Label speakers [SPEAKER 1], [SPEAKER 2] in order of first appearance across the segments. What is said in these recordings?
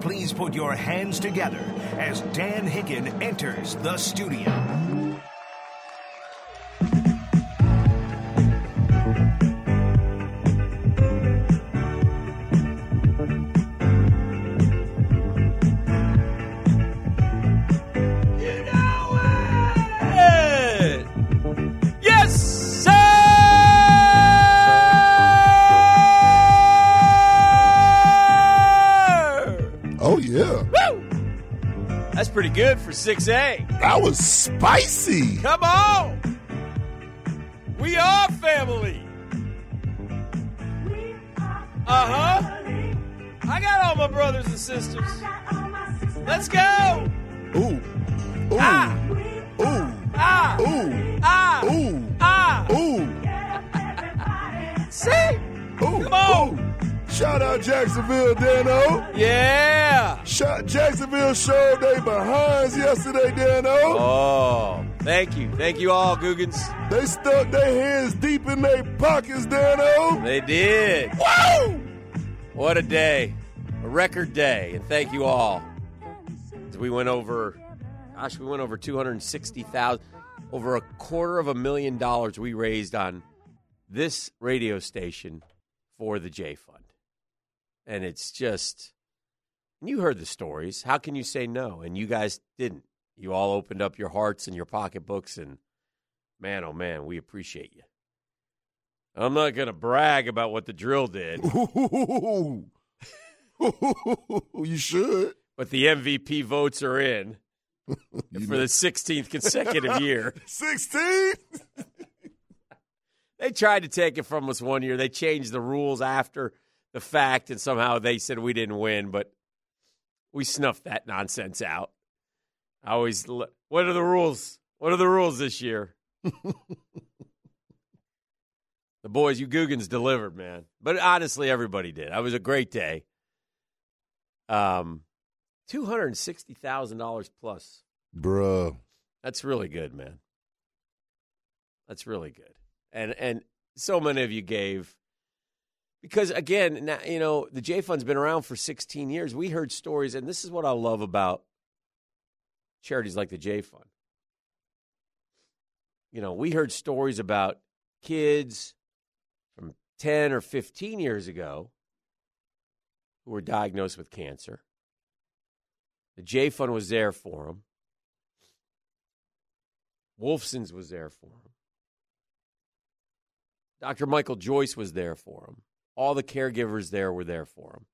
[SPEAKER 1] please put your hands together as Dan Hicken enters the studio.
[SPEAKER 2] it! Yes, sir!
[SPEAKER 3] Oh yeah,
[SPEAKER 2] Woo! That's pretty good for 6A.
[SPEAKER 3] that was spicy.
[SPEAKER 2] Come on! We are family! Uh huh. I got all my brothers and sisters. Let's go!
[SPEAKER 3] Ooh, ooh,
[SPEAKER 2] Ah!
[SPEAKER 3] ooh,
[SPEAKER 2] Ah!
[SPEAKER 3] ooh,
[SPEAKER 2] Ah!
[SPEAKER 3] ooh,
[SPEAKER 2] Ah!
[SPEAKER 3] ooh,
[SPEAKER 2] See?
[SPEAKER 3] ooh.
[SPEAKER 2] Come
[SPEAKER 3] ooh.
[SPEAKER 2] on.
[SPEAKER 3] Shout out Jacksonville, Dano.
[SPEAKER 2] Yeah!
[SPEAKER 3] Shot Jacksonville showed they behinds yesterday, Dano.
[SPEAKER 2] Oh, thank you. Thank you all, Googans.
[SPEAKER 3] They stuck their hands deep in their pockets, Dano.
[SPEAKER 2] They did.
[SPEAKER 3] Woo!
[SPEAKER 2] What a day. A record day. And thank you all. As We went over, gosh, we went over 260,000, over a quarter of a million dollars we raised on this radio station for the J Fund. And it's just, and you heard the stories. How can you say no? And you guys didn't. You all opened up your hearts and your pocketbooks, and man, oh man, we appreciate you. I'm not going to brag about what the drill did.
[SPEAKER 3] Ooh. you should.
[SPEAKER 2] but the MVP votes are in for the 16th consecutive year.
[SPEAKER 3] 16?
[SPEAKER 2] They tried to take it from us one year. They changed the rules after the fact, and somehow they said we didn't win, but we snuffed that nonsense out. I always, l- what are the rules? What are the rules this year? the boys, you Googans delivered, man. But honestly, everybody did. It was a great day. Um, two hundred sixty thousand dollars plus.
[SPEAKER 3] Bruh.
[SPEAKER 2] That's really good, man. That's really good. And and so many of you gave because again, now, you know, the J Fund's been around for 16 years. We heard stories and this is what I love about charities like the J Fund. You know, we heard stories about kids from 10 or 15 years ago who were diagnosed with cancer. The J Fund was there for them. Wolfson's was there for him. Dr. Michael Joyce was there for him. All the caregivers there were there for him.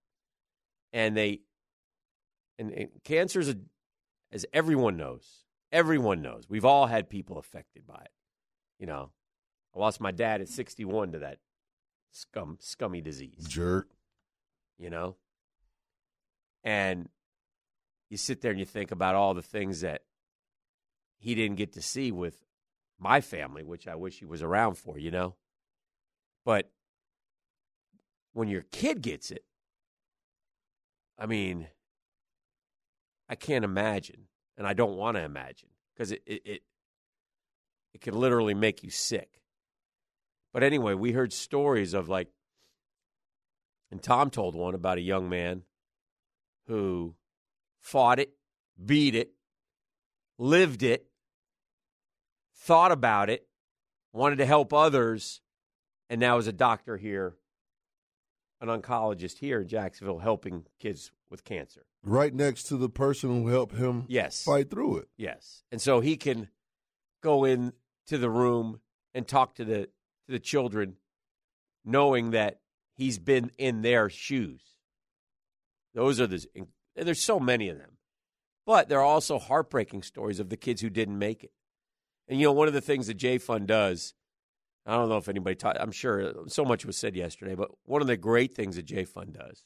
[SPEAKER 2] And they, and, and cancer is, a, as everyone knows, everyone knows. We've all had people affected by it. You know, I lost my dad at 61 to that scum, scummy disease
[SPEAKER 3] Jerk.
[SPEAKER 2] you know? And you sit there and you think about all the things that he didn't get to see with my family, which I wish he was around for, you know? But when your kid gets it, I mean, I can't imagine, and I don't want to imagine because it, it, it, it could literally make you sick. But anyway, we heard stories of like and Tom told one about a young man who fought it, beat it, lived it, thought about it, wanted to help others, and now is a doctor here, an oncologist here in Jacksonville helping kids with cancer.
[SPEAKER 3] Right next to the person who helped him
[SPEAKER 2] Yes.
[SPEAKER 3] fight through it.
[SPEAKER 2] Yes. And so he can go in to the room and talk to the to the children knowing that he's been in their shoes. Those are the and there's so many of them. But there are also heartbreaking stories of the kids who didn't make it. And you know, one of the things that J Fund does, I don't know if anybody taught, I'm sure uh, so much was said yesterday, but one of the great things that J Fund does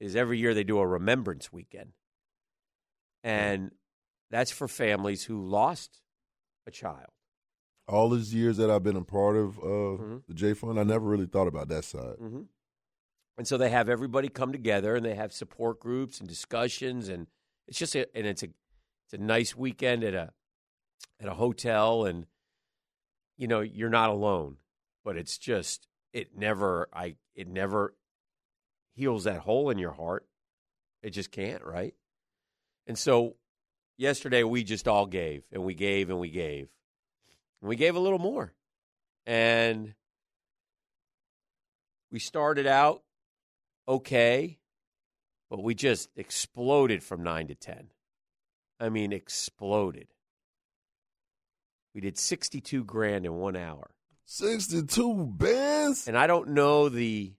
[SPEAKER 2] is every year they do a remembrance weekend. And that's for families who lost a child.
[SPEAKER 3] all these years that I've been a part of uh,
[SPEAKER 2] Mhm.
[SPEAKER 3] the J Fund, I never really thought about that side.
[SPEAKER 2] hmm And so they have everybody come together and they have support groups and discussions and it's just a, and it's a it's a nice weekend at a at a hotel and you know you're not alone but it's just it never I it never heals that hole in your heart It just can't, right? And so yesterday we just all gave and we gave and we gave. And we gave a little more. And we started out okay, but we just exploded from 9 to 10. I mean, exploded. We did 62 grand in 1 hour.
[SPEAKER 3] 62 bands?
[SPEAKER 2] And I don't know the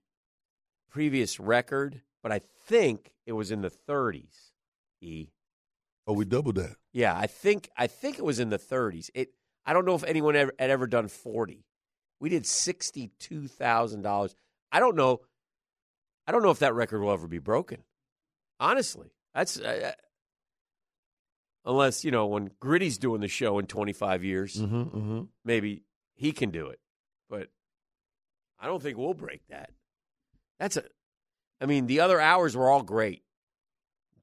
[SPEAKER 2] previous record, but I think it was in the 30s. E.
[SPEAKER 3] Oh, we doubled that.
[SPEAKER 2] Yeah, I think I think it was in the 30s. It I don't know if anyone ever, had ever done 40. We did $62,000. I don't know I don't know if that record will ever be broken. Honestly. That's uh, unless, you know, when Gritty's doing the show in 25 years,
[SPEAKER 3] Mm-hmm, mm-hmm.
[SPEAKER 2] maybe he can do it. But I don't think we'll break that. That's a I mean, the other hours were all great.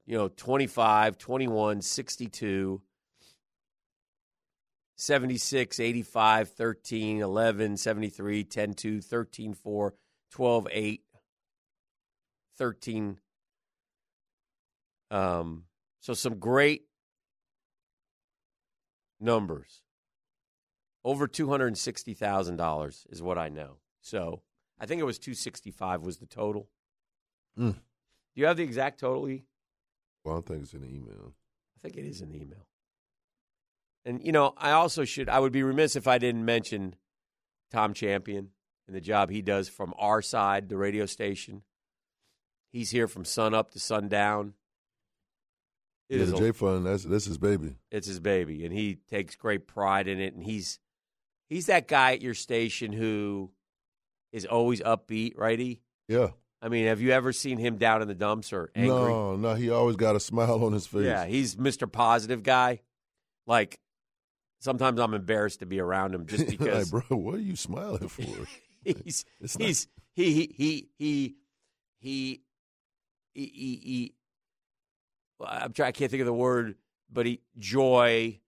[SPEAKER 2] You know, 25, 21, 62, 76, 85, 13, 11, 73, 10, 2, 13, 4, 12, 8, 13. Um, so some great numbers over two hundred and sixty thousand dollars is what I know. So I think it was two sixty five was the total.
[SPEAKER 3] Mm.
[SPEAKER 2] Do you have the exact total? E?
[SPEAKER 3] Well, I don't think it's in the email.
[SPEAKER 2] I think it is in the email. And you know, I also should I would be remiss if I didn't mention Tom Champion and the job he does from our side, the radio station. He's here from sun up to sundown. It
[SPEAKER 3] yeah,
[SPEAKER 2] is
[SPEAKER 3] the
[SPEAKER 2] a-
[SPEAKER 3] J Fund, that's, that's his baby.
[SPEAKER 2] it's his baby and he takes great pride in it and he's he's that guy at your station who is always upbeat righty
[SPEAKER 3] Yeah.
[SPEAKER 2] i mean have you ever seen him down in the dumps or angry
[SPEAKER 3] No, no, he always got a smile on his face.
[SPEAKER 2] yeah he's mr positive guy like sometimes i'm embarrassed to be around him just because
[SPEAKER 3] like, bro, what are you smiling for?
[SPEAKER 2] he's
[SPEAKER 3] It's not-
[SPEAKER 2] he's he he he he he he, he, he well, I'm trying. I can't think of the word, but he joy.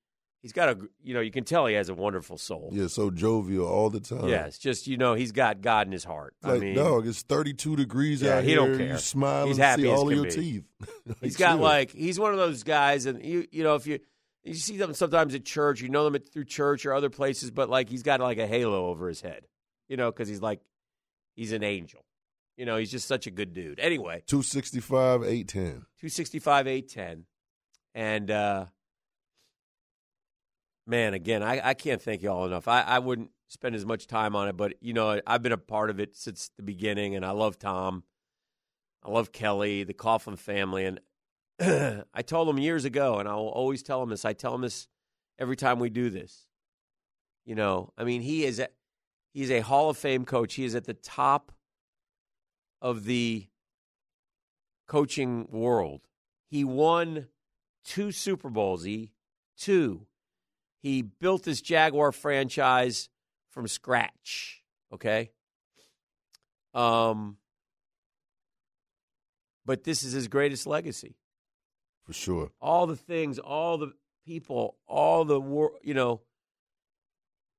[SPEAKER 2] He's got a you know you can tell he has a wonderful soul.
[SPEAKER 3] yeah, so jovial all the
[SPEAKER 4] Uh,
[SPEAKER 3] time.
[SPEAKER 2] Yes, just you know he's got God in his heart. I
[SPEAKER 3] Like,
[SPEAKER 2] mean,
[SPEAKER 3] dog, it's 32 degrees
[SPEAKER 2] Yeah,
[SPEAKER 3] out
[SPEAKER 2] he
[SPEAKER 3] here.
[SPEAKER 2] don't care.
[SPEAKER 3] You smile
[SPEAKER 2] He's
[SPEAKER 3] and
[SPEAKER 2] happy
[SPEAKER 3] see
[SPEAKER 2] as
[SPEAKER 3] all of
[SPEAKER 2] can
[SPEAKER 3] your
[SPEAKER 2] be.
[SPEAKER 3] teeth.
[SPEAKER 2] he's got
[SPEAKER 3] chill.
[SPEAKER 2] like he's one of those guys, and you you know if you you see them sometimes at church, you know them at, through church or other places, but like he's got like a halo over his head, you know, because he's like he's an angel. You know, he's just such a good dude. Anyway,
[SPEAKER 3] 265, 810.
[SPEAKER 2] 265 810 and uh man again i, I can't thank you all enough I, I wouldn't spend as much time on it but you know i've been a part of it since the beginning and i love tom i love kelly the coughlin family and i told them years ago and i'll always tell them this i tell them this every time we do this you know i mean he is a, he is a hall of fame coach he is at the top of the coaching world. He won two Super Bowls. He two. He built this Jaguar franchise from scratch. Okay. Um. But this is his greatest legacy.
[SPEAKER 3] For sure.
[SPEAKER 2] All the things, all the people, all the wor- you know,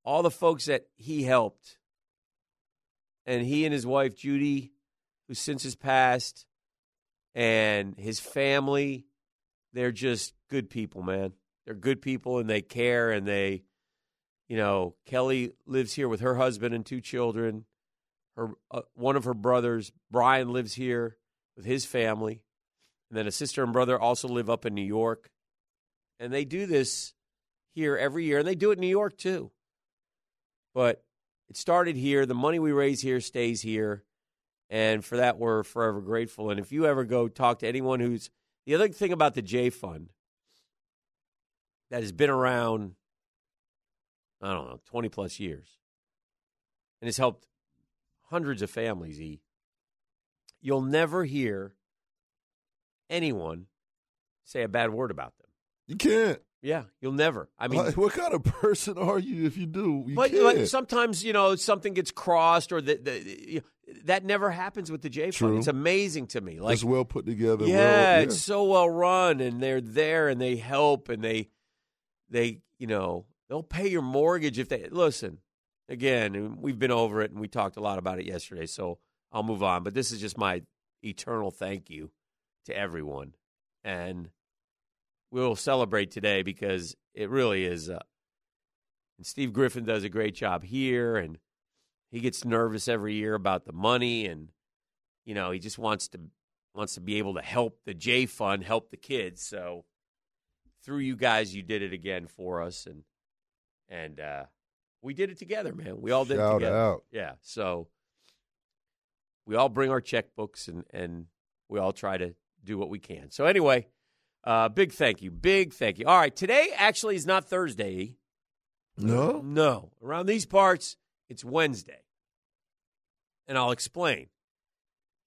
[SPEAKER 2] all the folks that he helped, and he and his wife Judy, who since has passed, and his family they're just good people man they're good people and they care and they you know kelly lives here with her husband and two children her uh, one of her brothers brian lives here with his family and then a sister and brother also live up in new york and they do this here every year and they do it in new york too but it started here the money we raise here stays here and for that, we're forever grateful. And if you ever go talk to anyone who's the other thing about the J Fund that has been around, I don't know, 20 plus years, and has helped hundreds of families, E, you'll never hear anyone say a bad word about them.
[SPEAKER 3] You can't.
[SPEAKER 2] Yeah, you'll never. I mean,
[SPEAKER 3] like, what kind of person are you if you do? You
[SPEAKER 2] but
[SPEAKER 3] can't.
[SPEAKER 2] like, sometimes you know something gets crossed, or the, the, you know, that never happens with the J Fund.
[SPEAKER 3] True.
[SPEAKER 2] It's amazing to me. Like
[SPEAKER 3] it's well put together. well-
[SPEAKER 2] yeah, it's so well run, and they're there, and they help, and they, they, you know, they'll pay your mortgage if they listen. Again, and we've been over it, and we talked a lot about it yesterday, so I'll move on. But this is just my eternal thank you to everyone. And we'll celebrate today because it really is. Uh, and Steve Griffin does a great job here, and he gets nervous every year about the money, and you know he just wants to wants to be able to help the J Fund help the kids. So through you guys, you did it again for us, and and uh, we did it together, man. We all did it
[SPEAKER 4] Shout
[SPEAKER 2] together.
[SPEAKER 4] out.
[SPEAKER 2] Yeah. So we all bring our checkbooks and and we all try to do what we can. So anyway, uh, big thank you, big thank you. All right, today actually is not Thursday.
[SPEAKER 4] No?
[SPEAKER 2] No, around these parts it's Wednesday, and I'll explain.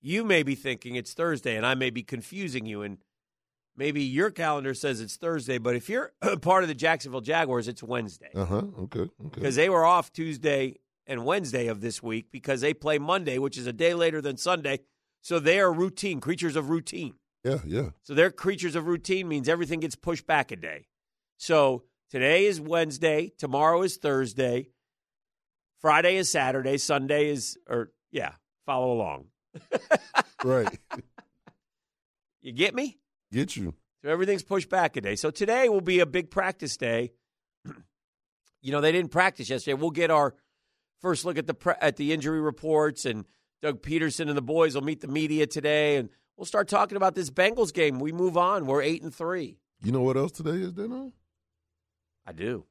[SPEAKER 2] You may be thinking it's Thursday, and I may be confusing you, and maybe your calendar says it's Thursday, but if you're part of the Jacksonville Jaguars, it's Wednesday
[SPEAKER 3] Uh-huh,
[SPEAKER 4] Uh huh. Okay. Okay.
[SPEAKER 2] because they were off Tuesday and Wednesday of this week because they play Monday, which is a day later than Sunday. So they are routine, creatures of routine.
[SPEAKER 4] Yeah. Yeah.
[SPEAKER 2] So they're creatures of routine means everything gets pushed back a day. So today is Wednesday, tomorrow is Thursday, Friday is Saturday, Sunday is, or yeah, follow along.
[SPEAKER 4] Right.
[SPEAKER 2] You get me?
[SPEAKER 4] Get you.
[SPEAKER 2] So everything's pushed back a day. So today will be a big practice day. you know, they didn't practice yesterday. We'll get our first look at the pre- at the injury reports and Doug Peterson and the boys will meet the media today and we'll start talking about this Bengals game. We move on. We're 8 and 3.
[SPEAKER 4] You know what else today is, Dano?
[SPEAKER 2] I do.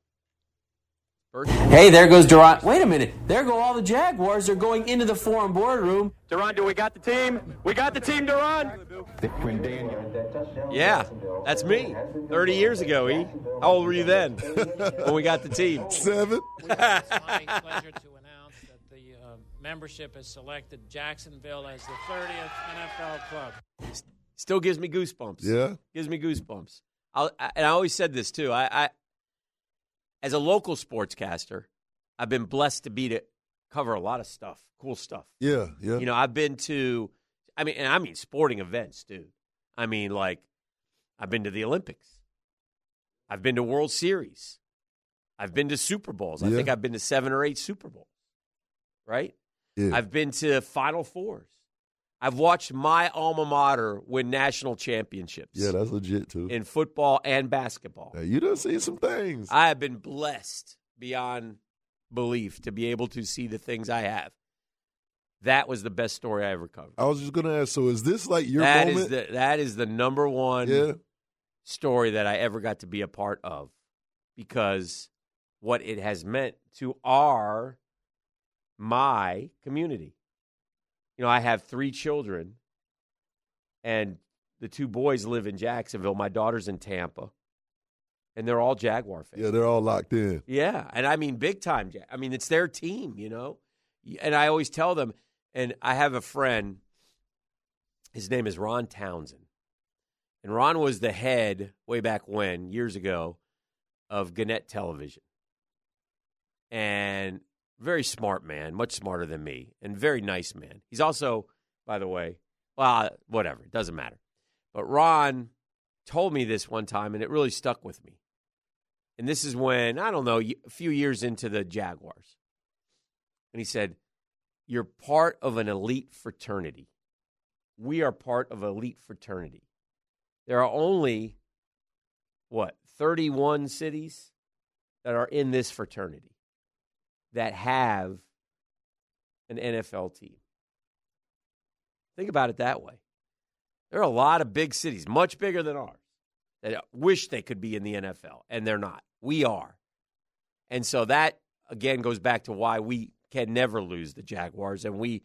[SPEAKER 5] Hey, there goes Durant. Wait a minute. There go all the Jaguars. They're going into the foreign boardroom.
[SPEAKER 6] Duran, do we got the team? We got the team, Duran.
[SPEAKER 2] Yeah. That's me. 30 years ago, E. How old were you then? when we got the team.
[SPEAKER 4] Seven.
[SPEAKER 7] It's my pleasure to announce that the uh, membership has selected Jacksonville as the 30th NFL club.
[SPEAKER 2] Still gives me goosebumps.
[SPEAKER 4] Yeah.
[SPEAKER 2] gives me goosebumps. I'll, I, and I always said this too. I, I, as a local sportscaster, I've been blessed to be to cover a lot of stuff, cool stuff.
[SPEAKER 4] Yeah. Yeah.
[SPEAKER 2] You know, I've been to, I mean, and I mean sporting events, dude. I mean, like, I've been to the Olympics. I've been to World Series. I've been to Super Bowls. I
[SPEAKER 4] Yeah.
[SPEAKER 2] think I've been to seven or eight Super Bowls. Right.
[SPEAKER 4] yeah.
[SPEAKER 2] I've been to Final Fours. I've watched my alma mater win national championships
[SPEAKER 4] yeah. That's legit too.
[SPEAKER 2] in football and basketball.
[SPEAKER 4] Hey, you done seen some things.
[SPEAKER 2] I have been blessed beyond belief to be able to see the things I have. That was the best story I ever covered.
[SPEAKER 4] I was just gonna ask. So is this like your
[SPEAKER 2] That is
[SPEAKER 4] moment?
[SPEAKER 2] the that is the number one
[SPEAKER 4] yeah.
[SPEAKER 2] story that I ever got to be a part of because what it has meant to our my community. You know, I have 3 children and the two boys live in Jacksonville, my daughter's in Tampa. And they're all Jaguar fans.
[SPEAKER 4] Yeah. They're all locked in.
[SPEAKER 2] Yeah, and I mean big time. Ja- I mean it's their team, you know. And I always tell them. And I have a friend. His name is Ron Townsend, and Ron was the head way back when years ago of Gannett Television, and very smart man, much smarter than me, and very nice man. He's also, by the way, well, whatever, it doesn't matter. But Ron told me this one time, and it really stuck with me and this is when I don't know a few years into the Jaguars, and he said, "You're part of an elite fraternity. We are part of elite fraternity. There are only what 31 cities that are in this fraternity that have an NFL team. Think about it that way. There are a lot of big cities, much bigger than ours." that wish they could be in the NFL, and they're not. We are. And so that, again, goes back to why we can never lose the Jaguars, and we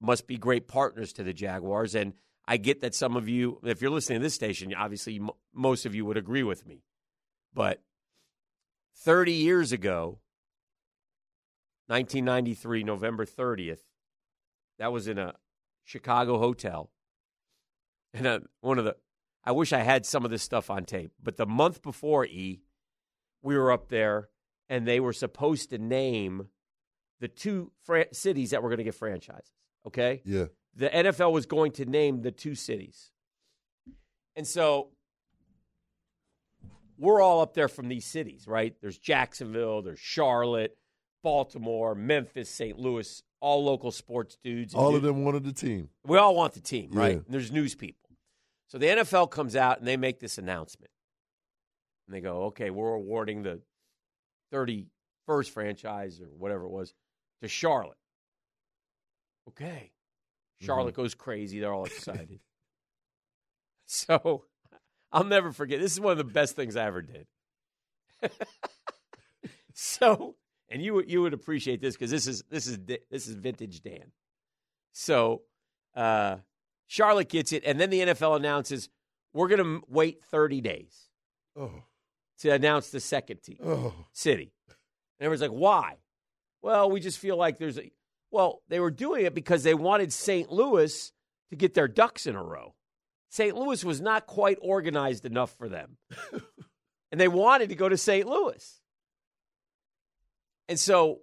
[SPEAKER 2] must be great partners to the Jaguars. And I get that some of you, if you're listening to this station, obviously m- most of you would agree with me. But 30 years ago, 1993, November 30th, that was in a Chicago hotel. And uh, one of the I wish I had some of this stuff on tape. But the month before E, we were up there and they were supposed to name the two fran- cities that were going to get franchises. Okay?
[SPEAKER 4] Yeah.
[SPEAKER 2] the NFL was going to name the two cities. And so we're all up there from these cities, right? There's Jacksonville, there's Charlotte, Baltimore, Memphis, St. Louis, all local sports dudes. and
[SPEAKER 4] All
[SPEAKER 2] dudes.
[SPEAKER 4] of them wanted the team.
[SPEAKER 2] We all want the team, right?
[SPEAKER 4] Yeah.
[SPEAKER 2] And there's news people. So the NFL comes out and they make this announcement. And they go, okay, we're awarding the 31st franchise or whatever it was to Charlotte. Okay. Charlotte goes crazy. They're all excited. so I'll never forget. This is one of the best things I ever did. so, and you would- you would appreciate this because this is this is di- this is vintage Dan. So, uh, Charlotte gets it, and then the NFL announces we're going to wait 30 days
[SPEAKER 4] Oh,
[SPEAKER 2] to announce the second team
[SPEAKER 4] oh,
[SPEAKER 2] city. And everyone's like, why? Well, we just feel like there's a. Well, they were doing it because they wanted St. Louis to get their ducks in a row. St. Louis was not quite organized enough for them. and they wanted to go to St. Louis. And so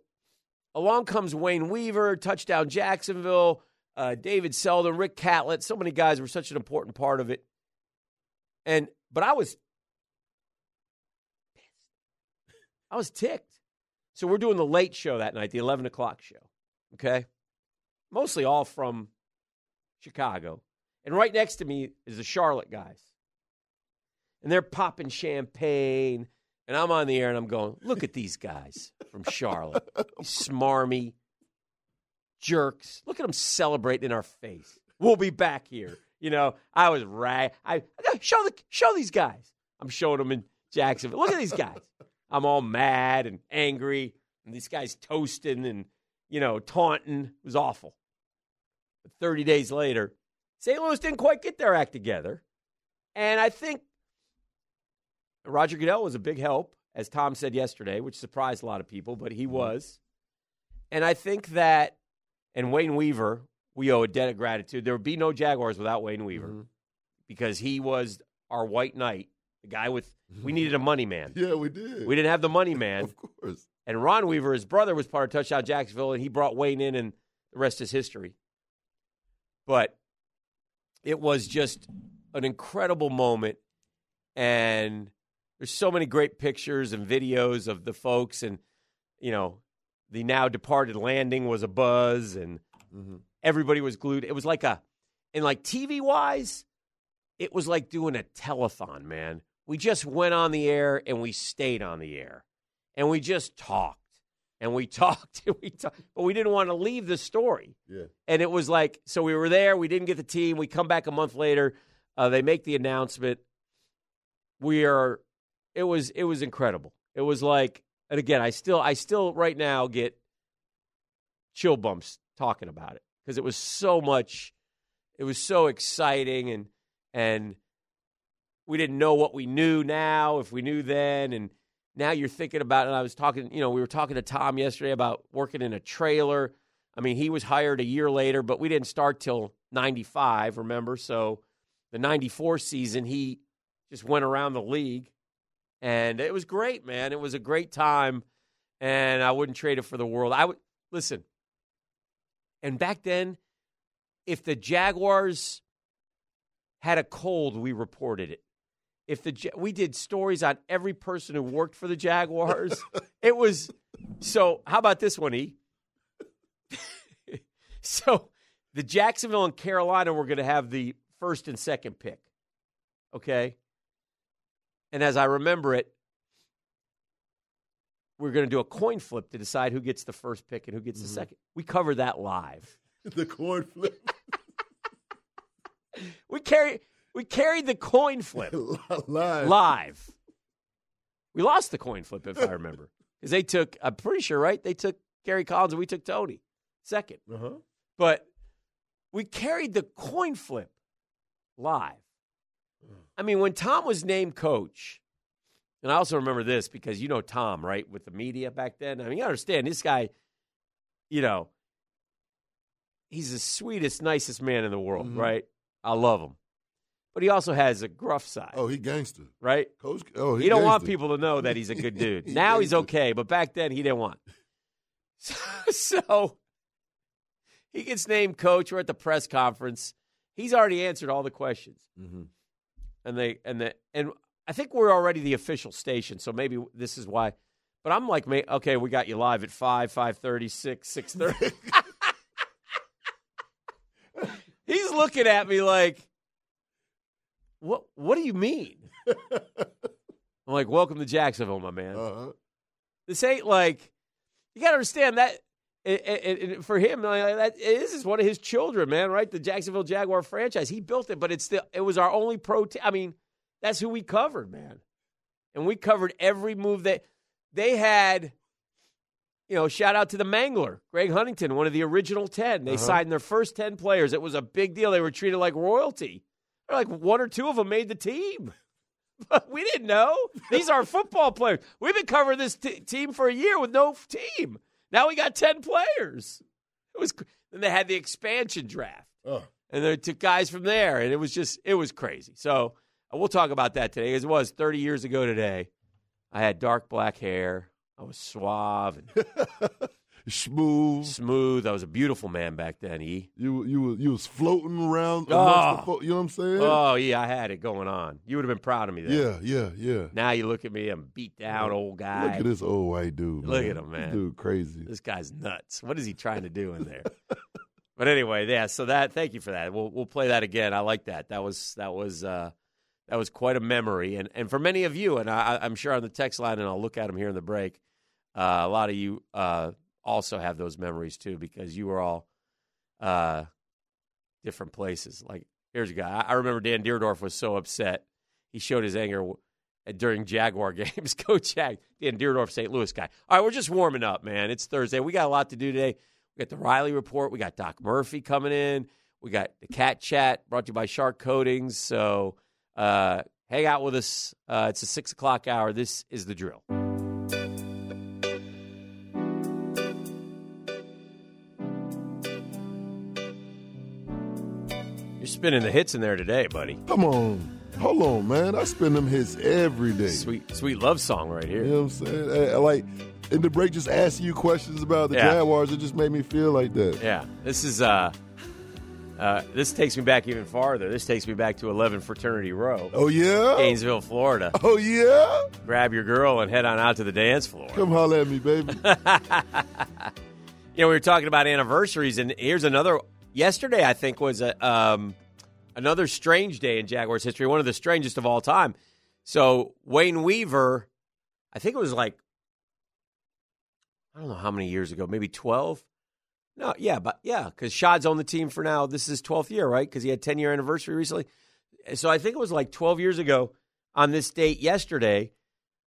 [SPEAKER 2] along comes Wayne Weaver, touchdown Jacksonville, uh, David Seldon, Rick Catlett. So many guys were such an important part of it. And, but I was I was ticked. So we're doing the late show that night, the 11 o'clock show. Okay. Mostly all from Chicago. And right next to me is the Charlotte guys. And they're popping champagne. And I'm on the air and I'm going, look at these guys from Charlotte. These Smarmy jerks. Look at them celebrating in our face. We'll be back here. You know, I was right. I, I go, show the show these guys. I'm showing them in Jacksonville. Look at these guys. I'm all mad and angry, and these guys toasting and you know taunting. It was awful. But 30 days later, St. Louis didn't quite get their act together, and I think Roger Goodell was a big help, as Tom said yesterday, which surprised a lot of people, but
[SPEAKER 4] Mm-hmm.
[SPEAKER 2] he was. And I think that, and Wayne Weaver, we owe a debt of gratitude. There would be no Jaguars without Wayne Weaver
[SPEAKER 4] Mm-hmm.
[SPEAKER 2] because he was our white knight, the guy with, we needed a money man.
[SPEAKER 4] yeah, we did.
[SPEAKER 2] We didn't have the money man.
[SPEAKER 4] of course.
[SPEAKER 2] And Ron Weaver, his brother, was part of Touchdown Jacksonville, and he brought Wayne in, and the rest is history. But it was just an incredible moment. And there's so many great pictures and videos of the folks, and, you know, the now departed landing was a buzz, and everybody was glued. It was like a, and like TV wise, it was like doing a telethon, man. We just went on the air and we stayed on the air and we just talked and we talked and we talked, but we didn't want to leave the story.
[SPEAKER 4] Yeah.
[SPEAKER 2] And it was like, so we were there, we didn't get the team. We come back a month later, uh, they make the announcement. We are, it was, it was incredible. It was like, and again, I still, I still right now get chill bumps talking about it because it was so much, it was so exciting and, and we didn't know what we knew now, if we knew then. And, now you're thinking about and i was talking you know we were talking to tom yesterday about working in a trailer i mean he was hired a year later but we didn't start till 95 remember so the 94 season he just went around the league and it was great man it was a great time and i wouldn't trade it for the world i would listen and back then if the jaguars had a cold we reported it if the Ja- we did stories on every person who worked for the Jaguars. it was so. How about this one, E? so the Jacksonville and Carolina were going to have the first and second pick. Okay, and as I remember it, we're going to do a coin flip to decide who gets the first pick and who gets the second. We covered that live.
[SPEAKER 4] The corn flip
[SPEAKER 2] We carry we carried the coin flip.
[SPEAKER 4] live.
[SPEAKER 2] live. We lost the coin flip, if I remember, because they took. I'm pretty sure, right? They took Gary Collins and we took Tony second.
[SPEAKER 4] Uh-huh.
[SPEAKER 2] But we carried the coin flip live.
[SPEAKER 4] Mm.
[SPEAKER 2] I mean, when Tom was named coach, and I also remember this because you know Tom, right, with the media back then. I mean, you understand this guy. You know, he's the sweetest, nicest man in the world,
[SPEAKER 4] Mm-hmm.
[SPEAKER 2] right? I love him, but he also has a gruff side,
[SPEAKER 4] Oh, he gangster.
[SPEAKER 2] right?
[SPEAKER 4] Coach. Oh, he
[SPEAKER 2] You don't want
[SPEAKER 4] gangster.
[SPEAKER 2] people to know that he's a good dude.
[SPEAKER 4] He
[SPEAKER 2] now he's
[SPEAKER 4] gangster.
[SPEAKER 2] okay, but back then he didn't want. So, so he gets named coach. We're at the press conference. He's already answered all the questions,
[SPEAKER 4] Mm-hmm.
[SPEAKER 2] and they and the and I think we're already the official station, so maybe this is why. But I'm like, ma- okay, we got you live at five, five thirty, six, six thirty. he's looking at me like, What What do you mean? I'm like, welcome to Jacksonville, my man.
[SPEAKER 4] Uh-huh.
[SPEAKER 2] This ain't like you got to understand that. It, it, it- for him, like, that this is one of his children, man. Right, the Jacksonville Jaguar franchise. He built it, but it's the it was our only pro. T- I mean, that's who we covered, man. And we covered every move that they had. You know, shout out to the Mangler, Greg Huntington, one of the original ten. They signed their first ten players. It was a big deal. They were treated like royalty. They're like one or two of them made the team. But we didn't know. These are football players. We've been covering this t- team for a year with no f- team. Now we got 10 players. It was cr- then they had the expansion draft.
[SPEAKER 4] Oh.
[SPEAKER 2] And they took guys from there and it was just it was crazy. So, uh, we'll talk about that today as it was 30 years ago today. I had dark black hair. I was suave and
[SPEAKER 4] Smooth.
[SPEAKER 2] smooth. I was a beautiful man back then, E.
[SPEAKER 4] You you was you was floating around.
[SPEAKER 2] Oh.
[SPEAKER 4] amongst the fo- you know what I'm saying?
[SPEAKER 2] Oh, yeah, I had it going on. You would have been proud of me then.
[SPEAKER 4] yeah, yeah, yeah.
[SPEAKER 2] Now you look at me, I'm beat down old guy.
[SPEAKER 4] Look at this old white dude.
[SPEAKER 2] Look
[SPEAKER 4] man.
[SPEAKER 2] at him, man.
[SPEAKER 4] This dude, crazy.
[SPEAKER 2] this guy's nuts. What is he trying to do in there? but anyway, yeah. So that, thank you for that. We'll we'll play that again. I like that. That was that was uh, that was quite a memory, and and for many of you, and I, I- I'm sure on the text line, and I'll look at them here in the break. Uh, a lot of you uh, also have those memories too, because you were all uh, different places. Like here's a guy. I, I remember Dan Deerdorf was so upset. He showed his anger w- during Jaguar games. Go Jag. Dan Deerdorf, St. Louis guy. All right, we're just warming up, man. It's Thursday. We got a lot to do today. We got the Riley report. We got Doc Murphy coming in. We got the Cat Chat brought to you by Shark Coatings. So uh, hang out with us. Uh, it's a six o'clock hour. This is the drill. You're spinning the hits in there today, buddy.
[SPEAKER 4] Come on. Hold on, man. I spend them hits every day.
[SPEAKER 2] Sweet, sweet love song right
[SPEAKER 4] You
[SPEAKER 2] here.
[SPEAKER 4] know what I'm saying? I, I like in the break just asking you questions about the
[SPEAKER 2] Yeah.
[SPEAKER 4] Jaguars, it just made me feel like that.
[SPEAKER 2] Yeah, this is uh, uh, this takes me back even farther. This takes me back to 11 Fraternity Row,
[SPEAKER 4] Oh yeah?
[SPEAKER 2] Gainesville, Florida.
[SPEAKER 4] Oh yeah?
[SPEAKER 2] Grab your girl and head on out to the dance floor.
[SPEAKER 4] Come holler at me, baby.
[SPEAKER 2] You know, we were talking about anniversaries, and here's another. Yesterday, I think was a um, another strange day in Jaguars history, one of the strangest of all time. So Wayne Weaver, I think it was like I don't know how many years ago, maybe twelve. No, yeah, but yeah, because Shad's on the team for now. This is his twelfth year, right? Because he had ten year anniversary recently. So I think it was like twelve years ago on this date yesterday.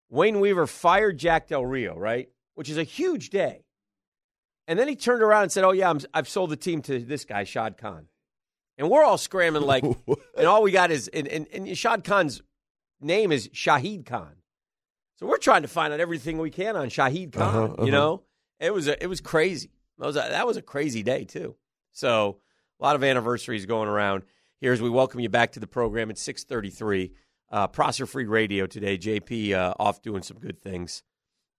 [SPEAKER 2] Wayne Weaver fired Jack Del Rio, right? Which is a huge day. And then he turned around and said, "Oh yeah, I'm, I've sold the team to this guy, Shad Khan." And we're all scrambling like,
[SPEAKER 4] What?
[SPEAKER 2] and all we got is and, and, and Shad Khan's name is Shahid Khan, so we're trying to find out everything we can on Shahid Khan.
[SPEAKER 4] Uh-huh, uh-huh.
[SPEAKER 2] You know, it was a, it was crazy. That was a, that was a crazy day too. So a lot of anniversaries going around here as we welcome you back to the program at six thirty three. Uh, Prosser Free Radio today. JP uh, off doing some good things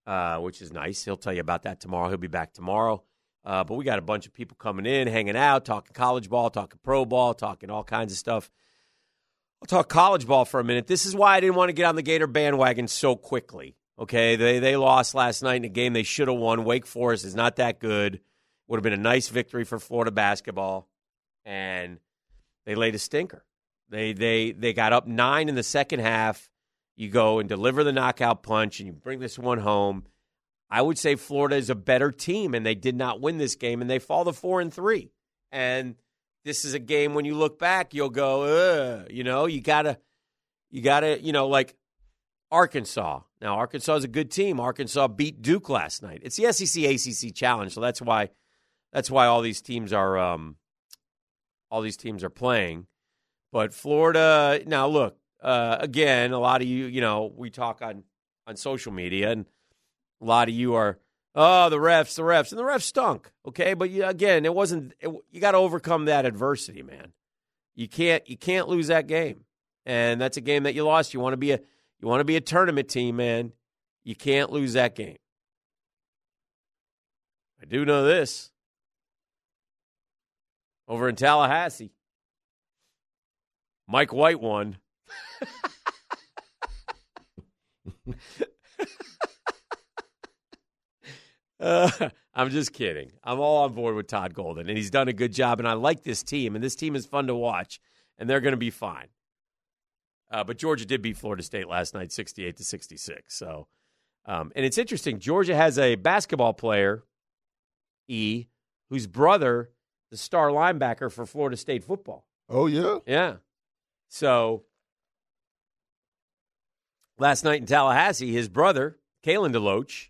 [SPEAKER 2] uh, which is nice. He'll tell you about that tomorrow. He'll be back tomorrow. Uh, but we got a bunch of people coming in, hanging out, talking college ball, talking pro ball, talking all kinds of stuff. I'll talk college ball for a minute. This is why I didn't want to get on the Gator bandwagon so quickly. Okay, they they lost last night in a game they should have won. Wake Forest is not that good. Would have been a nice victory for Florida basketball, and they laid a stinker. They they they got up nine in the second half you go and deliver the knockout punch and you bring this one home. I would say Florida is a better team and they did not win this game and they fall to 4 and 3. And this is a game when you look back you'll go, Ugh, you know, you got to you got to, you know, like Arkansas. Now Arkansas is a good team. Arkansas beat Duke last night. It's the E SEC ACC challenge, so that's why that's why all these teams are um all these teams are playing. But Florida, now look, uh, again, a lot of you, you know, we talk on on social media, and a lot of you are, oh, the refs, the refs, and the refs stunk. Okay, but you, again, it wasn't. It, you got to overcome that adversity, man. You can't you can't lose that game, and that's a game that you lost. You want to be a you want to be a tournament team, man. You can't lose that game. I do know this. Over in Tallahassee, Mike White won. Uh, I'm just kidding. I'm all on board with Todd Golden, and he's done a good job. And I like this team, and this team is fun to watch, and they're going to be fine. Uh, but Georgia did beat Florida State last night, sixty-eight to sixty-six. So, um, and it's interesting. Georgia has a basketball player, E, whose brother, the star linebacker for Florida State football.
[SPEAKER 4] Oh yeah.
[SPEAKER 2] Yeah. So last night in Tallahassee, his brother, Kalen DeLoach,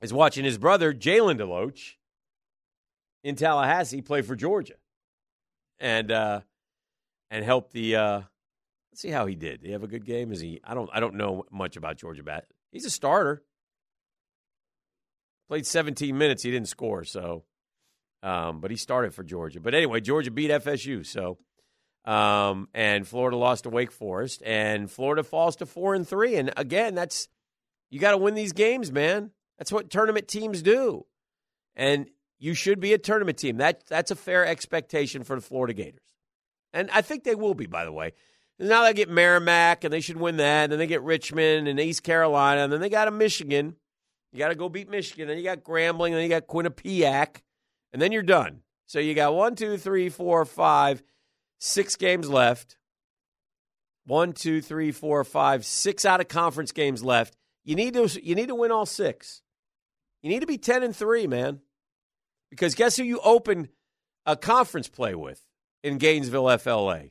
[SPEAKER 2] is watching his brother, Jalen DeLoach, in Tallahassee play for Georgia. And uh and help the uh let's see how he did. Did he have a good game? Is he I don't I don't know much about Georgia Bat. He's a starter. Played 17 minutes, he didn't score, so um, but he started for Georgia. But anyway, Georgia beat FSU, so um, and Florida lost to Wake Forest, and Florida falls to four and three. And again, that's you got to win these games, man. That's what tournament teams do, and you should be a tournament team. That that's a fair expectation for the Florida Gators, and I think they will be. By the way, now they get Merrimack, and they should win that. And then they get Richmond and East Carolina, and then they got a Michigan. You got to go beat Michigan. Then you got Grambling, then you got Quinnipiac and then you're done. So you got one, two, three, four, five, six games left. One, two, three, four, five, six out of conference games left. You need to you need to win all six. You need to be ten and three, man. Because guess who you open a conference play with in Gainesville, FLA?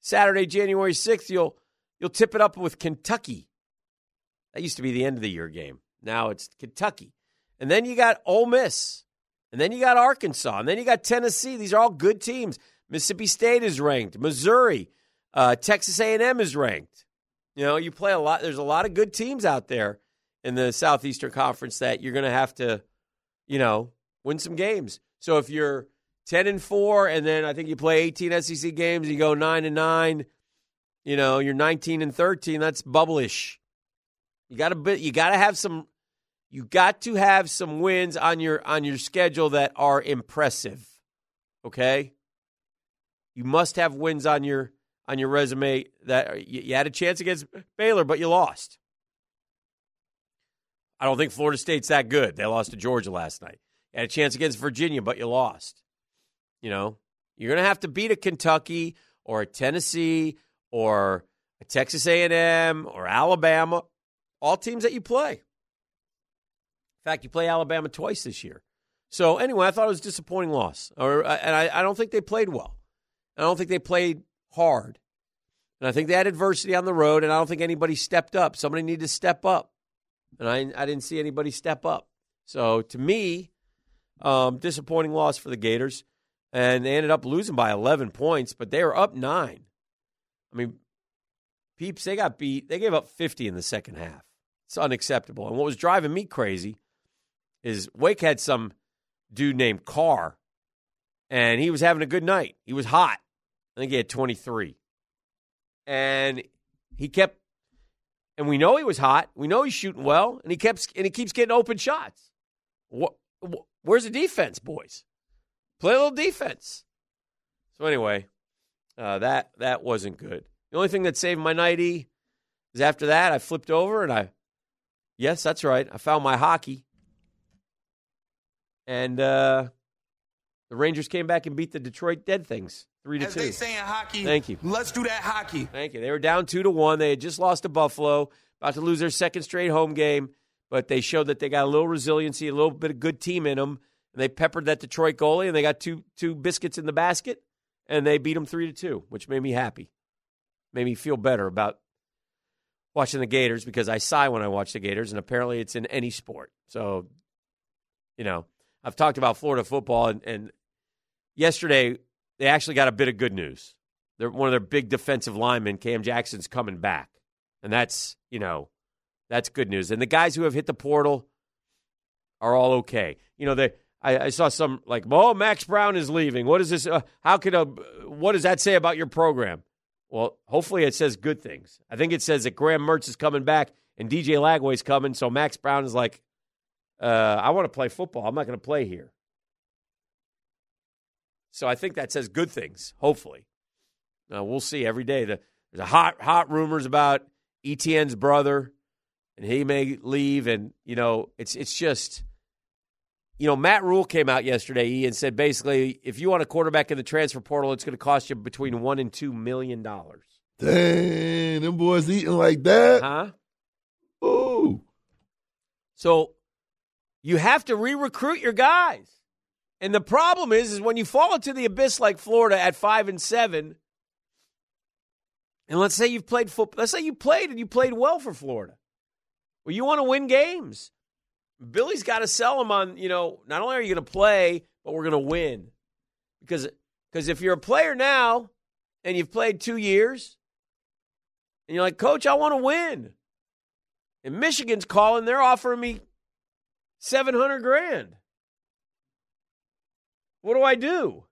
[SPEAKER 2] Saturday, January sixth, you'll you'll tip it up with Kentucky. That used to be the end of the year game. Now it's Kentucky. And then you got Ole Miss. And then you got Arkansas. And then you got Tennessee. These are all good teams. Mississippi State is ranked. Missouri, uh, Texas A&M is ranked. You know, you play a lot. There's a lot of good teams out there in the Southeastern Conference that you're going to have to, you know, win some games. So if you're 10 and 4 and then I think you play 18 SEC games, you go 9 and 9, you know, you're 19 and 13, that's bubblish. You got to you got to have some you got to have some wins on your on your schedule that are impressive. Okay? You must have wins on your on your resume that you, you had a chance against Baylor but you lost. I don't think Florida State's that good. They lost to Georgia last night. You had a chance against Virginia but you lost. You know, you're going to have to beat a Kentucky or a Tennessee or a Texas A&M or Alabama, all teams that you play. In fact, you play Alabama twice this year. So anyway, I thought it was a disappointing loss, or uh, and I, I don't think they played well. I don't think they played hard, and I think they had adversity on the road, and I don't think anybody stepped up. Somebody needed to step up, and I I didn't see anybody step up. So to me, um, disappointing loss for the Gators, and they ended up losing by 11 points, but they were up nine. I mean, peeps, they got beat. They gave up 50 in the second half. It's unacceptable. And what was driving me crazy is Wake had some dude named Carr, and he was having a good night. He was hot. I think he had 23. And he kept, and we know he was hot. We know he's shooting well, and he kept, and he keeps getting open shots. What, where's the defense, boys? Play a little defense. So anyway, uh, that that wasn't good. The only thing that saved my nighty is after that I flipped over and I, yes, that's right, I found my hockey and uh, the Rangers came back and beat the Detroit Dead Things three to
[SPEAKER 8] As
[SPEAKER 2] two.
[SPEAKER 8] they say in hockey,
[SPEAKER 2] Thank you.
[SPEAKER 8] Let's do that hockey.
[SPEAKER 2] Thank you. They were down two to one. They had just lost to Buffalo, about to lose their second straight home game, but they showed that they got a little resiliency, a little bit of good team in them, and they peppered that Detroit goalie, and they got two two biscuits in the basket, and they beat them three to two, which made me happy, made me feel better about watching the Gators because I sigh when I watch the Gators, and apparently it's in any sport. So, you know, I've talked about Florida football, and, and yesterday they actually got a bit of good news. They're, one of their big defensive linemen, Cam Jackson's coming back, and that's you know that's good news. And the guys who have hit the portal are all okay. You know, they I, I saw some like, oh, Max Brown is leaving. What is this? Uh, how could a what does that say about your program? Well, hopefully it says good things. I think it says that Graham Mertz is coming back and DJ Lagway's coming. So Max Brown is like, uh, I want to play football. I'm not going to play here. So I think that says good things, hopefully. Now we'll see every day. The, there's a hot, hot rumors about ETN's brother, and he may leave. And you know, it's it's just, you know, Matt Rule came out yesterday E, and said basically, if you want a quarterback in the transfer portal, it's going to cost you between one and two million dollars.
[SPEAKER 4] Dang, them boys eating like that.
[SPEAKER 2] Huh?
[SPEAKER 4] Ooh.
[SPEAKER 2] So you have to re-recruit your guys. And the problem is, is when you fall into the abyss like Florida at five and seven, and let's say you've played football, let's say you played and you played well for Florida. Well, you want to win games. Billy's got to sell them on, you know, not only are you going to play, but we're going to win. Because because if you're a player now and you've played two years, and you're like, Coach, I want to win. And Michigan's calling, they're offering me seven hundred grand. What do I do?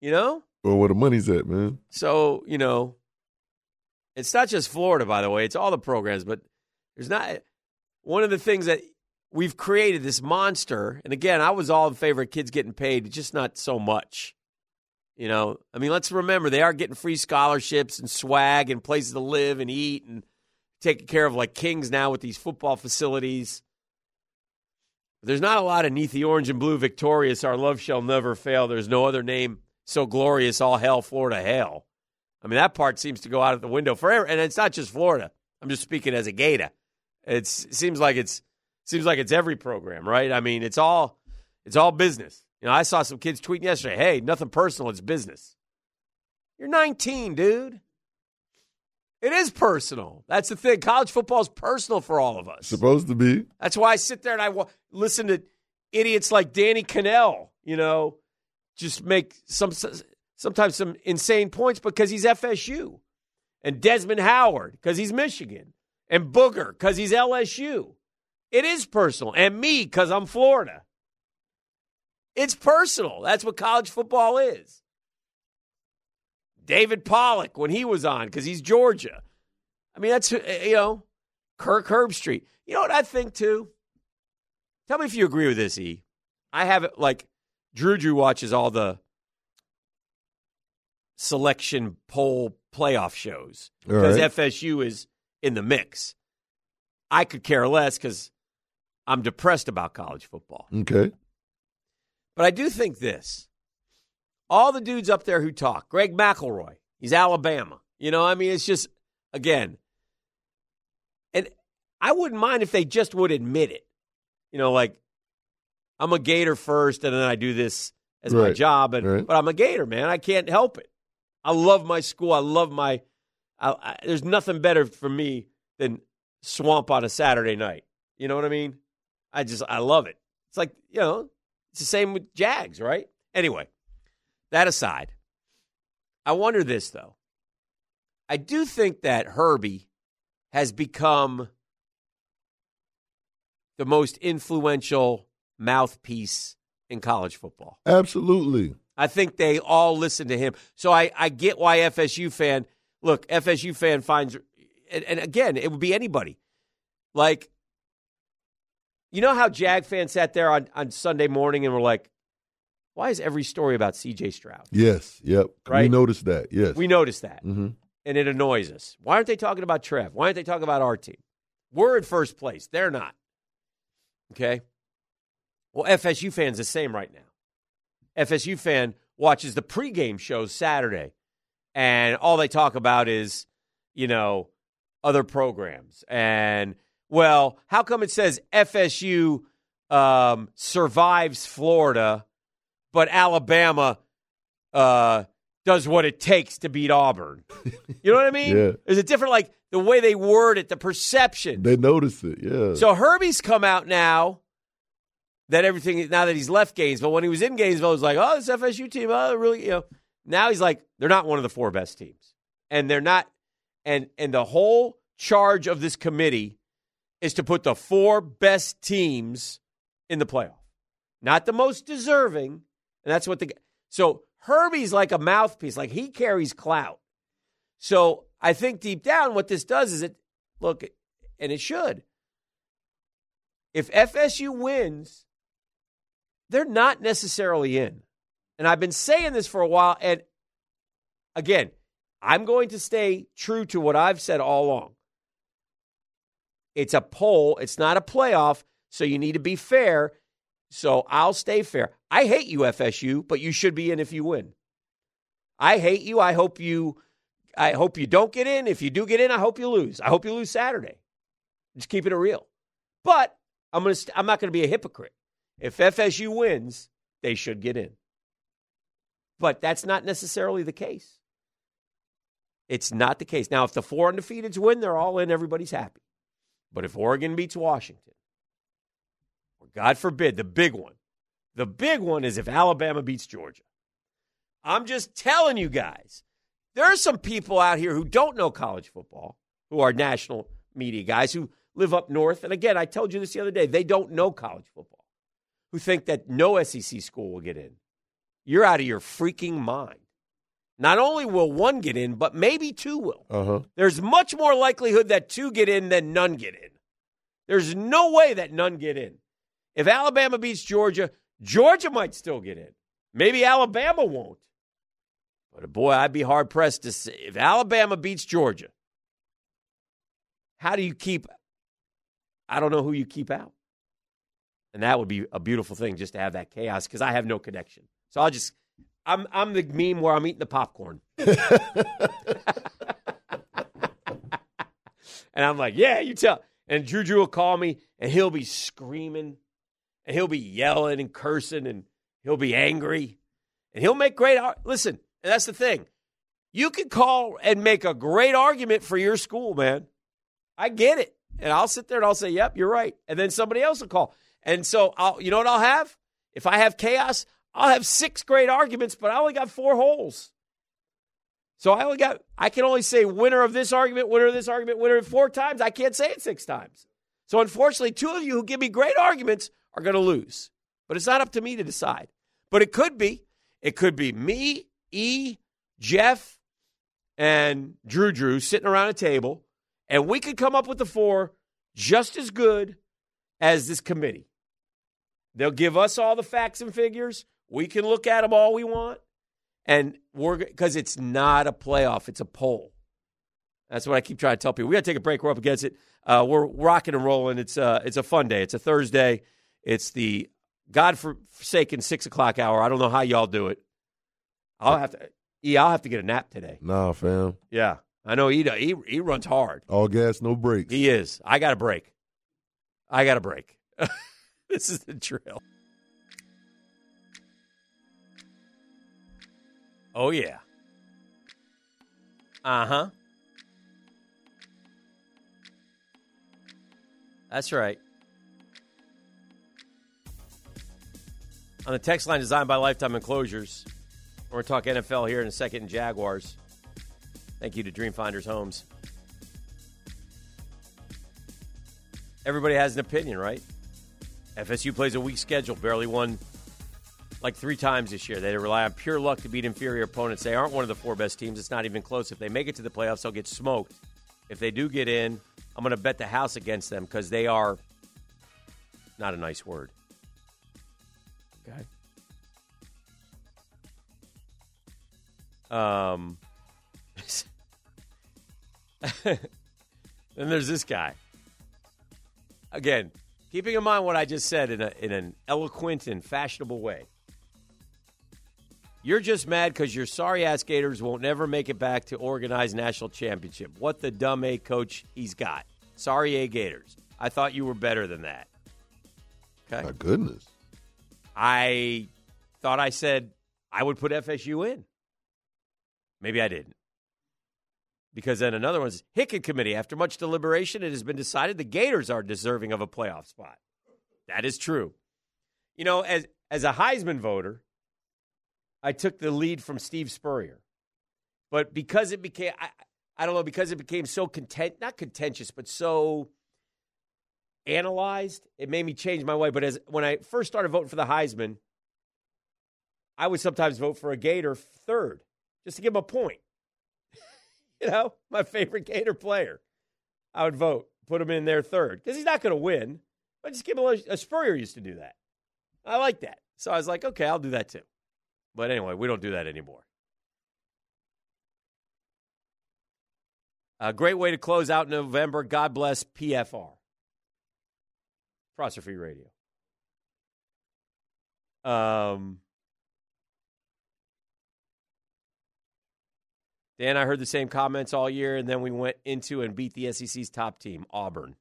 [SPEAKER 2] You know?
[SPEAKER 4] Well, where the money's at, man.
[SPEAKER 2] So, you know, it's not just Florida, by the way, it's all the programs, but there's not one of the things that we've created this monster. And again, I was all in favor of kids getting paid, just not so much. You know, I mean, let's remember they are getting free scholarships and swag and places to live and eat and taken care of like kings now with these football facilities. There's not a lot of neath the orange and blue victorious. Our love shall never fail. There's no other name so glorious. All hell, Florida hell. I mean, that part seems to go out of the window forever. And it's not just Florida. I'm just speaking as a Gator. It's, it seems like it's seems like it's every program, right? I mean, it's all it's all business. You know, I saw some kids tweeting yesterday. Hey, nothing personal. It's business. You're 19, dude. It is personal. That's the thing. College football is personal for all of us.
[SPEAKER 4] Supposed to be.
[SPEAKER 2] That's why I sit there and I wa- listen to idiots like Danny Cannell, you know, just make some sometimes some insane points because he's FSU, and Desmond Howard because he's Michigan, and Booger because he's LSU. It is personal, and me because I'm Florida. It's personal. That's what college football is. David Pollock when he was on because he's Georgia. I mean, that's, eh, you know, Kirk Herbstreit. You know what I think, too? Tell me if you agree with this, E. I have it like Drew Drew watches all the selection poll playoff shows
[SPEAKER 4] All
[SPEAKER 2] because
[SPEAKER 4] right.
[SPEAKER 2] FSU is in the mix. I could care less because I'm depressed about college football.
[SPEAKER 4] Okay.
[SPEAKER 2] But I do think this. All the dudes up there who talk, Greg McElroy, he's Alabama. You know, I mean, it's just, again, and I wouldn't mind if they just would admit it. You know, like, I'm a Gator first, and then I do this as my
[SPEAKER 4] Right.
[SPEAKER 2] job, and,
[SPEAKER 4] Right.
[SPEAKER 2] but I'm a Gator, man. I can't help it. I love my school. I love my, I, I, there's nothing better for me than swamp on a Saturday night. You know what I mean? I just, I love it. It's like, you know, it's the same with Jags, right? Anyway, that aside, I wonder this though. I do think that Herbie has become the most influential mouthpiece in college football.
[SPEAKER 4] Absolutely.
[SPEAKER 2] I think they all listen to him. So I, I get why FSU fan, look, FSU fan finds, and, and again, it would be anybody. Like, you know how Jag fans sat there on, on Sunday morning and were like, why is every story about CJ Stroud?
[SPEAKER 4] Yes. Yep. We
[SPEAKER 2] Right.
[SPEAKER 4] noticed that. Yes.
[SPEAKER 2] We noticed that,
[SPEAKER 4] Mm-hmm.
[SPEAKER 2] and it annoys us. Why aren't they talking about Trev? Why aren't they talking about our team? We're in first place. They're not. Okay? Well, FSU fans the same right now. FSU fan watches the pregame shows Saturday, and all they talk about is, you know, other programs. And, well, how come it says FSU um, survives Florida, but Alabama uh, does what it takes to beat Auburn? You know what I mean?
[SPEAKER 4] Yeah.
[SPEAKER 2] There's a different, like, the way they word it, the perception.
[SPEAKER 4] They noticed it. Yeah.
[SPEAKER 2] So Herbie's come out now that everything now that he's left Gainesville. When he was in Gainesville, it was like, oh, this FSU team, oh, really, you know. Now he's like, they're not one of the four best teams, and they're not, and and the whole charge of this committee is to put the four best teams in the playoff, not the most deserving, and that's what the so Herbie's like a mouthpiece, like he carries clout. So I think deep down, what this does is it look, and it should if FSU wins, they're not necessarily in. And I've been saying this for a while. And again, I'm going to stay true to what I've said all along. It's a poll, it's not a playoff. So you need to be fair. So I'll stay fair. I hate you, FSU, but you should be in if you win. I hate you. I hope you I hope you don't get in. If you do get in, I hope you lose. I hope you lose Saturday. Just keeping it real. But I'm gonna. St- I'm not gonna be a hypocrite. If FSU wins, they should get in. But that's not necessarily the case. It's not the case. Now, if the four undefeateds win, they're all in. Everybody's happy. But if Oregon beats Washington, or God forbid, the big one, the big one is if Alabama beats Georgia. I'm just telling you guys, there are some people out here who don't know college football, who are national media guys, who live up north. And again, I told you this the other day, they don't know college football, who think that no SEC school will get in. You're out of your freaking mind. Not only will one get in, but maybe two will.
[SPEAKER 4] Uh huh.
[SPEAKER 2] There's much more likelihood that two get in than none get in. There's no way that none get in. If Alabama beats Georgia, Georgia might still get in. Maybe Alabama won't. But uh, boy, I'd be hard pressed to say if Alabama beats Georgia, how do you keep? I don't know who you keep out. And that would be a beautiful thing just to have that chaos because I have no connection. So I'll just, I'm, I'm the meme where I'm eating the popcorn. And I'm like, yeah, you tell. And Juju will call me and he'll be screaming and he'll be yelling and cursing and he'll be angry and he'll make great. Ar- Listen, and that's the thing. You can call and make a great argument for your school, man. I get it. And I'll sit there and I'll say, yep, you're right. And then somebody else will call. And so I'll, you know what I'll have? If I have chaos, I'll have six great arguments, but I only got four holes. So I only got I can only say winner of this argument, winner of this argument, winner four times. I can't say it six times. So unfortunately, two of you who give me great arguments are going to lose. But it's not up to me to decide. But it could be. It could be me, E, Jeff, and Drew Drew sitting around a table, and we could come up with the four just as good as this committee. They'll give us all the facts and figures. We can look at them all we want and we're because it's not a playoff; it's a poll. That's what I keep trying to tell people. We got to take a break. We're up against it. Uh, we're rocking and rolling. It's uh, it's a fun day. It's a Thursday. It's the godforsaken six o'clock hour. I don't know how y'all do it. I'll have to. E, I'll have to get a nap today.
[SPEAKER 4] Nah, fam.
[SPEAKER 2] Yeah, I know. E, he he runs hard.
[SPEAKER 4] All gas, no brakes.
[SPEAKER 2] He is. I got a break. I got a break. this is the drill. Oh, yeah. Uh huh. That's right. On the text line designed by Lifetime Enclosures, we're going to talk NFL here in a second and Jaguars. Thank you to Dreamfinders Homes. Everybody has an opinion, right? FSU plays a weak schedule, barely won like three times this year. They rely on pure luck to beat inferior opponents. They aren't one of the four best teams. It's not even close. If they make it to the playoffs, they'll get smoked. If they do get in, I'm going to bet the house against them because they are not a nice word. Okay. Um. then there's this guy. Again, keeping in mind what I just said in, a, in an eloquent and fashionable way. You're just mad because your sorry ass Gators won't never make it back to organized national championship. What the dumb A coach he's got. Sorry A Gators. I thought you were better than that.
[SPEAKER 4] My goodness.
[SPEAKER 2] I thought I said I would put FSU in. Maybe I didn't. Because then another one's Hicken Committee. After much deliberation, it has been decided the Gators are deserving of a playoff spot. That is true. You know, as as a Heisman voter, I took the lead from Steve Spurrier. But because it became I, I don't know, because it became so content not contentious, but so analyzed, it made me change my way. But as when I first started voting for the Heisman, I would sometimes vote for a Gator third just to give him a point. you know, my favorite Gator player. I would vote, put him in there third because he's not going to win. But just give him a, little- a Spurrier used to do that. I like that, so I was like, okay, I'll do that too. But anyway, we don't do that anymore. A great way to close out November. God bless PFR. Prosser Free Radio. Um, Dan, I heard the same comments all year, and then we went into and beat the SEC's top team, Auburn.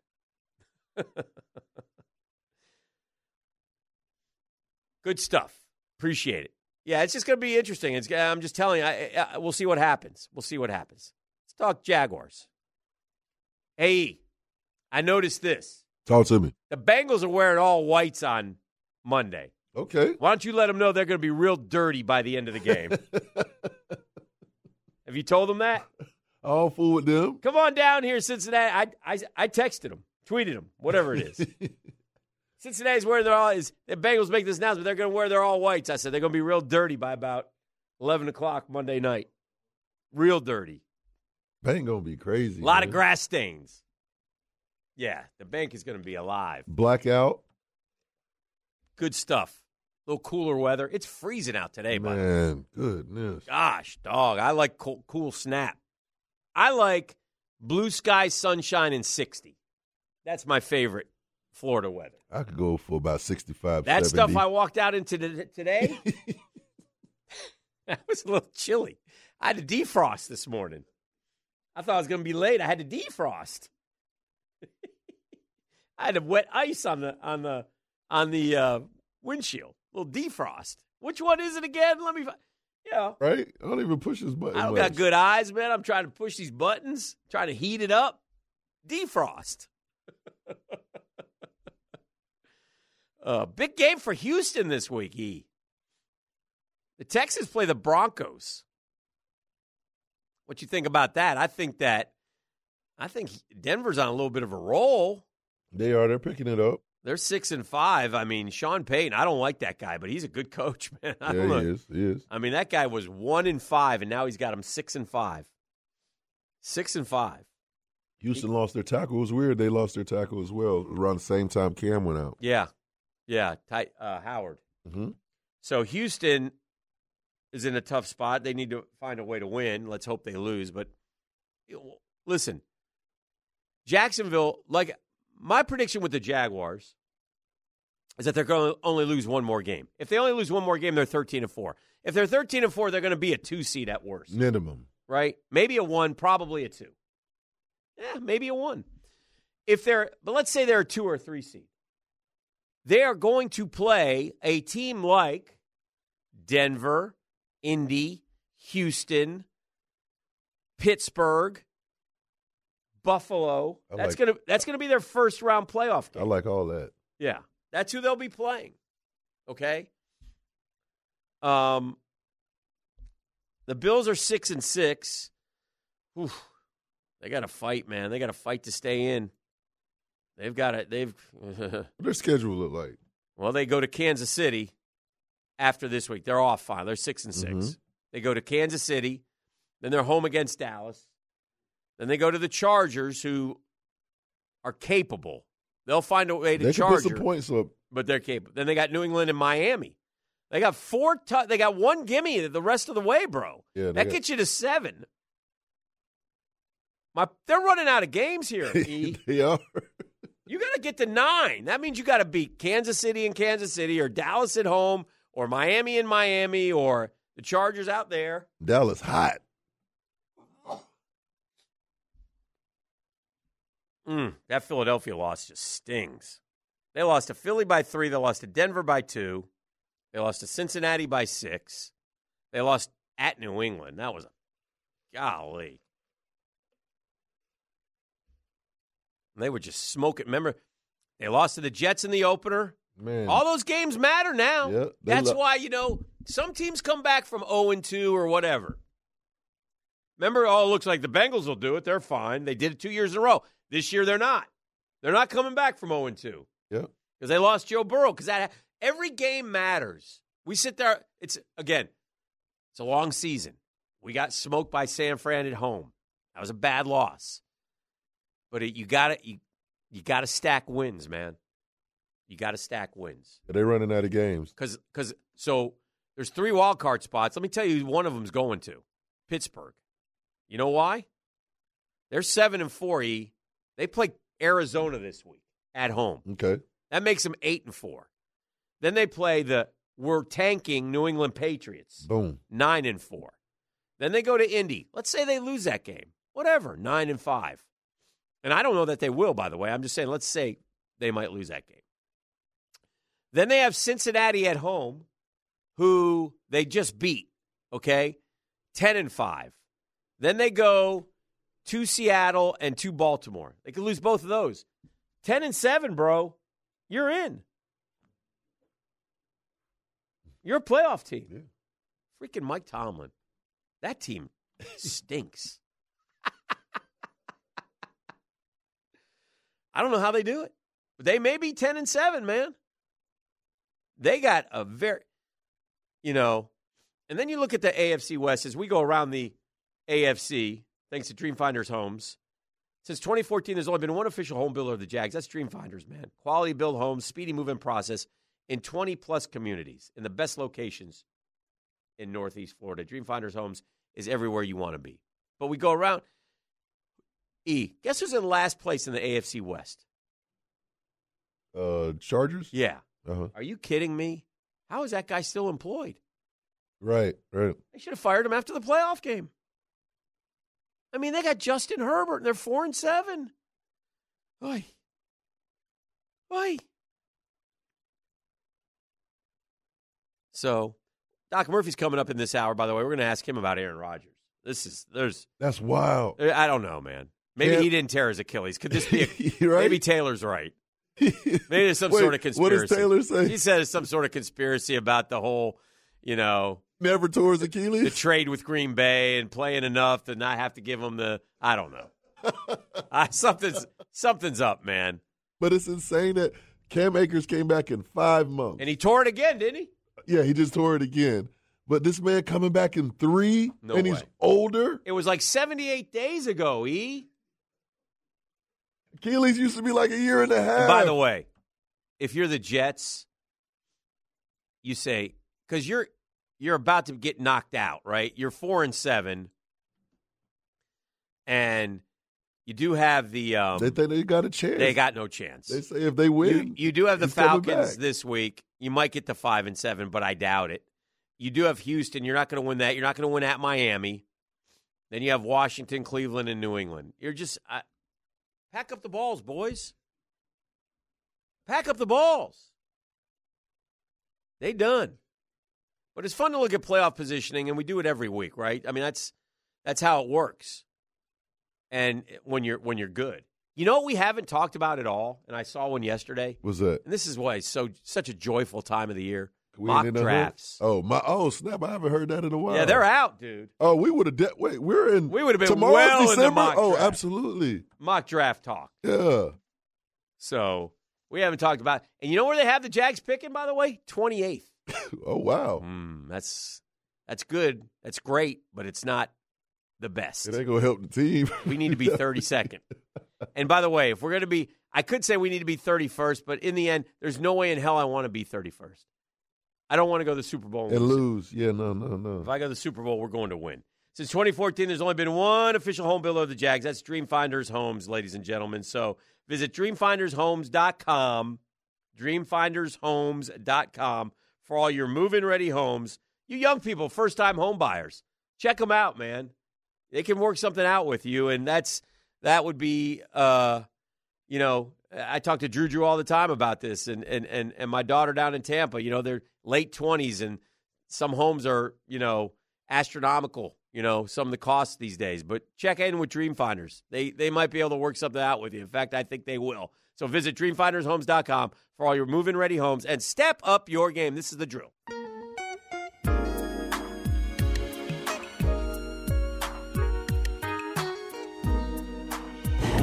[SPEAKER 2] Good stuff. Appreciate it. Yeah, it's just going to be interesting. It's, I'm just telling you, I, I, we'll see what happens. We'll see what happens. Let's talk Jaguars. Hey, I noticed this.
[SPEAKER 4] Talk to me.
[SPEAKER 2] The Bengals are wearing all whites on Monday.
[SPEAKER 4] Okay.
[SPEAKER 2] Why don't you let them know they're going to be real dirty by the end of the game? Have you told them that?
[SPEAKER 4] I'll fool with them.
[SPEAKER 2] Come on down here, Cincinnati. I I, I texted them, tweeted them, whatever it is. Cincinnati's wearing their all is the Bengals make this announcement. They're going to wear their all whites. I said they're going to be real dirty by about eleven o'clock Monday night. Real dirty.
[SPEAKER 4] Bank gonna be crazy.
[SPEAKER 2] A lot of
[SPEAKER 4] man.
[SPEAKER 2] grass stains. Yeah, the bank is going to be alive.
[SPEAKER 4] Blackout.
[SPEAKER 2] Good stuff. A little cooler weather. It's freezing out today, by the way.
[SPEAKER 4] Man, goodness.
[SPEAKER 2] Gosh, dog. I like cool, cool snap. I like blue sky, sunshine, and 60. That's my favorite Florida weather.
[SPEAKER 4] I could go for about 65,
[SPEAKER 2] That
[SPEAKER 4] 70.
[SPEAKER 2] stuff I walked out into the, today, that was a little chilly. I had to defrost this morning. I thought I was going to be late. I had to defrost. I had to wet ice on the on the on the uh, windshield. little defrost. Which one is it again? Let me. Find, yeah,
[SPEAKER 4] Right? I don't even push this button.
[SPEAKER 2] I don't
[SPEAKER 4] much.
[SPEAKER 2] got good eyes, man. I'm trying to push these buttons, trying to heat it up. Defrost. uh, big game for Houston this week, E. The Texans play the Broncos. What you think about that? I think that I think Denver's on a little bit of a roll.
[SPEAKER 4] They are. They're picking it up.
[SPEAKER 2] They're six and five. I mean, Sean Payton, I don't like that guy, but he's a good coach, man.
[SPEAKER 4] Yeah,
[SPEAKER 2] I don't know.
[SPEAKER 4] he is. He is.
[SPEAKER 2] I mean, that guy was one and five, and now he's got him six and five. Six and five.
[SPEAKER 4] Houston lost their tackle. It was weird. They lost their tackle as well around the same time Cam went out.
[SPEAKER 2] Yeah. Yeah. Ty, uh, Howard.
[SPEAKER 4] Mm-hmm.
[SPEAKER 2] So Houston is in a tough spot. They need to find a way to win. Let's hope they lose. But you know, listen, Jacksonville, like my prediction with the Jaguars is that they're going to only lose one more game. If they only lose one more game, they're 13 and 4. If they're 13 and 4, they're going to be a 2 seed at worst.
[SPEAKER 4] Minimum.
[SPEAKER 2] right? Maybe a one, probably a two. Yeah, maybe a one. If they're, but let's say they're a two or a three seed. They are going to play a team like Denver, Indy, Houston, Pittsburgh, Buffalo.
[SPEAKER 4] I
[SPEAKER 2] that's
[SPEAKER 4] like-
[SPEAKER 2] gonna that's gonna be their first round playoff game.
[SPEAKER 4] I like all that.
[SPEAKER 2] Yeah. That's who they'll be playing. Okay? Um the Bills are 6 and 6. Oof. They got to fight, man. They got to fight to stay in. They've got to they've
[SPEAKER 4] What their schedule look like?
[SPEAKER 2] Well, they go to Kansas City after this week. They're off fine. They're 6 and 6.
[SPEAKER 4] Mhm.
[SPEAKER 2] They go to Kansas City, then they're home against Dallas. Then they go to the Chargers who are capable. They'll find a way to
[SPEAKER 4] They can put
[SPEAKER 2] charge
[SPEAKER 4] some points up.
[SPEAKER 2] but they're capable. Then they got New England and Miami. They got four. T- they got one gimme the rest of the way, bro.
[SPEAKER 4] Yeah, they
[SPEAKER 2] that
[SPEAKER 4] got-
[SPEAKER 2] gets you to seven. My, they're running out of games here. E.
[SPEAKER 4] they are.
[SPEAKER 2] you got to get to nine. That means you got to beat Kansas City and Kansas City, or Dallas at home, or Miami and Miami, or the Chargers out there.
[SPEAKER 4] Dallas hot.
[SPEAKER 2] Mm, that Philadelphia loss just stings. They lost to Philly by three. They lost to Denver by two. They lost to Cincinnati by six. They lost at New England. That was a golly. And they were just smoking. Remember, they lost to the Jets in the opener.
[SPEAKER 4] Man.
[SPEAKER 2] All those games matter now.
[SPEAKER 4] Yeah, they
[SPEAKER 2] That's
[SPEAKER 4] lo-
[SPEAKER 2] why, you know, some teams come back from 0 and 2 or whatever. Remember, oh, it looks like the Bengals will do it. They're fine. They did it two years in a row. This year, they're not. They're not coming back from 0 and 2
[SPEAKER 4] yeah.
[SPEAKER 2] because they lost Joe Burrow. Because that every game matters. We sit there. It's again, it's a long season. We got smoked by San Fran at home. That was a bad loss. But it, you got to you, you got to stack wins, man. You got to stack wins
[SPEAKER 4] They running out of games.
[SPEAKER 2] because because so there's three wild card spots. Let me tell you, who one of them's going to Pittsburgh. You know why? They're seven and four. E. They play Arizona this week at home.
[SPEAKER 4] Okay.
[SPEAKER 2] That makes them eight and four. Then they play the we're tanking New England Patriots
[SPEAKER 4] Boom.
[SPEAKER 2] nine and four. Then they go to Indy. Let's say they lose that game. Whatever, nine and five. And I don't know that they will, by the way. I'm just saying, let's say they might lose that game. Then they have Cincinnati at home, who they just beat, okay? 10 and 5. Then they go to Seattle and to Baltimore. They could lose both of those. 10 and 7, bro. You're in. You're a playoff team. Freaking Mike Tomlin. That team stinks. I don't know how they do it. But they may be 10 and 7, man. They got a very you know, and then you look at the AFC West as we go around the AFC, thanks to Dreamfinders Homes. Since 2014, there's only been one official home builder of the Jags. That's Dreamfinders, man. Quality build homes, speedy move in process in 20 plus communities in the best locations in Northeast Florida. Dreamfinders Homes is everywhere you want to be. But we go around. E, guess who's in last place in the AFC West?
[SPEAKER 4] Uh, Chargers.
[SPEAKER 2] Yeah.
[SPEAKER 4] Uh-huh.
[SPEAKER 2] Are you kidding me? How is that guy still employed?
[SPEAKER 4] Right. Right.
[SPEAKER 2] They should have fired him after the playoff game. I mean, they got Justin Herbert and they're four and seven. Oy. Oy. So Doc Murphy's coming up in this hour, by the way. We're gonna ask him about Aaron Rodgers. This is there's
[SPEAKER 4] That's wild.
[SPEAKER 2] Uh, I don't know, man. Maybe
[SPEAKER 4] Yeah.
[SPEAKER 2] he didn't tear his Achilles. Could this be a,
[SPEAKER 4] You're right.
[SPEAKER 2] maybe Taylor's right. Maybe there's some
[SPEAKER 4] Wait,
[SPEAKER 2] sort of
[SPEAKER 4] What
[SPEAKER 2] conspiracy.
[SPEAKER 4] does Taylor say?
[SPEAKER 2] He said it's some sort of conspiracy about the whole, you know,
[SPEAKER 4] Never tore his
[SPEAKER 2] the
[SPEAKER 4] Achilles.
[SPEAKER 2] trade with Green Bay and playing enough to not have to give them the I don't know. I, something's something's up, man.
[SPEAKER 4] but it's insane that Cam Akers came back in five months.
[SPEAKER 2] And he tore it again, didn't he?
[SPEAKER 4] yeah, he just tore it again. But this man coming back in three,
[SPEAKER 2] No
[SPEAKER 4] and he's
[SPEAKER 2] way.
[SPEAKER 4] older.
[SPEAKER 2] It was like 78 days ago, E.
[SPEAKER 4] Achilles used to be like a year and a half.
[SPEAKER 2] And by the way, if you're the Jets, you say cuz you're you're about to get knocked out, right? You're 4 and 7 and you do have the um,
[SPEAKER 4] they think they got a chance.
[SPEAKER 2] they got no chance.
[SPEAKER 4] They say if they win,
[SPEAKER 2] You, you do have the
[SPEAKER 4] he's coming
[SPEAKER 2] Falcons
[SPEAKER 4] back.
[SPEAKER 2] this week. You might get to five and seven, but I doubt it. You do have Houston. You're not going to win that. You're not going to win at Miami. Then you have Washington, Cleveland, and New England. You're just I, pack up the balls, boys. Pack up the balls. They done. But it's fun to look at playoff positioning, and we do it every week, right? I mean, that's that's how it works. And when you're when you're good, you know what we haven't talked about at all, and I saw one yesterday.
[SPEAKER 4] was that
[SPEAKER 2] And this is why it's so such a joyful time of the year.
[SPEAKER 4] We
[SPEAKER 2] Mock
[SPEAKER 4] ain't in the hood?
[SPEAKER 2] drafts.
[SPEAKER 4] Oh my! Oh snap! I haven't heard that in a while.
[SPEAKER 2] Yeah, they're out, dude.
[SPEAKER 4] Oh, we would have. De- wait, we're in.
[SPEAKER 2] We would've been
[SPEAKER 4] tomorrow's
[SPEAKER 2] well in the
[SPEAKER 4] December?
[SPEAKER 2] mock
[SPEAKER 4] Oh,
[SPEAKER 2] draft.
[SPEAKER 4] absolutely.
[SPEAKER 2] Mock draft talk.
[SPEAKER 4] Yeah.
[SPEAKER 2] So we haven't talked about. And you know where they have the Jags picking, by the way, twenty eighth.
[SPEAKER 4] Oh wow.
[SPEAKER 2] Mm, that's that's good. That's great, but it's not the best.
[SPEAKER 4] It ain't gonna help the team.
[SPEAKER 2] We need to be thirty second. And by the way, if we're gonna be, I could say we need to be thirty first, but in the end, there's no way in hell I want to be thirty first. I don't want to go to the Super Bowl
[SPEAKER 4] and lose. Yeah. No. No. No.
[SPEAKER 2] If I go to the Super Bowl, we're going to win. Since 2014, there's only been one official home builder of the Jags. That's Dreamfinders Homes, ladies and gentlemen. So visit dreamfindershomes.com, dreamfindershomes.com for all your move-in ready homes. You young people, first-time home buyers, check them out, man. They can work something out with you, and that's that would be, uh, you know, I talk to Drew Drew all the time about this, and and and and my daughter down in Tampa. You know, they're late 20s and some homes are, you know, astronomical, you know, some of the costs these days. But check in with Dreamfinders. They they might be able to work something out with you. In fact, I think they will. So visit dreamfindershomes.com for all your move-in ready homes and step up your game. This is the drill.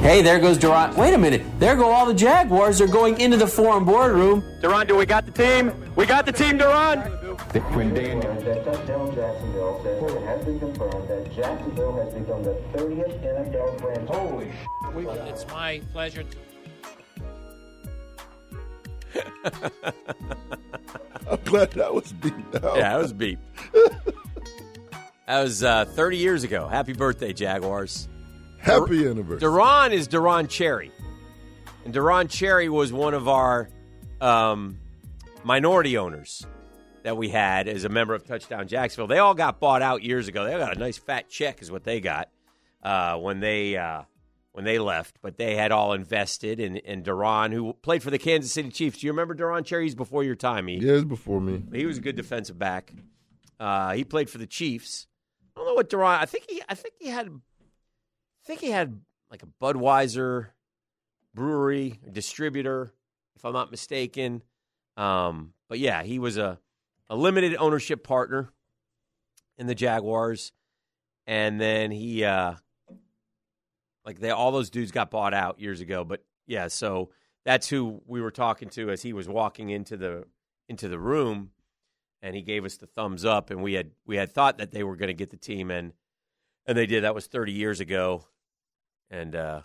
[SPEAKER 5] Hey, there goes Durant. Wait a minute. There go all the Jaguars. They're going into the foreign boardroom.
[SPEAKER 6] Duran, do we got the team? We got the team, Duran.
[SPEAKER 8] At that touchdown, Jacksonville says it has been confirmed that Jacksonville has become the 30th NFL franchise. Holy
[SPEAKER 7] It's my pleasure to.
[SPEAKER 4] I'm glad that was beat out.
[SPEAKER 2] Yeah, that was beep. that was uh, 30 years ago. Happy birthday, Jaguars.
[SPEAKER 4] Happy anniversary.
[SPEAKER 2] Duran is Duran Cherry. And Duran Cherry was one of our um, minority owners that we had as a member of Touchdown Jacksonville. They all got bought out years ago. They got a nice fat check, is what they got uh, when they uh, when they left. But they had all invested in, in Duran, who played for the Kansas City Chiefs. Do you remember Duran Cherry? He's before your time. He,
[SPEAKER 4] Years before me.
[SPEAKER 2] he was a good defensive back. Uh, he played for the Chiefs. I don't know what Duran. I think he. I think he had. I think he had like a Budweiser brewery distributor, if I'm not mistaken. Um, but yeah, he was a, a limited ownership partner in the Jaguars, and then he uh, like they all those dudes got bought out years ago. But yeah, so that's who we were talking to as he was walking into the into the room and he gave us the thumbs up and we had we had thought that they were going to get the team and and they did that was 30 years ago and uh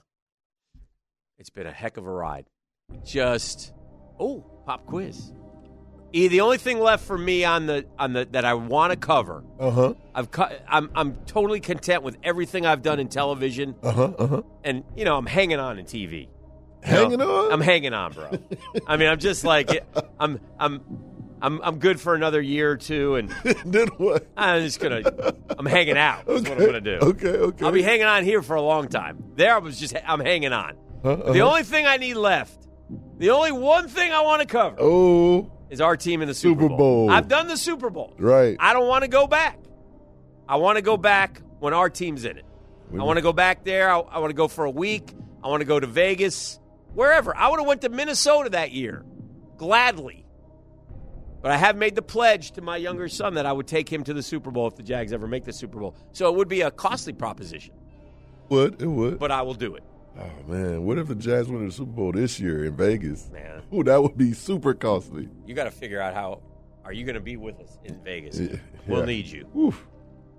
[SPEAKER 2] it's been a heck of a ride just oh pop quiz E, the only thing left for me on the on the that I want to cover
[SPEAKER 4] Uh huh.
[SPEAKER 2] I've cu- I'm I'm totally content with everything I've done in television
[SPEAKER 4] Uh huh. Uh huh.
[SPEAKER 2] and you know I'm hanging on in TV
[SPEAKER 4] Hanging on.
[SPEAKER 2] I'm hanging on, bro. I mean, I'm just like I'm I'm I'm I'm good for another year or two, and
[SPEAKER 4] then what?
[SPEAKER 2] I'm just gonna I'm hanging out. That's what I'm gonna do.
[SPEAKER 4] Okay. Okay.
[SPEAKER 2] I'll be hanging on here for a long time. There, I was just I'm hanging on.
[SPEAKER 4] Huh?
[SPEAKER 2] The
[SPEAKER 4] Uh-huh.
[SPEAKER 2] only thing I need left, the only one thing I want to cover
[SPEAKER 4] Oh,
[SPEAKER 2] is our team in the Super,
[SPEAKER 4] Super Bowl.
[SPEAKER 2] I've done the Super Bowl.
[SPEAKER 4] right.
[SPEAKER 2] I don't want to go back. I want to go back when our team's in it. I want to go back there. I, I want to go for a week. I want to go to Vegas, wherever. I would have went to Minnesota that year, gladly. But I have made the pledge to my younger son that I would take him to the Super Bowl if the Jags ever make the Super Bowl. So it would be a costly proposition,
[SPEAKER 4] would it would?
[SPEAKER 2] but I will do it.
[SPEAKER 4] oh man, what if the Jazz win the Super Bowl this year in Vegas?
[SPEAKER 2] Man,
[SPEAKER 4] Ooh, that would be super costly.
[SPEAKER 2] you got to figure out how are you going to be with us in Vegas?
[SPEAKER 4] Yeah.
[SPEAKER 2] We'll need you.
[SPEAKER 4] Oof,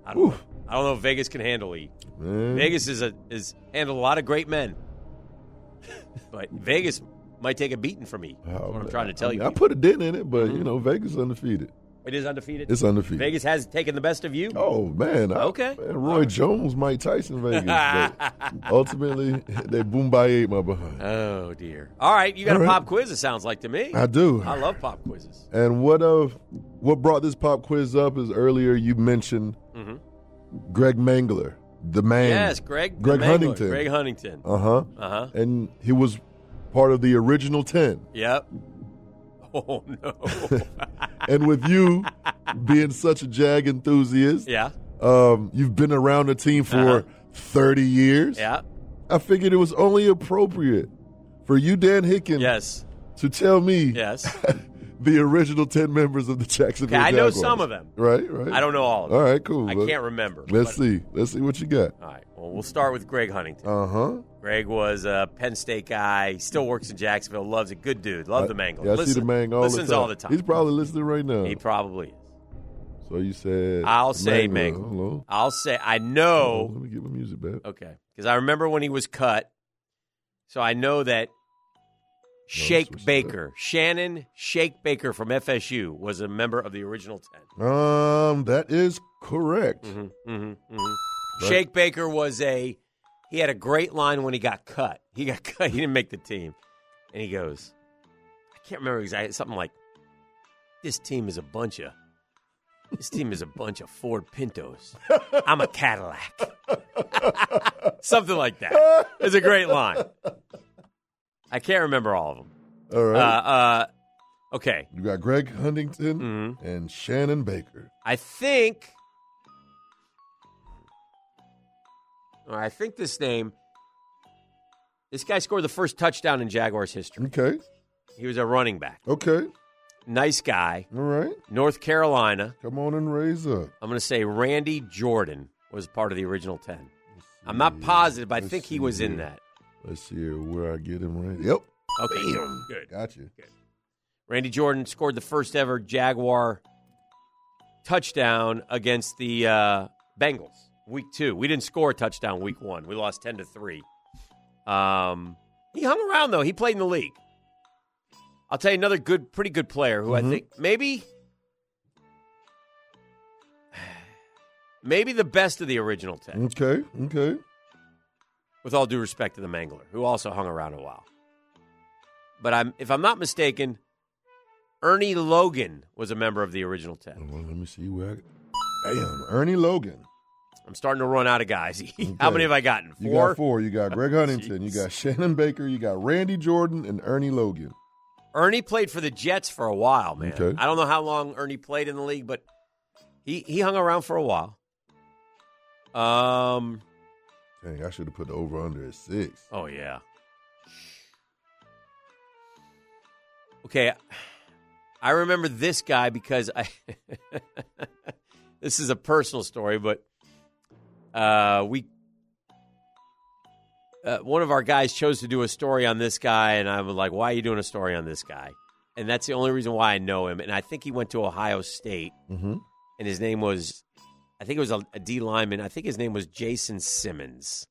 [SPEAKER 2] I don't, know.
[SPEAKER 4] Oof.
[SPEAKER 2] I don't know if Vegas can handle you.
[SPEAKER 4] man.
[SPEAKER 2] Vegas is a is handled a lot of great men, but Vegas might take a beating from me. That's
[SPEAKER 4] Oh,
[SPEAKER 2] what I'm
[SPEAKER 4] man.
[SPEAKER 2] trying to tell
[SPEAKER 4] I mean,
[SPEAKER 2] you. Mm-hmm.
[SPEAKER 4] I put a dent in it, but you know, Vegas undefeated.
[SPEAKER 2] it is undefeated.
[SPEAKER 4] It's undefeated.
[SPEAKER 2] Vegas has taken the best of you.
[SPEAKER 4] Oh man. I-
[SPEAKER 2] Okay.
[SPEAKER 4] man, Roy Jones, Mike Tyson, Vegas. but ultimately, they boom by eight my behind.
[SPEAKER 2] Oh, dear. All right, you got
[SPEAKER 4] All
[SPEAKER 2] a
[SPEAKER 4] right.
[SPEAKER 2] pop quiz. It sounds like to me.
[SPEAKER 4] I do.
[SPEAKER 2] I love pop quizzes.
[SPEAKER 4] And what of what brought this pop quiz up is earlier you mentioned
[SPEAKER 2] Mhm.
[SPEAKER 4] Greg Mangler, the man.
[SPEAKER 2] yes, Greg.
[SPEAKER 4] Greg
[SPEAKER 2] Mangler.
[SPEAKER 4] Huntington.
[SPEAKER 2] Greg Huntington.
[SPEAKER 4] Uh huh.
[SPEAKER 2] Uh huh.
[SPEAKER 4] And he was part of the original ten.
[SPEAKER 2] Yep. Oh no.
[SPEAKER 4] And with you being such a jag enthusiast,
[SPEAKER 2] yeah.
[SPEAKER 4] um, you've been around the team for
[SPEAKER 2] Uh-huh.
[SPEAKER 4] thirty years.
[SPEAKER 2] Yeah.
[SPEAKER 4] I figured it was only appropriate for you, Dan Hicken,
[SPEAKER 2] Yes.
[SPEAKER 4] to tell me
[SPEAKER 2] Yes.
[SPEAKER 4] the original ten members of the Jacksonville.
[SPEAKER 2] Okay, I know
[SPEAKER 4] Jaguars.
[SPEAKER 2] some of them.
[SPEAKER 4] Right, right.
[SPEAKER 2] I don't know all of them.
[SPEAKER 4] All right, cool.
[SPEAKER 2] I
[SPEAKER 4] Let-
[SPEAKER 2] can't remember.
[SPEAKER 4] Let's
[SPEAKER 2] but-
[SPEAKER 4] see. Let's see what you got.
[SPEAKER 2] All right. Well, we'll start with Greg Huntington.
[SPEAKER 4] Uh huh.
[SPEAKER 2] Greg was a Penn State guy. He still works in Jacksonville. Loves a good dude. Love the mangle.
[SPEAKER 4] Yeah, I see the mang all
[SPEAKER 2] listens
[SPEAKER 4] the time.
[SPEAKER 2] all the time.
[SPEAKER 4] He's probably listening right now.
[SPEAKER 2] he probably is.
[SPEAKER 4] so you said
[SPEAKER 2] I'll say
[SPEAKER 4] Mangler.
[SPEAKER 2] Mangler.
[SPEAKER 4] Hold on.
[SPEAKER 2] I'll say I
[SPEAKER 4] Hold on,
[SPEAKER 2] know.
[SPEAKER 4] Let me get my music back.
[SPEAKER 2] Okay, because I remember when he was cut, so I know that
[SPEAKER 4] switch
[SPEAKER 2] Shake
[SPEAKER 4] it
[SPEAKER 2] Baker, Shannon Shake Baker from FSU, was a member of the original 10
[SPEAKER 4] Um, that is correct.
[SPEAKER 2] Mm-hmm, mm-hmm, mm-hmm. Shake Baker was a he had a great line when he got cut. He got cut. He didn't make the team, and he goes, I can't remember exactly something like, "This team is a bunch of this team is a bunch of Ford Pintos. I'm a Cadillac." something like that. It's a great line. I can't remember all of them.
[SPEAKER 4] All
[SPEAKER 2] Uh,
[SPEAKER 4] right.
[SPEAKER 2] uh, okay,
[SPEAKER 4] you got Greg Huntington
[SPEAKER 2] Mhm.
[SPEAKER 4] and Shannon Baker.
[SPEAKER 2] I think. All right, I think this name. This guy scored the first touchdown in Jaguars history.
[SPEAKER 4] Okay.
[SPEAKER 2] He was a running back.
[SPEAKER 4] Okay.
[SPEAKER 2] Nice guy.
[SPEAKER 4] All right.
[SPEAKER 2] North Carolina.
[SPEAKER 4] Come on and raise up.
[SPEAKER 2] I'm going to say Randy Jordan was part of the original 10. I'm not positive, but I
[SPEAKER 4] Let's
[SPEAKER 2] think he
[SPEAKER 4] see
[SPEAKER 2] was in
[SPEAKER 4] here.
[SPEAKER 2] that.
[SPEAKER 4] Let's see here where I get him right. Yep.
[SPEAKER 2] Okay. Good.
[SPEAKER 4] Got you.
[SPEAKER 2] Randy Jordan scored the first ever Jaguar touchdown against the uh, Bengals week two. We didn't score a touchdown week one. We lost ten to three. Um, he hung around though. He played in the league. I'll tell you another good, pretty good player who I think maybe, maybe the best of the original ten
[SPEAKER 4] Okay. Okay.
[SPEAKER 2] with all due respect to the Mangler, who also hung around a while. But I'm, if I'm not mistaken, Ernie Logan was a member of the original 10.
[SPEAKER 4] Well, let me see where. I, damn, Ernie Logan.
[SPEAKER 2] I'm starting to run out of guys. How
[SPEAKER 4] Okay.
[SPEAKER 2] many have I gotten?
[SPEAKER 4] You got four. You got Greg Huntington. You got Shannon Baker. You got Randy Jordan and Ernie Logan.
[SPEAKER 2] Ernie played for the Jets for a while, man.
[SPEAKER 4] Okay.
[SPEAKER 2] I don't know how long Ernie played in the league, but he, he hung around for a while. Um.
[SPEAKER 4] Dang, I should have put the over under at six.
[SPEAKER 2] Oh yeah. Okay, I remember this guy because I. this is a personal story, but uh, we uh, one of our guys chose to do a story on this guy, and I was like, "Why are you doing a story on this guy?" And that's the only reason why I know him. And I think he went to Ohio State,
[SPEAKER 4] Mm-hmm.
[SPEAKER 2] and his name was, I think it was a, a D lineman. I think his name was Jason Simmons.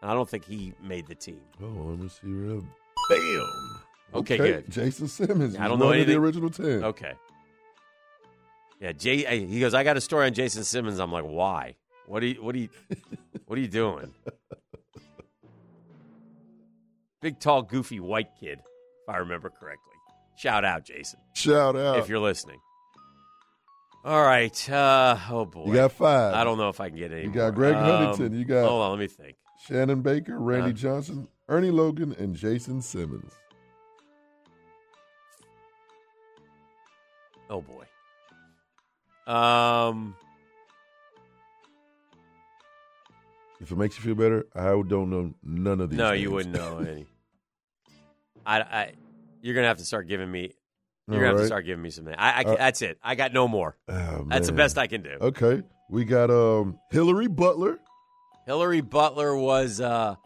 [SPEAKER 2] And I don't think he made the team.
[SPEAKER 4] Oh, let me see where. Bam.
[SPEAKER 2] Okay, good.
[SPEAKER 4] Jason Simmons.
[SPEAKER 2] I
[SPEAKER 4] was
[SPEAKER 2] don't know
[SPEAKER 4] one of the
[SPEAKER 2] anything.
[SPEAKER 4] original ten.
[SPEAKER 2] Okay. Yeah, Jay. I- He goes. I got a story on Jason Simmons. I'm like, why? What are you? What are you? what are you doing? Big, tall, goofy, white kid. If I remember correctly. Shout out, Jason,
[SPEAKER 4] Shout out.
[SPEAKER 2] if you're listening. All right. Uh, oh boy.
[SPEAKER 4] you got five.
[SPEAKER 2] I don't know if I can get any.
[SPEAKER 4] You got
[SPEAKER 2] more.
[SPEAKER 4] Greg
[SPEAKER 2] Um,
[SPEAKER 4] Huntington. You got-
[SPEAKER 2] Hold on. Let me think.
[SPEAKER 4] Shannon Baker, Randy
[SPEAKER 2] Uh.
[SPEAKER 4] Johnson, Ernie Logan, and Jason Simmons.
[SPEAKER 2] Oh boy. Um.
[SPEAKER 4] If it makes you feel better, I don't know none of these.
[SPEAKER 2] No, you
[SPEAKER 4] names.
[SPEAKER 2] wouldn't know any. I, I, you're gonna have to start giving me. You're
[SPEAKER 4] All
[SPEAKER 2] gonna have to
[SPEAKER 4] right.
[SPEAKER 2] start giving me some. I, I ca-
[SPEAKER 4] Uh,
[SPEAKER 2] that's it. I got no more.
[SPEAKER 4] Oh,
[SPEAKER 2] That's the
[SPEAKER 4] man.
[SPEAKER 2] best I can do.
[SPEAKER 4] Okay, we got um Hillary Butler.
[SPEAKER 2] Hillary Butler was uh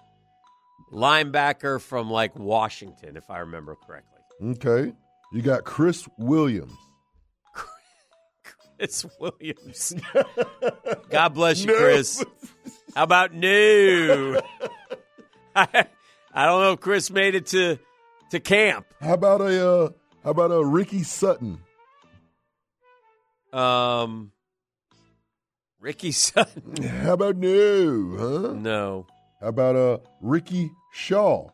[SPEAKER 2] linebacker from like Washington, if I remember correctly.
[SPEAKER 4] Okay, you got Chris Williams.
[SPEAKER 2] Chris Williams. God bless you, Chris. How about new? I, I don't know if Chris made it to to camp.
[SPEAKER 4] How about a uh, how about a Ricky Sutton?
[SPEAKER 2] Um, Ricky Sutton.
[SPEAKER 4] How about no? Huh?
[SPEAKER 2] No.
[SPEAKER 4] How about uh Ricky Shaw?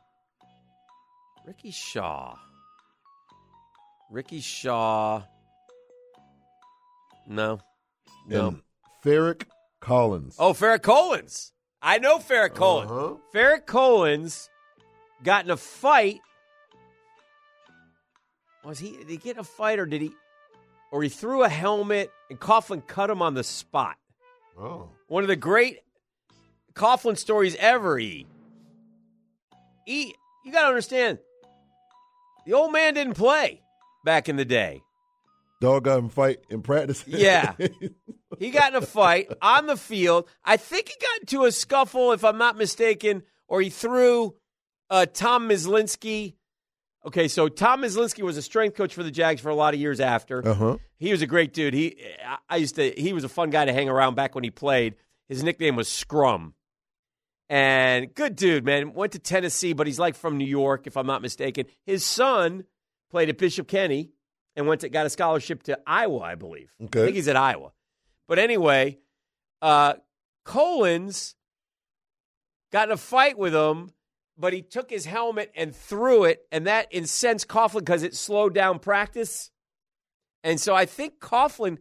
[SPEAKER 2] Ricky Shaw. Ricky Shaw. No. No.
[SPEAKER 4] And Ferrick Collins.
[SPEAKER 2] oh, Farrah Collins. I know Farrah Collins.
[SPEAKER 4] Uh-huh.
[SPEAKER 2] Farrah Collins got in a fight. Was he did he get in a fight or did he or he threw a helmet and Coughlin cut him on the spot?
[SPEAKER 4] oh.
[SPEAKER 2] One of the great Coughlin stories ever, E. E, you got to understand, the old man didn't play back in the day.
[SPEAKER 4] Dog got him fight in practice.
[SPEAKER 2] Yeah. He got in a fight on the field. I think he got into a scuffle, if I'm not mistaken, or he threw uh, Tom Mislinski. Okay, so Tom Mislinski was a strength coach for the Jags for a lot of years after.
[SPEAKER 4] uh huh.
[SPEAKER 2] He was a great dude. He I- I used to he was a fun guy to hang around back when he played. His nickname was Scrum. And good dude, man. Went to Tennessee, but he's like from New York, if I'm not mistaken. His son played at Bishop Kenny and went to got a scholarship to Iowa, I believe. I
[SPEAKER 4] Okay.
[SPEAKER 2] think he's at Iowa. But anyway, uh Collins got in a fight with him, but he took his helmet and threw it, and that incensed Coughlin because it slowed down practice. And so I think Coughlin,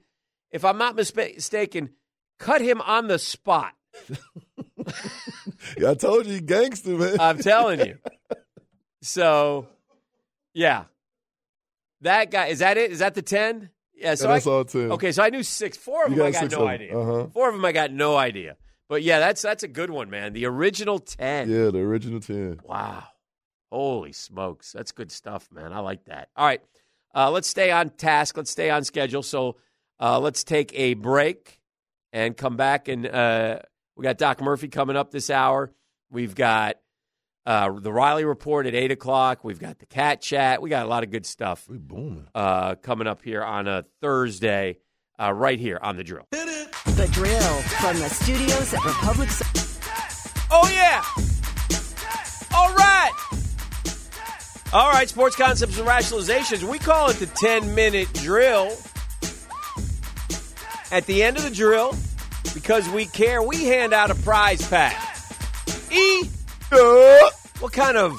[SPEAKER 2] if I'm not mispa- mistaken, cut him on the spot.
[SPEAKER 4] Yeah, I told you, he gangster man.
[SPEAKER 2] I'm telling you. So, yeah, that guy is that it? Is that the ten? Yeah. So
[SPEAKER 4] Yeah, that's
[SPEAKER 2] I,
[SPEAKER 4] all ten.
[SPEAKER 2] okay, so I knew six. Four of
[SPEAKER 4] You
[SPEAKER 2] them I
[SPEAKER 4] got
[SPEAKER 2] got
[SPEAKER 4] six
[SPEAKER 2] no
[SPEAKER 4] of 'em.
[SPEAKER 2] idea.
[SPEAKER 4] Uh-huh.
[SPEAKER 2] Four of them I got no idea. But yeah, that's that's a good one, man. The original ten.
[SPEAKER 4] Yeah, the original ten.
[SPEAKER 2] Wow. Holy smokes. That's good stuff, man. I like that. All right. Uh, let's stay on task. Let's stay on schedule. So uh, let's take a break and come back. And uh, we got Doc Murphy coming up this hour. We've got uh, the Riley Report at 8 o'clock. We've got the Cat Chat. We got a lot of good stuff
[SPEAKER 4] We booming.
[SPEAKER 2] uh, coming up here on a Thursday, uh, right here on The Drill.
[SPEAKER 9] The drill from the studios at Republic. Ce-
[SPEAKER 2] Oh, yeah. All right. All right, sports concepts and rationalizations. We call it the 10 minute drill. At the end of the drill, because we care, we hand out a prize pack. E, what uh, kind of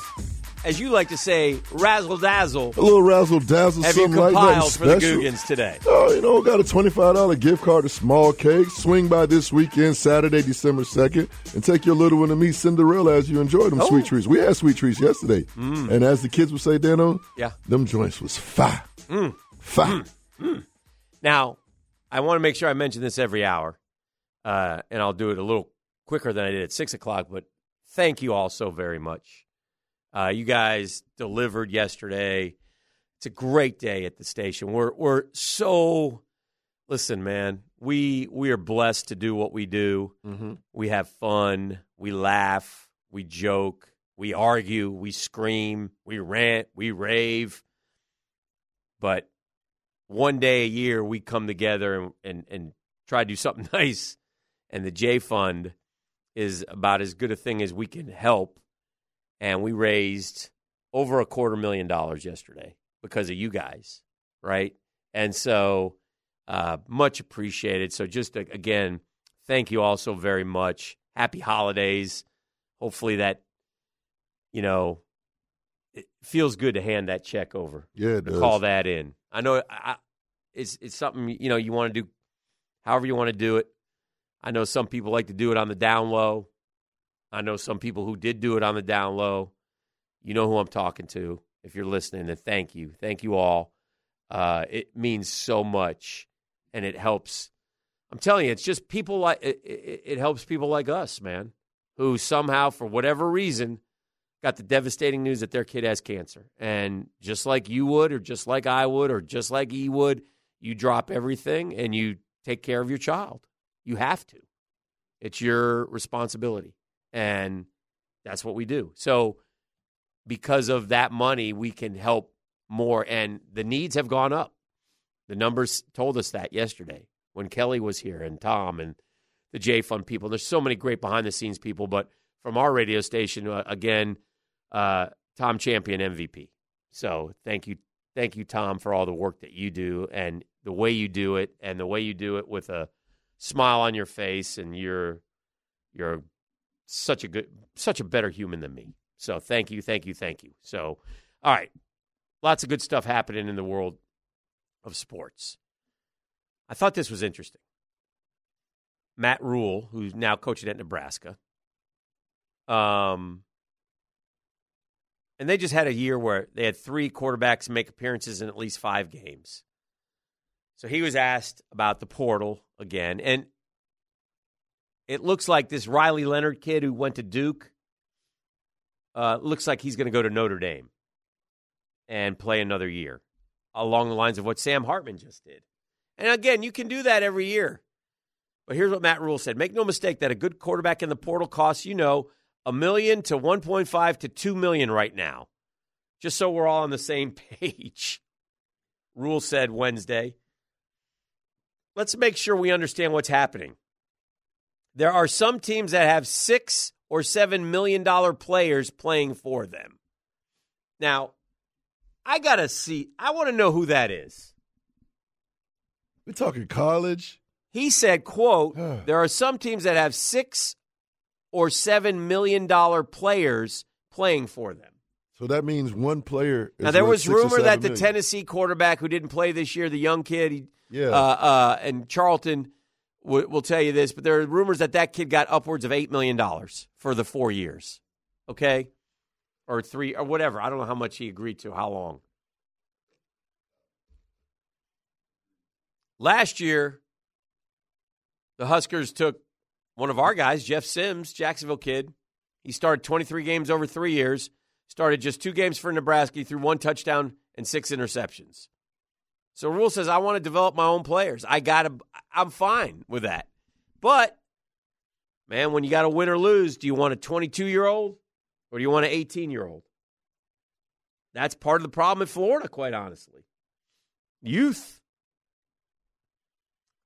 [SPEAKER 2] as you like to say, razzle dazzle
[SPEAKER 4] A little razzle dazzle,
[SPEAKER 2] have you
[SPEAKER 4] something like that.
[SPEAKER 2] compiled for the
[SPEAKER 4] special.
[SPEAKER 2] Googans today?
[SPEAKER 4] Oh, you know, got a $25 gift card to Small Cake. Swing by this weekend, Saturday, December 2nd, and take your little one to meet Cinderella as you enjoy them
[SPEAKER 2] Oh. Mm.
[SPEAKER 4] sweet treats. We had sweet treats yesterday. And as the kids would say, Dano,
[SPEAKER 2] Yeah. Mm.
[SPEAKER 4] them joints was fire.
[SPEAKER 2] Hmm.
[SPEAKER 4] Fire.
[SPEAKER 2] Now, I want to make sure I mention this every hour, uh, and I'll do it a little quicker than I did at six o'clock. But thank you all so very much. Uh, you guys delivered yesterday. It's a great day at the station. We're we're so listen, man. We we are blessed to do what we do. We have fun. We laugh. We joke. We argue. We scream. We rant. We rave. But one day a year we come together and, and, and try to do something nice. And the J Fund is about as good a thing as we can help. And we raised over a quarter million dollars yesterday because of you guys, right? And so uh, much appreciated. So just a- again, thank you all so very much. Happy holidays. Hopefully that, you know, it feels good to hand that check over
[SPEAKER 4] Yeah, it
[SPEAKER 2] to
[SPEAKER 4] does.
[SPEAKER 2] call that in. I know I, I- it's it's something you know you want to do, however you want to do it. I know some people like to do it on the down low. I know some people who did do it on the down low. You know who I'm talking to if you're listening, and thank you, thank you all. Uh, it means so much, and it helps. I'm telling you, it's just people like it, it, it helps people like us, man, who somehow for whatever reason got the devastating news that their kid has cancer. And just like you would, or just like I would, or just like E would, you drop everything and you take care of your child. You have to. It's your responsibility. And that's what we do. So, because of that money, we can help more. And the needs have gone up. The numbers told us that yesterday when Kelly was here and Tom and the J Fund people. There's so many great behind the scenes people, but from our radio station, uh, again, uh, Tom Champion MVP. So thank you, thank you, Tom, for all the work that you do and the way you do it, and the way you do it with a smile on your face, and you're you're such a good, such a better human than me. So thank you, thank you, thank you. So, all right, lots of good stuff happening in the world of sports. I thought this was interesting. Matt Rule, who's now coaching at Nebraska. Um, and they just had a year where they had three quarterbacks make appearances in at least five games. So he was asked about the portal again. And it looks like this Riley Leonard kid who went to Duke uh, looks like he's going to go to Notre Dame and play another year along the lines of what Sam Hartman just did. And again, you can do that every year. But here's what Matt Rule said Make no mistake that a good quarterback in the portal costs, you know, a million to 1.5 to 2 million right now. Just so we're all on the same page. Rule said Wednesday. Let's make sure we understand what's happening. There are some teams that have six or seven million dollar players playing for them. Now, I got to see, I want to know who that is.
[SPEAKER 4] We're talking college.
[SPEAKER 2] He said, quote, there are some teams that have six or seven million dollar players playing for them.
[SPEAKER 4] So that means one player. Is
[SPEAKER 2] now there
[SPEAKER 4] worth
[SPEAKER 2] was
[SPEAKER 4] six or
[SPEAKER 2] rumor
[SPEAKER 4] seven
[SPEAKER 2] that the
[SPEAKER 4] million.
[SPEAKER 2] Tennessee quarterback who didn't play this year, the young kid, he,
[SPEAKER 4] Yeah.
[SPEAKER 2] uh, uh, and Charlton w- will tell you this, but there are rumors that that kid got upwards of eight million dollars for the four years, okay, or three or whatever. I don't know how much he agreed to, how long. Last year, the Huskers took one of our guys, Jeff Sims, Jacksonville kid. He started 23 games over three years, started just two games for Nebraska, he threw one touchdown and six interceptions. So Rule says, I want to develop my own players. I got to, I'm fine with that. But, man, when you got to win or lose, do you want a 22 year old or do you want an 18 year old? That's part of the problem in Florida, quite honestly. Youth.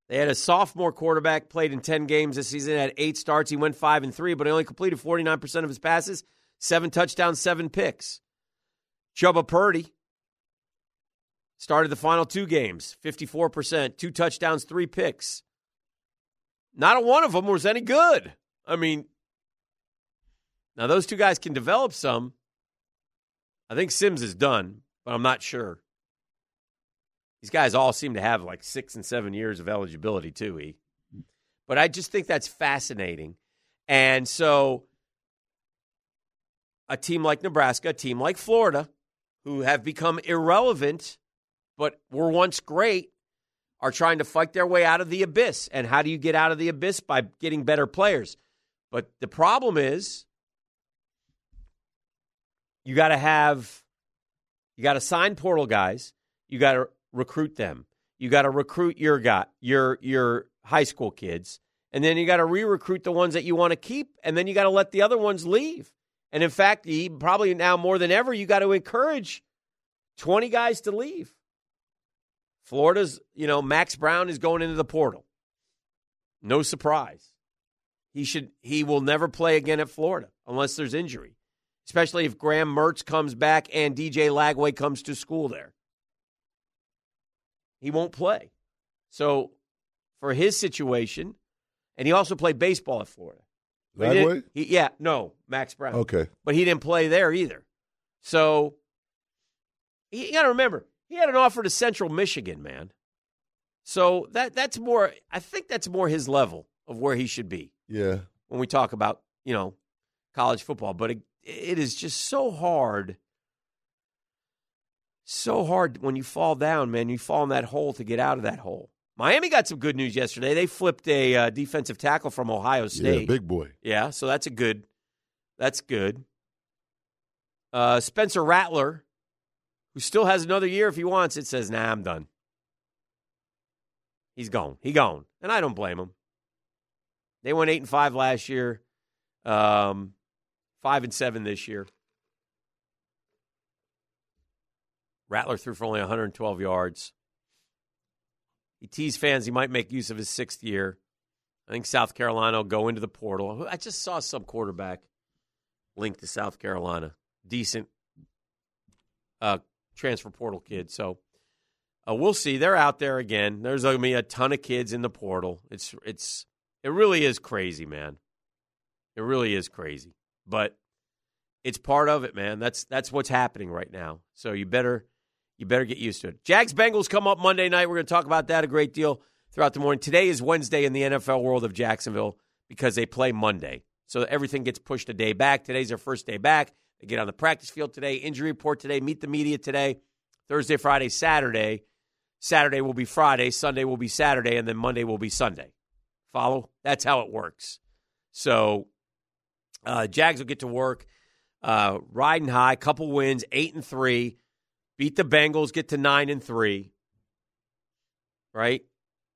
[SPEAKER 2] They had a sophomore quarterback, played in 10 games this season, had eight starts. He went 5 and 3, but he only completed 49% of his passes, seven touchdowns, seven picks. Chuba Purdy started the final two games, 54%, two touchdowns, three picks. Not a one of them was any good. I mean, now those two guys can develop some, I think Sims is done, but I'm not sure. These guys all seem to have like six and seven years of eligibility too. E, but I just think that's fascinating, and so a team like Nebraska, a team like Florida, who have become irrelevant, but were once great, are trying to fight their way out of the abyss. And how do you get out of the abyss by getting better players? But the problem is you got to have you got to sign portal guys you got to recruit them you got to recruit your guy your your high school kids and then you got to re-recruit the ones that you want to keep and then you got to let the other ones leave and in fact you probably now more than ever you got to encourage 20 guys to leave florida's you know max brown is going into the portal no surprise he should he will never play again at florida unless there's injury especially if Graham Mertz comes back and DJ Lagway comes to school there. He won't play. So for his situation, and he also played baseball at Florida. But he
[SPEAKER 4] Lagway?
[SPEAKER 2] didn't- he- yeah, no, Max Brown.
[SPEAKER 4] Okay.
[SPEAKER 2] But he didn't play there either. So you got to remember, he had an offer to Central Michigan, man. So that that's more I think that's more his level of where he should be
[SPEAKER 4] Yeah.
[SPEAKER 2] when we talk about you know college football but it, it is just so hard so hard when you fall down man you fall in that hole to get out of that hole miami got some good news yesterday they flipped a uh, defensive tackle from ohio state
[SPEAKER 4] Yeah, big boy.
[SPEAKER 2] yeah, so that's a good. That's good. Uh, Spencer Rattler, who still has another year if he wants it, says, "Nah, I'm done." He's gone. He gone, and I don't blame him. They went eight and five last year, um, five and seven this year. Rattler threw for only 112 yards. He teased fans he might make use of his sixth year. I think South Carolina will go into the portal. I just saw some quarterback linked to South Carolina. Decent uh, transfer portal kid. So uh, we'll see. They're out there again. There's going to be a ton of kids in the portal. It's it's it really is crazy, man. It really is crazy, but it's part of it, man. That's that's what's happening right now. So you better you better get used to it. Jags Bengals come up Monday night. We're going to talk about that a great deal throughout the morning. Today is Wednesday in the NFL world of Jacksonville because they play Monday. So everything gets pushed a day back. Today's their first day back. They get on the practice field today, injury report today, meet the media today, Thursday, Friday, Saturday. Saturday will be Friday, Sunday will be Saturday, and then Monday will be Sunday. Follow? That's how it works. So uh, Jags will get to work, uh, riding high, couple wins, eight and three, beat the Bengals, get to nine and three, right?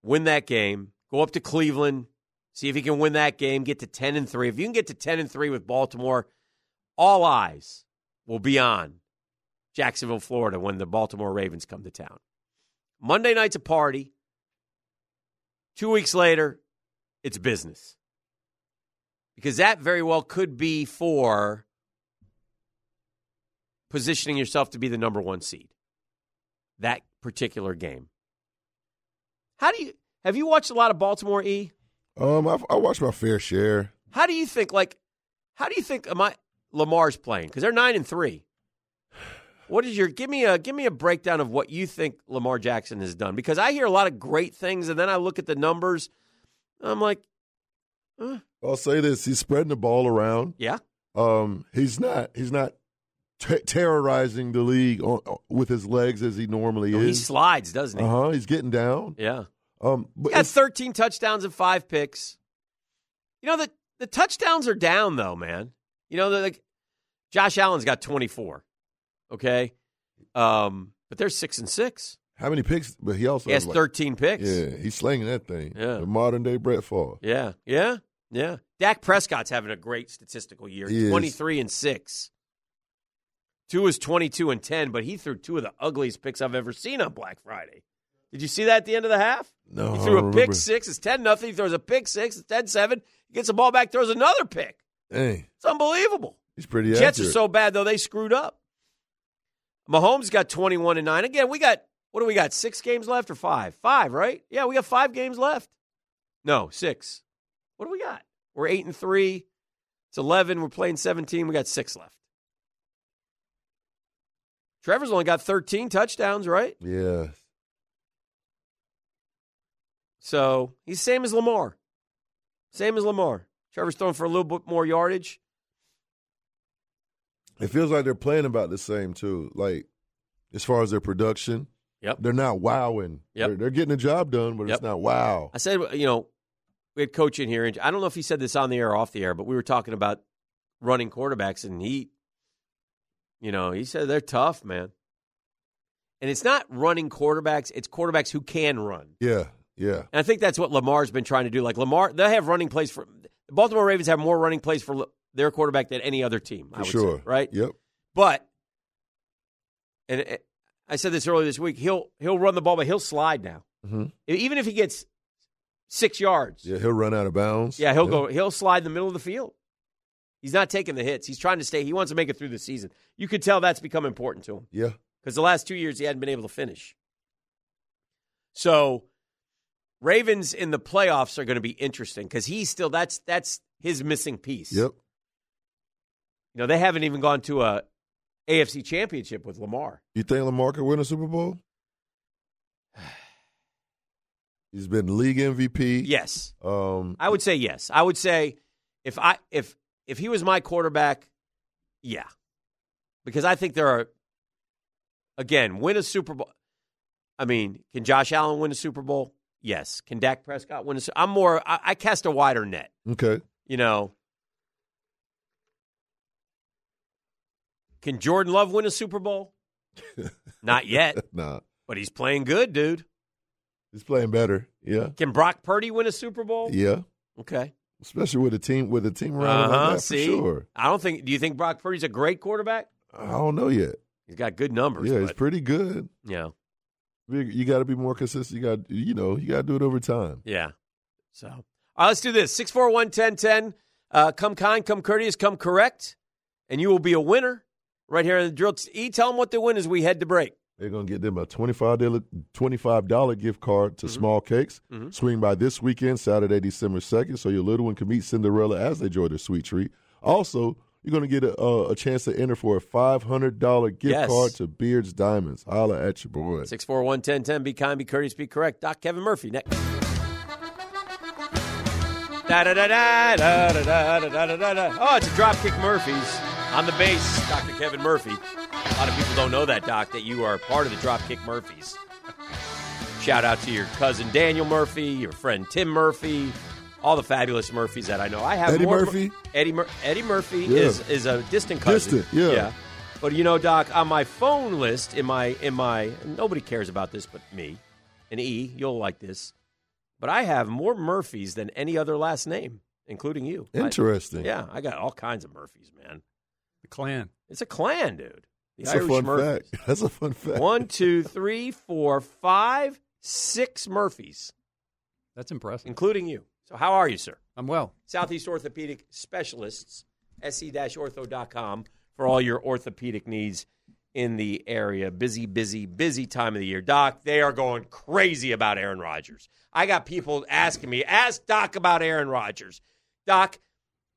[SPEAKER 2] Win that game, go up to Cleveland, see if he can win that game, get to ten and three. If you can get to ten and three with Baltimore, all eyes will be on Jacksonville, Florida, when the Baltimore Ravens come to town. Monday night's a party. Two weeks later, it's business because that very well could be for positioning yourself to be the number one seed that particular game how do you have you watched a lot of baltimore e
[SPEAKER 4] Um, I, I watched my fair share.
[SPEAKER 2] how do you think like how do you think am i lamar's playing because they're nine and three what is your give me a give me a breakdown of what you think lamar jackson has done because i hear a lot of great things and then i look at the numbers i'm like
[SPEAKER 4] I'll say this: he's spreading the ball around.
[SPEAKER 2] yeah
[SPEAKER 4] Um, he's not. He's not t- terrorizing the league on, with his legs as he normally
[SPEAKER 2] he
[SPEAKER 4] is.
[SPEAKER 2] slides doesn't he
[SPEAKER 4] Uh huh. He's getting down.
[SPEAKER 2] yeah
[SPEAKER 4] Um, but
[SPEAKER 2] He had
[SPEAKER 4] it's-
[SPEAKER 2] 13 touchdowns and five picks. You know, the, the touchdowns are down, though, man. You know, they're like Josh Allen's got 24. Okay. Um, but they're six and six.
[SPEAKER 4] how many picks? But he also
[SPEAKER 2] He has
[SPEAKER 4] has like-
[SPEAKER 2] 13 picks.
[SPEAKER 4] Yeah, he's slinging that thing.
[SPEAKER 2] Yeah.
[SPEAKER 4] the modern day Brett Favre.
[SPEAKER 2] Yeah. Yeah. Yeah. Dak Prescott's having a great statistical year
[SPEAKER 4] He is.
[SPEAKER 2] 23 and six. Two is 22 and 10, but he threw two of the ugliest picks I've ever seen on Black Friday. Did you see that at the end of the half?
[SPEAKER 4] No,
[SPEAKER 2] He
[SPEAKER 4] I
[SPEAKER 2] threw a
[SPEAKER 4] don't
[SPEAKER 2] pick
[SPEAKER 4] remember.
[SPEAKER 2] six. It's 10 nothing. He throws a pick six. It's 10 7. He gets the ball back, throws another pick.
[SPEAKER 4] Dang,
[SPEAKER 2] It's unbelievable.
[SPEAKER 4] he's pretty.
[SPEAKER 2] Jets are
[SPEAKER 4] accurate.
[SPEAKER 2] so bad, though, they screwed up. Mahomes got 21 and 9. Again, we got, what do we got? Six games left or five? Five, right? Yeah, we got five games left. No, six. What do we got? We're 8 and 3. It's 11. We're playing 17. We got six left. Trevor's only got 13 touchdowns, right?
[SPEAKER 4] Yeah.
[SPEAKER 2] So he's same as Lamar. Same as Lamar. Trevor's throwing for a little bit more yardage.
[SPEAKER 4] It feels like they're playing about the same too. Like as far as their production,
[SPEAKER 2] Yep.
[SPEAKER 4] they're not wowing.
[SPEAKER 2] Yep.
[SPEAKER 4] They're, they're getting the job done, but
[SPEAKER 2] Yep.
[SPEAKER 4] it's not wow.
[SPEAKER 2] I said, you know, we had coach in here, and I don't know if he said this on the air or off the air, but we were talking about running quarterbacks, and he, you know, he said they're tough, man. And it's not running quarterbacks; it's quarterbacks who can run.
[SPEAKER 4] Yeah, yeah.
[SPEAKER 2] And I think that's what Lamar's been trying to do. Like Lamar, they have running plays for the Baltimore Ravens have more running plays for their quarterback than any other team. I
[SPEAKER 4] For
[SPEAKER 2] would
[SPEAKER 4] sure.
[SPEAKER 2] say, right?
[SPEAKER 4] Yep.
[SPEAKER 2] But and it, I said this earlier this week. He'll he'll run the ball, but he'll slide now.
[SPEAKER 4] Mhm.
[SPEAKER 2] E-, Even if he gets six yards,
[SPEAKER 4] Yeah, he'll run out of bounds.
[SPEAKER 2] yeah, he'll go. He'll slide in the middle of the field. He's not taking the hits. He's trying to stay. He wants to make it through the season. You could tell that's become important to him
[SPEAKER 4] Yeah.
[SPEAKER 2] because the last two years he hadn't been able to finish. So, Ravens in the playoffs are going to be interesting because he's still that's that's his missing piece.
[SPEAKER 4] Yep.
[SPEAKER 2] You know they haven't even gone to a AFC Championship with Lamar.
[SPEAKER 4] You think Lamar could win a Super Bowl? He's been league MVP.
[SPEAKER 2] Yes,
[SPEAKER 4] Um,
[SPEAKER 2] I would say yes. I would say if I if if he was my quarterback, yeah, because I think there are again win a Super Bowl. I mean, can Josh Allen win a Super Bowl? Yes. Can Dak Prescott win a? Su- I'm more. I, I cast a wider net.
[SPEAKER 4] okay.
[SPEAKER 2] You know. Can Jordan Love win a Super Bowl? Not yet,
[SPEAKER 4] Nah.
[SPEAKER 2] but he's playing good, dude.
[SPEAKER 4] He's playing better. Yeah.
[SPEAKER 2] Can Brock Purdy win a Super Bowl?
[SPEAKER 4] Yeah.
[SPEAKER 2] Okay.
[SPEAKER 4] Especially with a team with a team around him like that
[SPEAKER 2] Uh-huh, See,
[SPEAKER 4] for sure.
[SPEAKER 2] I don't think. Do you think Brock Purdy's a great quarterback?
[SPEAKER 4] I don't know yet.
[SPEAKER 2] He's got good numbers.
[SPEAKER 4] Yeah, he's
[SPEAKER 2] but,
[SPEAKER 4] pretty good.
[SPEAKER 2] yeah,
[SPEAKER 4] You- You got to be more consistent. You got you know you got to do it over time.
[SPEAKER 2] yeah. So, all right, let's do this. Six four one ten ten. Uh, come kind, come courteous, come correct, and you will be a winner. Right here in the drill. E, tell them what the win is. We head to break.
[SPEAKER 4] They're gonna get them a twenty-five dollar twenty-five dollar gift card
[SPEAKER 2] Mm-hmm.
[SPEAKER 4] to Small Cakes. Swing by this weekend, Saturday, December second, so your little one can meet Cinderella as they enjoy their sweet treat. Also, you're gonna get a, a, a chance to enter for a five hundred dollar gift
[SPEAKER 2] Yes.
[SPEAKER 4] card to Beards Diamonds. Holla at your boy.
[SPEAKER 2] Six four one ten ten. Be kind, be courteous, be correct. Doc Kevin Murphy next. Da da da da da da da da da da da. Oh, it's a Dropkick Murphys on the bass. Dr. Kevin Murphy. A lot of people don't know that, Doc, that you are part of the Dropkick Murphys. Shout out to your cousin Daniel Murphy, your friend Tim Murphy, all the fabulous Murphys that I know. I have
[SPEAKER 4] Eddie
[SPEAKER 2] more
[SPEAKER 4] Murphy?
[SPEAKER 2] Eddie Mur- Eddie Murphy
[SPEAKER 4] Yeah.
[SPEAKER 2] is is a distant cousin.
[SPEAKER 4] Distant, yeah.
[SPEAKER 2] But you know, Doc, on my phone list, in my in my nobody cares about this but me, and E, you'll like this. But I have more Murphys than any other last name, including you. I-
[SPEAKER 4] Interesting.
[SPEAKER 2] yeah, I got all kinds of Murphys, man.
[SPEAKER 10] The clan.
[SPEAKER 2] It's a clan, dude. The
[SPEAKER 4] that's a
[SPEAKER 2] Irish
[SPEAKER 4] fun
[SPEAKER 2] Murphys.
[SPEAKER 4] fact. That's a fun fact.
[SPEAKER 2] One, two, three, four, five, six Murphys,
[SPEAKER 10] That's impressive.
[SPEAKER 2] including you. So how are you, sir?
[SPEAKER 10] I'm well.
[SPEAKER 2] Southeast Orthopedic Specialists, E sc-ortho.com for all your orthopedic needs in the area. Busy, busy, busy time of the year. Doc, they are going crazy about Aaron Rodgers. I got people asking me, ask Doc about Aaron Rodgers. Doc,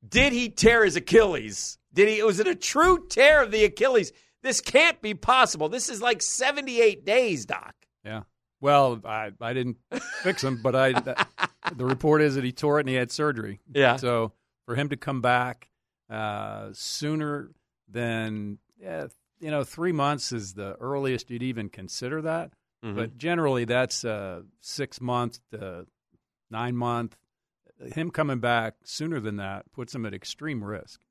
[SPEAKER 2] did he tear his Achilles? Did he was it a true tear of the Achilles? This can't be possible. This is like 78 days, Doc.
[SPEAKER 10] Yeah. Well, I, I didn't fix him, but I the report is that he tore it and he had surgery.
[SPEAKER 2] Yeah.
[SPEAKER 10] So for him to come back uh, sooner than yeah, you know three months is the earliest you'd even consider that.
[SPEAKER 2] Mm-hmm.
[SPEAKER 10] But generally, that's uh, six month to nine month. Him coming back sooner than that puts him at extreme risk.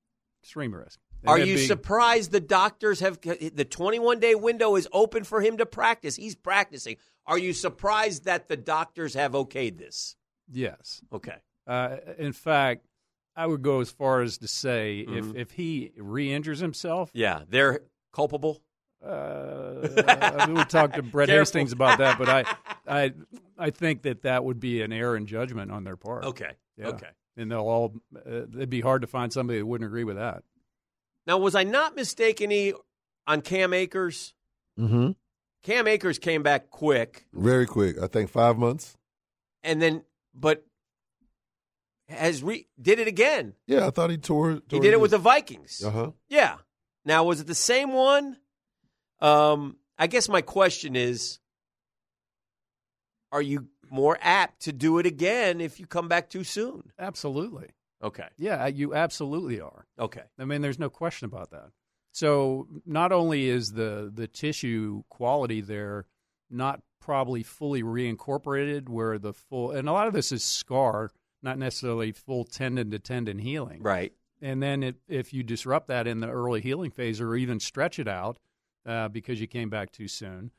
[SPEAKER 10] Extreme risk. And
[SPEAKER 2] Are
[SPEAKER 10] that'd
[SPEAKER 2] you
[SPEAKER 10] be-
[SPEAKER 2] surprised the doctors have the 21 day window is open for him to practice? He's practicing. Are you surprised that the doctors have okayed this?
[SPEAKER 10] Yes.
[SPEAKER 2] Okay.
[SPEAKER 10] Uh, in fact, I would go as far as to say if, if he re-injures himself,
[SPEAKER 2] Mm-hmm. Yeah, they're culpable.
[SPEAKER 10] uh, we would talk to Brett
[SPEAKER 2] Careful.
[SPEAKER 10] Hastings about that. But I, I, I think that that would be an error in judgment on their part.
[SPEAKER 2] Okay.
[SPEAKER 10] Yeah.
[SPEAKER 2] Okay.
[SPEAKER 10] and they'll all. Uh, it'd be hard to find somebody that wouldn't agree with that.
[SPEAKER 2] Now, was I not mistaken E, on Cam Akers?
[SPEAKER 4] Mm-hmm.
[SPEAKER 2] Cam Akers came back quick,
[SPEAKER 4] Very quick. I think five months.
[SPEAKER 2] and then, but has re did it again.
[SPEAKER 4] Yeah, I thought he tore.
[SPEAKER 2] He did it with the Vikings.
[SPEAKER 4] Uh huh.
[SPEAKER 2] Yeah. Now, was it the same one? Um, I guess my question is are you more apt to do it again if you come back too soon?
[SPEAKER 10] Absolutely.
[SPEAKER 2] Okay.
[SPEAKER 10] Yeah, you absolutely are.
[SPEAKER 2] Okay.
[SPEAKER 10] I mean, there's no question about that. So not only is the the tissue quality there not probably fully reincorporated where the full and a lot of this is scar, not necessarily full tendon to tendon healing.
[SPEAKER 2] Right.
[SPEAKER 10] And then it, if you disrupt that in the early healing phase or even stretch it out uh, because you came back too soon,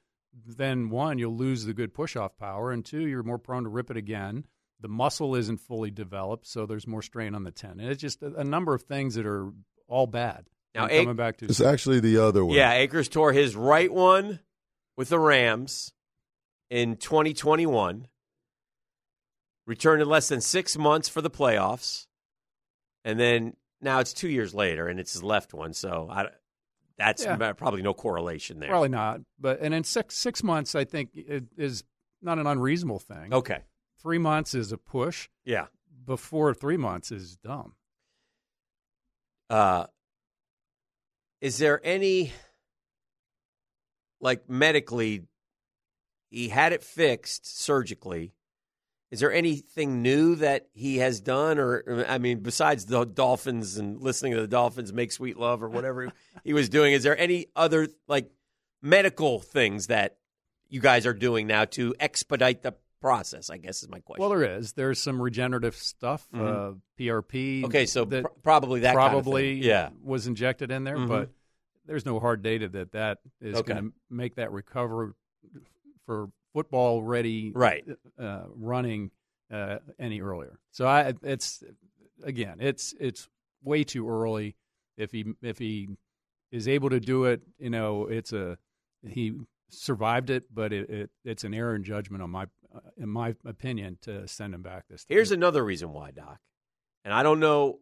[SPEAKER 10] then one, you'll lose the good push off power, and two, you're more prone to rip it again. The muscle isn't fully developed, so there's more strain on the tendon. It's just a, a number of things that are all bad.
[SPEAKER 2] Now,
[SPEAKER 10] I'm
[SPEAKER 2] Ac-
[SPEAKER 10] coming back to
[SPEAKER 4] It's actually the other one.
[SPEAKER 2] Yeah, Akers tore his right one with the Rams in 2021. Returned in less than six months for the playoffs, and then now it's two years later, and it's his left one. So I, that's
[SPEAKER 10] Yeah.
[SPEAKER 2] probably no correlation there.
[SPEAKER 10] probably not, but and in six six months, I think it is not an unreasonable thing.
[SPEAKER 2] Okay.
[SPEAKER 10] three months is a push.
[SPEAKER 2] Yeah.
[SPEAKER 10] Before three months is dumb.
[SPEAKER 2] Uh, is there any like medically he had it fixed surgically is there anything new that he has done or i mean besides the dolphins and listening to the dolphins make sweet love or whatever he was doing is there any other like medical things that you guys are doing now to expedite the process i guess is my question
[SPEAKER 10] Well, there is. There's some regenerative stuff,
[SPEAKER 2] Mhm.
[SPEAKER 10] uh, PRP.
[SPEAKER 2] Okay, so
[SPEAKER 10] that
[SPEAKER 2] pr- probably that kind of thing.
[SPEAKER 10] probably
[SPEAKER 2] Yeah.
[SPEAKER 10] was injected in there,
[SPEAKER 2] Mhm.
[SPEAKER 10] but there's no hard data that that is
[SPEAKER 2] Okay.
[SPEAKER 10] going to make that recover for football ready
[SPEAKER 2] Right.
[SPEAKER 10] uh, running uh, any earlier. So I it's again it's it's way too early if he if he is able to do it. You know, it's a he survived it, but it, it it's an error in judgment on my uh, in my opinion to send him back this. time.
[SPEAKER 2] Here's another reason why, Doc. And I don't know,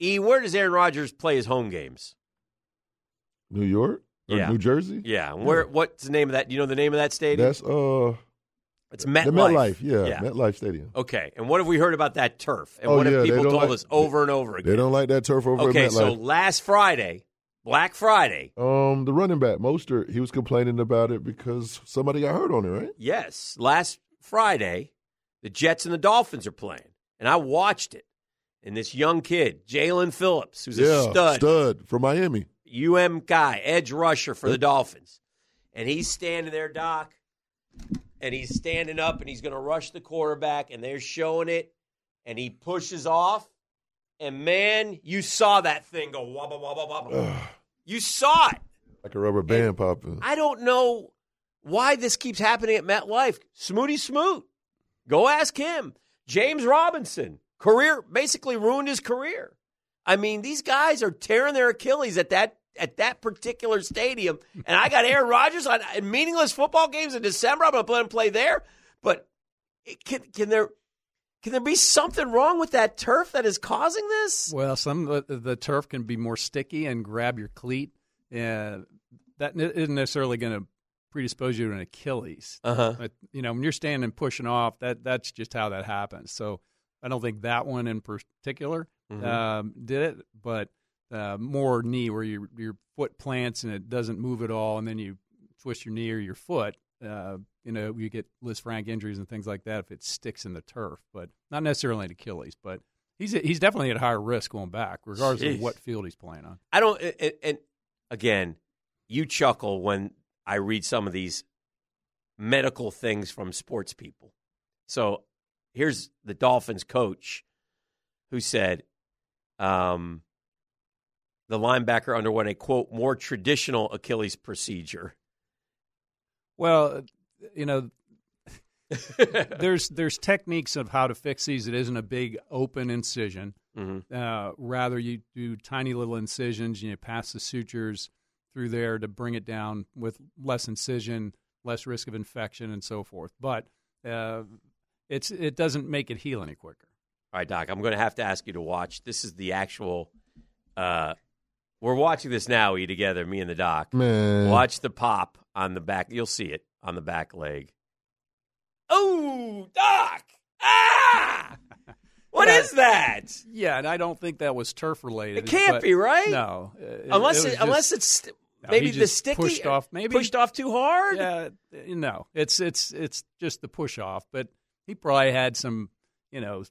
[SPEAKER 2] E, where does Aaron Rodgers play his home games?
[SPEAKER 4] New York or
[SPEAKER 2] Yeah.
[SPEAKER 4] New Jersey?
[SPEAKER 2] Yeah. and Where? What's the name of that? Do you know the name of that stadium?
[SPEAKER 4] Hmm. That's uh
[SPEAKER 2] it's
[SPEAKER 4] the
[SPEAKER 2] MetLife.
[SPEAKER 4] MetLife, yeah, MetLife Stadium.
[SPEAKER 2] Okay. And what have we heard about that turf? And
[SPEAKER 4] Oh,
[SPEAKER 2] what
[SPEAKER 4] yeah,
[SPEAKER 2] have
[SPEAKER 4] they
[SPEAKER 2] people
[SPEAKER 4] don't
[SPEAKER 2] told
[SPEAKER 4] like-
[SPEAKER 2] us over and over again?
[SPEAKER 4] They don't like that turf over
[SPEAKER 2] okay.
[SPEAKER 4] at
[SPEAKER 2] So
[SPEAKER 4] MetLife.
[SPEAKER 2] last Friday, Black Friday,
[SPEAKER 4] um, the running back Mostert, he was complaining about it because somebody got hurt on it, right?
[SPEAKER 2] Yes, last Friday, the Jets and the Dolphins are playing, and I watched it. And this young kid, Jalen Phillips, who's
[SPEAKER 4] yeah,
[SPEAKER 2] a stud,
[SPEAKER 4] stud from Miami.
[SPEAKER 2] UM guy, edge rusher for the Dolphins. And he's standing there, Doc, and he's standing up and he's going to rush the quarterback, and they're showing it, and he pushes off. And man, you saw that thing go wobble, wobble, wobble. you saw it.
[SPEAKER 4] Like a rubber band popping.
[SPEAKER 2] I don't know why this keeps happening at MetLife. Smooty Smoot, go ask him. James Robinson, career basically ruined his career. I mean, these guys are tearing their Achilles at that at that particular stadium, and I got Aaron Rodgers on in meaningless football games in December. I'm going to let him play there, but it, can can there can there be something wrong with that turf that is causing this?
[SPEAKER 10] Well, some of the, the turf can be more sticky and grab your cleat. Uh, that n- isn't necessarily going to predispose you to an Achilles.
[SPEAKER 2] Uh-huh.
[SPEAKER 10] But you know, when you're standing and pushing off, that that's just how that happens. So I don't think that one in particular
[SPEAKER 2] Mhm.
[SPEAKER 10] um, did it, but uh, more knee where your your foot plants and it doesn't move at all, and then you twist your knee or your foot. Uh, you know, you get Liz Frank injuries and things like that if it sticks in the turf, but not necessarily an Achilles. But he's he's definitely at higher risk going back, regardless
[SPEAKER 2] Jeez.
[SPEAKER 10] of what field he's playing on.
[SPEAKER 2] I don't. And, and- and again, you chuckle when I read some of these medical things from sports people. So here's the Dolphins coach who said, um, the linebacker underwent a quote more traditional Achilles procedure.
[SPEAKER 10] Well, you know, there's there's techniques of how to fix these. It isn't a big open incision.
[SPEAKER 2] Mm-hmm.
[SPEAKER 10] Uh, rather, you do tiny little incisions and you pass the sutures through there to bring it down with less incision, less risk of infection, and so forth. But uh, it's it doesn't make it heal any quicker.
[SPEAKER 2] All right, Doc, I'm going to have to ask you to watch. This is the actual. Uh, we're watching this now, we together, me and the doc.
[SPEAKER 4] Man.
[SPEAKER 2] Watch the pop on the back. You'll see it on the back leg. Oh, Doc! Ah! What is that?
[SPEAKER 10] Yeah, and I don't think that was turf related.
[SPEAKER 2] It can't
[SPEAKER 10] but-
[SPEAKER 2] be, right?
[SPEAKER 10] No, Uh, it-
[SPEAKER 2] unless
[SPEAKER 10] it was
[SPEAKER 2] it, unless
[SPEAKER 10] just-
[SPEAKER 2] it's
[SPEAKER 10] No,
[SPEAKER 2] maybe
[SPEAKER 10] he
[SPEAKER 2] the
[SPEAKER 10] just
[SPEAKER 2] sticky er,
[SPEAKER 10] pushed off. Maybe
[SPEAKER 2] pushed off too hard.
[SPEAKER 10] Yeah, no, it's it's it's just the push off. But he probably had some, you know,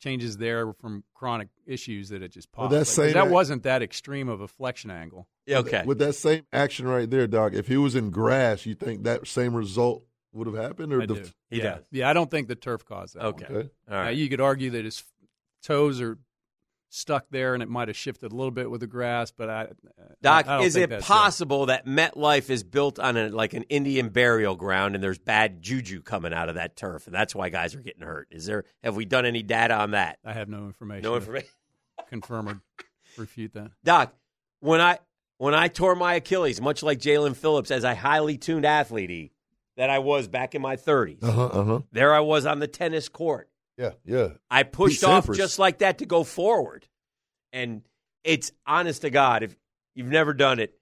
[SPEAKER 10] changes there from chronic issues that it just
[SPEAKER 4] Well,
[SPEAKER 10] popped.
[SPEAKER 4] that
[SPEAKER 10] like- 'cause
[SPEAKER 4] same-
[SPEAKER 10] that wasn't that extreme of a flexion angle.
[SPEAKER 4] With that same action right there, Doc, if he was in grass, you think that same result would have happened? Or
[SPEAKER 10] I
[SPEAKER 4] the,
[SPEAKER 10] do. yeah. Yeah, I don't think the turf caused that.
[SPEAKER 2] Okay.
[SPEAKER 10] one.
[SPEAKER 4] Okay.
[SPEAKER 2] All right.
[SPEAKER 10] Now, you could argue that his toes are stuck there and it might have shifted a little bit with the grass, but I.
[SPEAKER 2] Doc,
[SPEAKER 10] I don't
[SPEAKER 2] is
[SPEAKER 10] think
[SPEAKER 2] it
[SPEAKER 10] that's
[SPEAKER 2] possible that MetLife is built on a, like an Indian burial ground and there's bad juju coming out of that turf and that's why guys are getting hurt? Is there have we done any data on that?
[SPEAKER 10] I have no information.
[SPEAKER 2] No
[SPEAKER 10] to
[SPEAKER 2] information.
[SPEAKER 10] Confirm or refute that.
[SPEAKER 2] Doc, when I when I tore my Achilles, much like Jalen Phillips, as a highly tuned athlete that I was back in my 30s,
[SPEAKER 4] Uh huh. Uh huh.
[SPEAKER 2] there I was on the tennis court.
[SPEAKER 4] Yeah. Yeah.
[SPEAKER 2] I pushed
[SPEAKER 4] Pete
[SPEAKER 2] off
[SPEAKER 4] Sampras.
[SPEAKER 2] just like that to go forward. And it's honest to God, if you've never done it,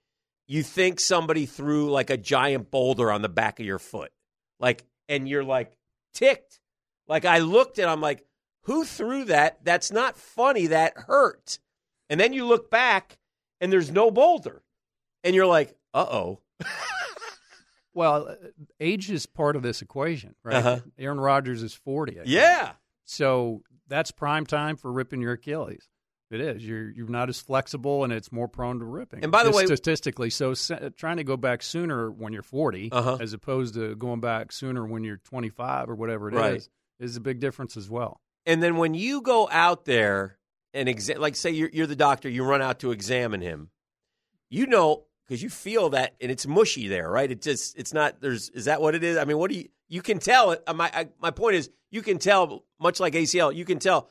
[SPEAKER 2] you think somebody threw like a giant boulder on the back of your foot. Like, and you're like ticked. Like, I looked and I'm like, who threw that? That's not funny. That hurt. And then you look back and there's no boulder. And you're like, uh oh.
[SPEAKER 10] Well, uh, age is part of this equation, right?
[SPEAKER 2] Uh-huh.
[SPEAKER 10] Aaron Rodgers is 40. I think.
[SPEAKER 2] Yeah.
[SPEAKER 10] So that's prime time for ripping your Achilles. It is. You're you're not as flexible, and it's more prone to ripping.
[SPEAKER 2] And by the
[SPEAKER 10] Just
[SPEAKER 2] way-
[SPEAKER 10] statistically, so se- trying to go back sooner when you're 40,
[SPEAKER 2] Uh-huh.
[SPEAKER 10] as opposed to going back sooner when you're 25 or whatever it is,
[SPEAKER 2] Right.
[SPEAKER 10] is a big difference as well.
[SPEAKER 2] And then when you go out there and exa- like say you're, you're the doctor, you run out to examine him. You know because you feel that and it's mushy there, right? It just it's not there's is that what it is? I mean, what do you you can tell it. uh, My I, my point is you can tell much like ACL, you can tell.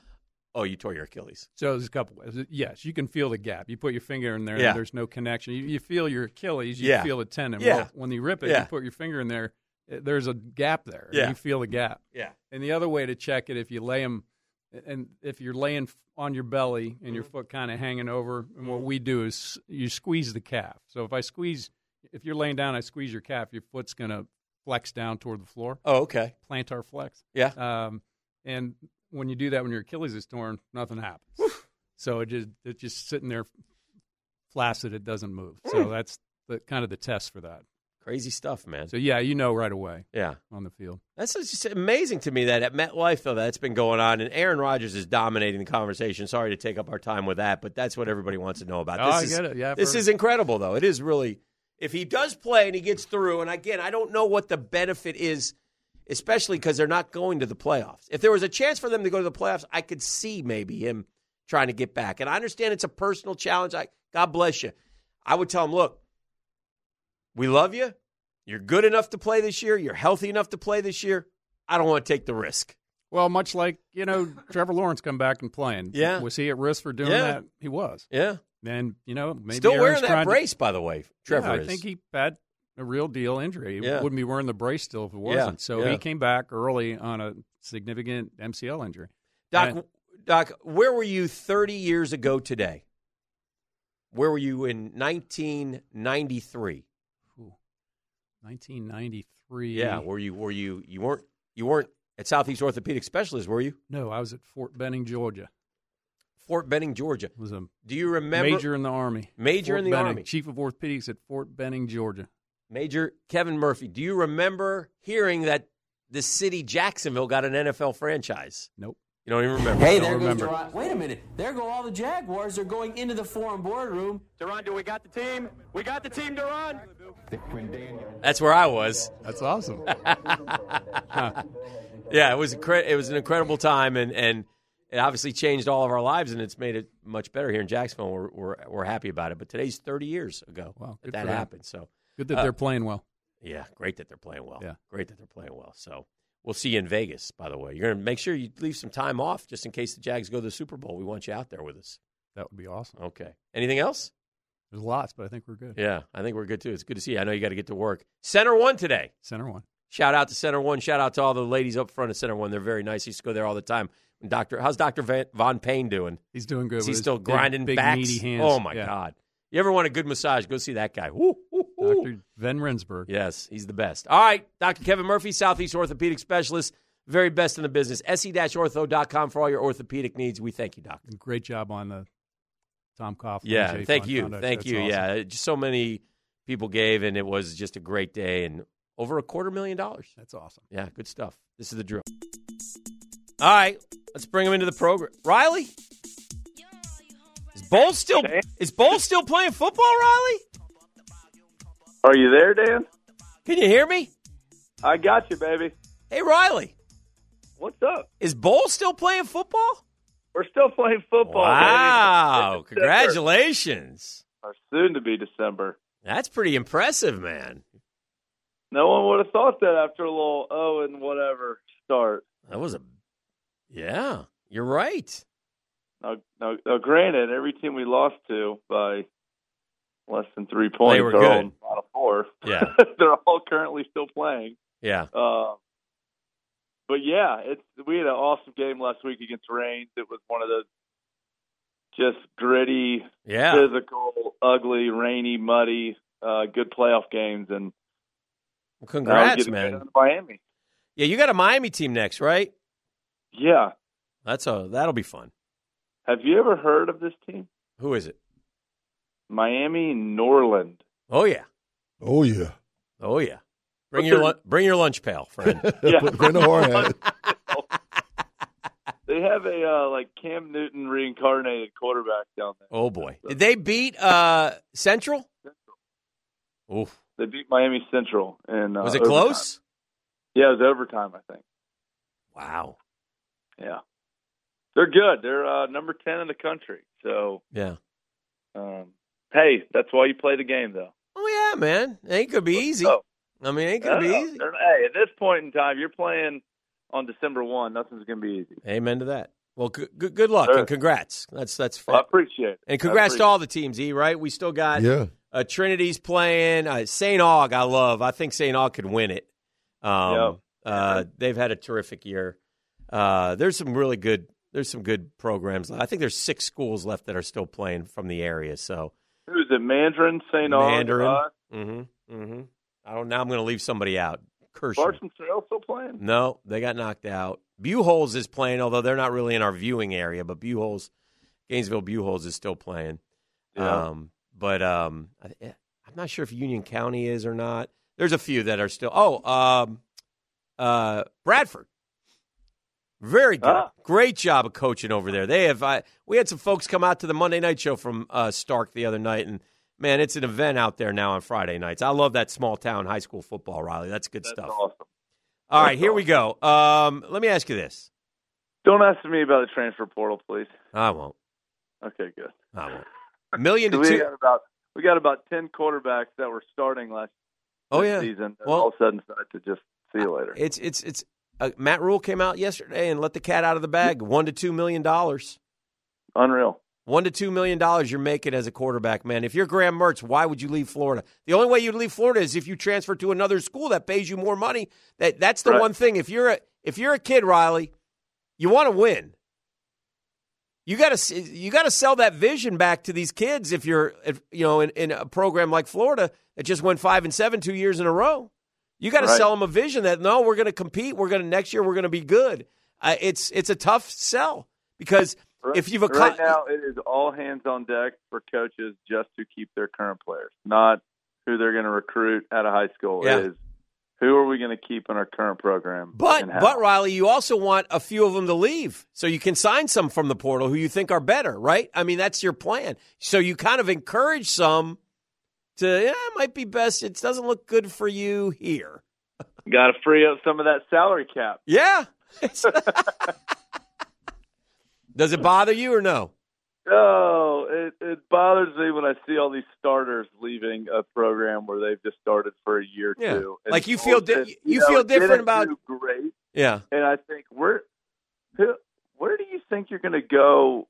[SPEAKER 2] Oh, you tore your Achilles.
[SPEAKER 10] So there's a couple. ways. Yes, you can feel the gap. You put your finger in there,
[SPEAKER 2] Yeah.
[SPEAKER 10] and there's no connection. You, you feel your Achilles. You
[SPEAKER 2] Yeah.
[SPEAKER 10] feel the tendon.
[SPEAKER 2] Yeah.
[SPEAKER 10] Well, when you rip it,
[SPEAKER 2] Yeah.
[SPEAKER 10] you put your finger in there. eh, There's a gap there.
[SPEAKER 2] Yeah.
[SPEAKER 10] You feel the gap.
[SPEAKER 2] Yeah.
[SPEAKER 10] And the other way to check it, if you lay them, and if you're laying f- on your belly and your
[SPEAKER 2] Mm-hmm.
[SPEAKER 10] foot kind of hanging over, and what we do is you squeeze the calf. So if I squeeze, if you're laying down, I squeeze your calf, your foot's going to flex down toward the floor,
[SPEAKER 2] Oh, okay.
[SPEAKER 10] plantar flex.
[SPEAKER 2] Yeah.
[SPEAKER 10] Um, and when you do that, when your Achilles is torn, nothing happens. So it just it's just sitting there flaccid. It doesn't move. So that's the kind of the test for that.
[SPEAKER 2] Mm. Crazy stuff, man.
[SPEAKER 10] So yeah, you know right away
[SPEAKER 2] yeah.
[SPEAKER 10] on the field.
[SPEAKER 2] That's just amazing to me that at MetLife though that's been going on, and Aaron Rodgers is dominating the conversation. Sorry to take up our time with that, but that's what everybody wants to know about.
[SPEAKER 10] Oh, I
[SPEAKER 2] is,
[SPEAKER 10] get it. Yeah, I've
[SPEAKER 2] Uh, this
[SPEAKER 10] heard
[SPEAKER 2] is incredible though. It is really if he does play and he gets through. And again, I don't know what the benefit is, especially because they're not going to the playoffs. If there was a chance for them to go to the playoffs, I could see maybe him trying to get back. And I understand it's a personal challenge. I God bless you. I would tell him, look, we love you. You're good enough to play this year. You're healthy enough to play this year. I don't want to take the risk.
[SPEAKER 10] Well, much like you know, Trevor Lawrence come back and playing.
[SPEAKER 2] Yeah.
[SPEAKER 10] was he at risk for doing
[SPEAKER 2] Yeah.
[SPEAKER 10] that? He was.
[SPEAKER 2] Yeah.
[SPEAKER 10] Then you know, maybe
[SPEAKER 2] Still
[SPEAKER 10] Aaron's
[SPEAKER 2] wearing that
[SPEAKER 10] trying to-
[SPEAKER 2] brace, by the way. Trevor
[SPEAKER 10] Yeah,
[SPEAKER 2] is.
[SPEAKER 10] I think he had a real deal injury. He
[SPEAKER 2] Yeah.
[SPEAKER 10] wouldn't be wearing the brace still if it wasn't. so
[SPEAKER 2] yeah.
[SPEAKER 10] he came back early on a significant MCL injury.
[SPEAKER 2] Doc,
[SPEAKER 10] And-
[SPEAKER 2] Doc, where were you 30 years ago today? Where were you in 1993?
[SPEAKER 10] Ooh, 1993.
[SPEAKER 2] Yeah, were you were you you weren't you weren't at Southeast Orthopedic Specialist, were you?
[SPEAKER 10] No, I was at Fort Benning, Georgia.
[SPEAKER 2] Fort Benning, Georgia.
[SPEAKER 10] Was a
[SPEAKER 2] Do you remember
[SPEAKER 10] major in the army.
[SPEAKER 2] Major
[SPEAKER 10] Fort
[SPEAKER 2] in the
[SPEAKER 10] Benning,
[SPEAKER 2] Army.
[SPEAKER 10] Chief of orthopedics at Fort Benning, Georgia.
[SPEAKER 2] Major Kevin Murphy? Do you remember hearing that the city Jacksonville got an NFL franchise?
[SPEAKER 10] Nope.
[SPEAKER 2] You don't even remember.
[SPEAKER 5] Hey,
[SPEAKER 2] Don't
[SPEAKER 5] there goes
[SPEAKER 2] remember.
[SPEAKER 5] Durant. Wait a minute. There go all the Jaguars. They're going into the foreign boardroom.
[SPEAKER 6] Duran, do we got the team? We got the team, Duran.
[SPEAKER 2] That's where I was.
[SPEAKER 10] That's awesome.
[SPEAKER 2] Yeah, it was incre- it was an incredible time, and and it obviously changed all of our lives, and it's made it much better here in Jacksonville. We're we're, we're happy about it. But today's 30 years ago
[SPEAKER 10] Wow,
[SPEAKER 2] that,
[SPEAKER 10] good
[SPEAKER 2] that
[SPEAKER 10] for them.
[SPEAKER 2] happened. So uh,
[SPEAKER 10] Good that they're playing well.
[SPEAKER 2] yeah, great that they're playing well.
[SPEAKER 10] Yeah.
[SPEAKER 2] great that they're playing well. So we'll see you in Vegas. By the way, you're gonna make sure you leave some time off just in case the Jags go to the Super Bowl. We want you out there with us.
[SPEAKER 10] That would be awesome.
[SPEAKER 2] Okay. Anything else?
[SPEAKER 10] There's lots, but I think we're good.
[SPEAKER 2] Yeah, I think we're good too. It's good to see you. I know you got to get to work. Center one today.
[SPEAKER 10] Center one.
[SPEAKER 2] Shout out to Center One. Shout out to all the ladies up front of Center One. They're very nice. They used to go there all the time. Doctor, how's Doctor Van, Von Payne doing?
[SPEAKER 10] He's doing good.
[SPEAKER 2] Is he
[SPEAKER 10] with his
[SPEAKER 2] still
[SPEAKER 10] big-
[SPEAKER 2] grinding
[SPEAKER 10] big,
[SPEAKER 2] backs?
[SPEAKER 10] meaty hands.
[SPEAKER 2] Oh my
[SPEAKER 10] Yeah.
[SPEAKER 2] God! You ever want a good massage? Go see that guy. Woo, woo, woo.
[SPEAKER 10] Dr. Van Rensburg.
[SPEAKER 2] Yes, he's the best. All right, Dr. Kevin Murphy, Southeast Orthopedic Specialist, very best in the business. E se-ortho.com for all your orthopedic needs. We thank you, Doc.
[SPEAKER 10] Great job on the Tom Coughlin.
[SPEAKER 2] Yeah,
[SPEAKER 10] Jay
[SPEAKER 2] thank
[SPEAKER 10] Fund
[SPEAKER 2] you,
[SPEAKER 10] conduct.
[SPEAKER 2] thank
[SPEAKER 10] That's
[SPEAKER 2] you.
[SPEAKER 10] awesome.
[SPEAKER 2] Yeah, just so many people gave, and it was just a great day and over a quarter million dollars.
[SPEAKER 10] That's awesome.
[SPEAKER 2] Yeah, good stuff. This is the drill. All right, let's bring him into the program. Riley, is Bowl still is Bowl still playing football? Riley,
[SPEAKER 11] Are you there, Dan?
[SPEAKER 2] can you hear me?
[SPEAKER 11] I got you, baby.
[SPEAKER 2] Hey, Riley,
[SPEAKER 11] What's up?
[SPEAKER 2] is Bowl still playing football?
[SPEAKER 11] We're still playing football.
[SPEAKER 2] Wow!
[SPEAKER 11] baby. It's December.
[SPEAKER 2] Congratulations.
[SPEAKER 11] Or soon to be December.
[SPEAKER 2] That's pretty impressive, man.
[SPEAKER 11] No one would have thought that after a little oh and whatever start.
[SPEAKER 2] That was a yeah. You're right.
[SPEAKER 11] Now, now, now granted, every team we lost to by less than three points
[SPEAKER 2] They were
[SPEAKER 11] are all
[SPEAKER 2] good.
[SPEAKER 11] in the bottom four.
[SPEAKER 2] Yeah,
[SPEAKER 11] They're all currently still playing.
[SPEAKER 2] yeah.
[SPEAKER 11] Uh, but yeah, it's we had an awesome game last week against Reigns. It was one of those just gritty,
[SPEAKER 2] Yeah.
[SPEAKER 11] physical, ugly, rainy, muddy, uh, good playoff games, and now
[SPEAKER 2] Well,
[SPEAKER 11] we're
[SPEAKER 2] congrats,
[SPEAKER 11] getting
[SPEAKER 2] man.
[SPEAKER 11] down to Miami.
[SPEAKER 2] Yeah, you got a Miami team next, right?
[SPEAKER 11] Yeah,
[SPEAKER 2] That's a that'll be fun.
[SPEAKER 11] have you ever heard of this team?
[SPEAKER 2] Who is it?
[SPEAKER 11] Miami Norland.
[SPEAKER 2] Oh yeah,
[SPEAKER 4] Oh yeah.
[SPEAKER 2] oh yeah. Bring
[SPEAKER 11] But
[SPEAKER 2] your
[SPEAKER 11] they're-
[SPEAKER 2] lu- bring your lunch pail, friend.
[SPEAKER 11] Yeah.
[SPEAKER 4] Brenda Hoare had it.
[SPEAKER 11] They have a uh, like Cam Newton reincarnated quarterback down there.
[SPEAKER 2] oh boy, did they beat uh Central? Oof.
[SPEAKER 11] They beat Miami Central, and uh,
[SPEAKER 2] was it
[SPEAKER 11] overtime.
[SPEAKER 2] close?
[SPEAKER 11] Yeah, it was overtime. I think.
[SPEAKER 2] Wow.
[SPEAKER 11] Yeah. They're good. They're uh, number 10 in the country. So,
[SPEAKER 2] Yeah.
[SPEAKER 11] um, hey, that's why you play the game, though.
[SPEAKER 2] Oh yeah, man. It ain't gonna be easy.
[SPEAKER 11] Oh,
[SPEAKER 2] I mean, it ain't
[SPEAKER 11] no,
[SPEAKER 2] gonna be
[SPEAKER 11] no,
[SPEAKER 2] easy.
[SPEAKER 11] they're- Hey, at this point in time, you're playing on December 1. Nothing's going to be easy.
[SPEAKER 2] Amen to that. Well, good good, good luck
[SPEAKER 11] Sure.
[SPEAKER 2] and congrats. That's that's
[SPEAKER 11] Well, I
[SPEAKER 2] fun.
[SPEAKER 11] appreciate it.
[SPEAKER 2] And
[SPEAKER 11] I
[SPEAKER 2] congrats
[SPEAKER 11] appreciate
[SPEAKER 2] to all the teams, E. Right? We still got
[SPEAKER 4] Yeah.
[SPEAKER 2] uh, Trinity's playing. Uh, St. Aug, I love. I think St. Aug could win it. Um, uh, they've had a terrific year. Uh, there's some really good. There's some good programs. I think there's six schools left that are still playing from the area. So
[SPEAKER 11] it. Who's it? Mandarin, St. Aug,
[SPEAKER 2] Mandarin.
[SPEAKER 11] uh,
[SPEAKER 2] Mm-hmm. Mm-hmm. I don't. Now I'm going to leave somebody out. Kershaw.
[SPEAKER 11] Barson Trail still playing?
[SPEAKER 2] No, they got knocked out. Buholz is playing, although they're not really in our viewing area. But Buholz, Gainesville Buholz is still playing.
[SPEAKER 11] Yeah.
[SPEAKER 2] Um, but um, I, I'm not sure if Union County is or not. There's a few that are still. Oh, um, uh, Bradford, very good,
[SPEAKER 11] Ah.
[SPEAKER 2] great job of coaching over there. They have. I, we had some folks come out to the Monday night show from uh, Stark the other night, and man, it's an event out there now on Friday nights. I love that small town high school football, Riley. That's good
[SPEAKER 11] That's
[SPEAKER 2] stuff.
[SPEAKER 11] awesome.
[SPEAKER 2] All
[SPEAKER 11] That's
[SPEAKER 2] right, here we go. Um, let me ask you this.
[SPEAKER 11] Don't ask me about the transfer portal, please.
[SPEAKER 2] I won't.
[SPEAKER 11] Okay, good.
[SPEAKER 2] I won't. A million to
[SPEAKER 11] We
[SPEAKER 2] two.
[SPEAKER 11] got about we got about ten quarterbacks that were starting last
[SPEAKER 2] Oh
[SPEAKER 11] this
[SPEAKER 2] yeah.
[SPEAKER 11] season. that
[SPEAKER 2] Well-
[SPEAKER 11] all of a sudden, decided to just see you later.
[SPEAKER 2] It's it's it's. Uh, Matt Rule came out yesterday and let the cat out of the bag. One to two million dollars.
[SPEAKER 11] Unreal.
[SPEAKER 2] One to two million dollars you're making as a quarterback, man. If you're Graham Mertz, why would you leave Florida? The only way you'd leave Florida is if you transfer to another school that pays you more money. That that's the
[SPEAKER 11] Right.
[SPEAKER 2] one thing. If you're a if you're a kid, Riley, you want to win. You got to you got to sell that vision back to these kids. If you're if, you know in, in a program like Florida that just went five and seven two years in a row, you got to
[SPEAKER 11] Right.
[SPEAKER 2] sell them a vision that no, we're going to compete. We're going to next year. We're going to be good. Uh, it's it's a tough sell because
[SPEAKER 11] Right,
[SPEAKER 2] if you've acco-
[SPEAKER 11] right now, it is all hands on deck for coaches just to keep their current players, not who they're going to recruit out of high school.
[SPEAKER 2] Yeah.
[SPEAKER 11] It is who are we going to keep in our current program?
[SPEAKER 2] But
[SPEAKER 11] and how.
[SPEAKER 2] but Riley, you also want a few of them to leave so you can sign some from the portal who you think are better, right? I mean, that's your plan. So you kind of encourage some to yeah, it might be best. It doesn't look good for you here.
[SPEAKER 11] got to free up some of that salary cap.
[SPEAKER 2] Yeah. Does it bother you or no?
[SPEAKER 11] Oh, it, it bothers me when I see all these starters leaving a program where they've just started for a year or
[SPEAKER 2] Yeah.
[SPEAKER 11] two.
[SPEAKER 2] Like, you feel di-
[SPEAKER 11] bullshit.
[SPEAKER 2] you feel
[SPEAKER 11] it didn't
[SPEAKER 2] different about-
[SPEAKER 11] do great.
[SPEAKER 2] Yeah.
[SPEAKER 11] and I think where who, where do you think you're going to go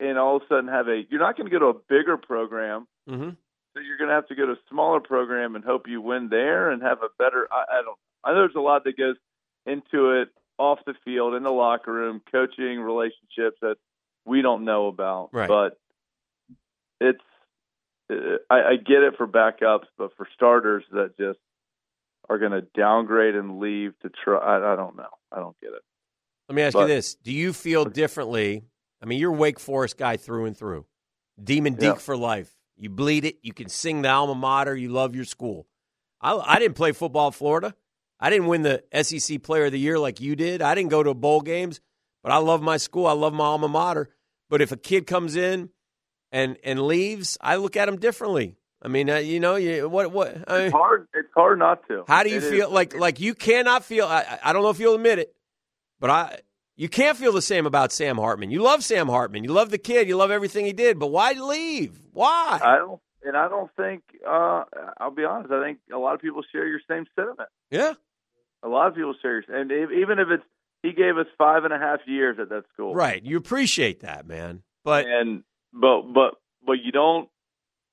[SPEAKER 11] and all of a sudden have a you're not going to go to a bigger program
[SPEAKER 2] Mm-hmm.
[SPEAKER 11] so you're going to have to go to a smaller program and hope you win there and have a better I, I don't I know there's a lot that goes into it off the field in the locker room coaching relationships that we don't know about
[SPEAKER 2] Right.
[SPEAKER 11] but it's uh, I, I get it for backups but for starters that just are going to downgrade and leave to try I, I don't know I don't get it
[SPEAKER 2] Let me ask
[SPEAKER 11] But-
[SPEAKER 2] you this. Do you feel differently? I mean, you're Wake Forest guy through and through. Demon Deke
[SPEAKER 11] Yeah.
[SPEAKER 2] for life. You bleed it. You can sing the alma mater. You love your school. I, I didn't play football at Florida. I didn't win the SEC Player of the Year like you did. I didn't go to bowl games, but I love my school. I love my alma mater. But if a kid comes in and and leaves, I look at him differently. I mean, uh, you know, you, what what? I mean,
[SPEAKER 11] It's hard. It's hard not to.
[SPEAKER 2] How do you
[SPEAKER 11] It
[SPEAKER 2] feel?
[SPEAKER 11] is.
[SPEAKER 2] Like like you cannot feel. I, I- I don't know if you'll admit it, but I you can't feel the same about Sam Hartman. You love Sam Hartman. You love the kid. You love everything he did. But why leave? Why?
[SPEAKER 11] I don't, and I don't think. Uh, I'll be honest. I think a lot of people share your same sentiment.
[SPEAKER 2] Yeah.
[SPEAKER 11] A lot of people share, your, and if, even if it's he gave us five and a half years at that school,
[SPEAKER 2] Right. You appreciate that, man. But
[SPEAKER 11] and but but but you don't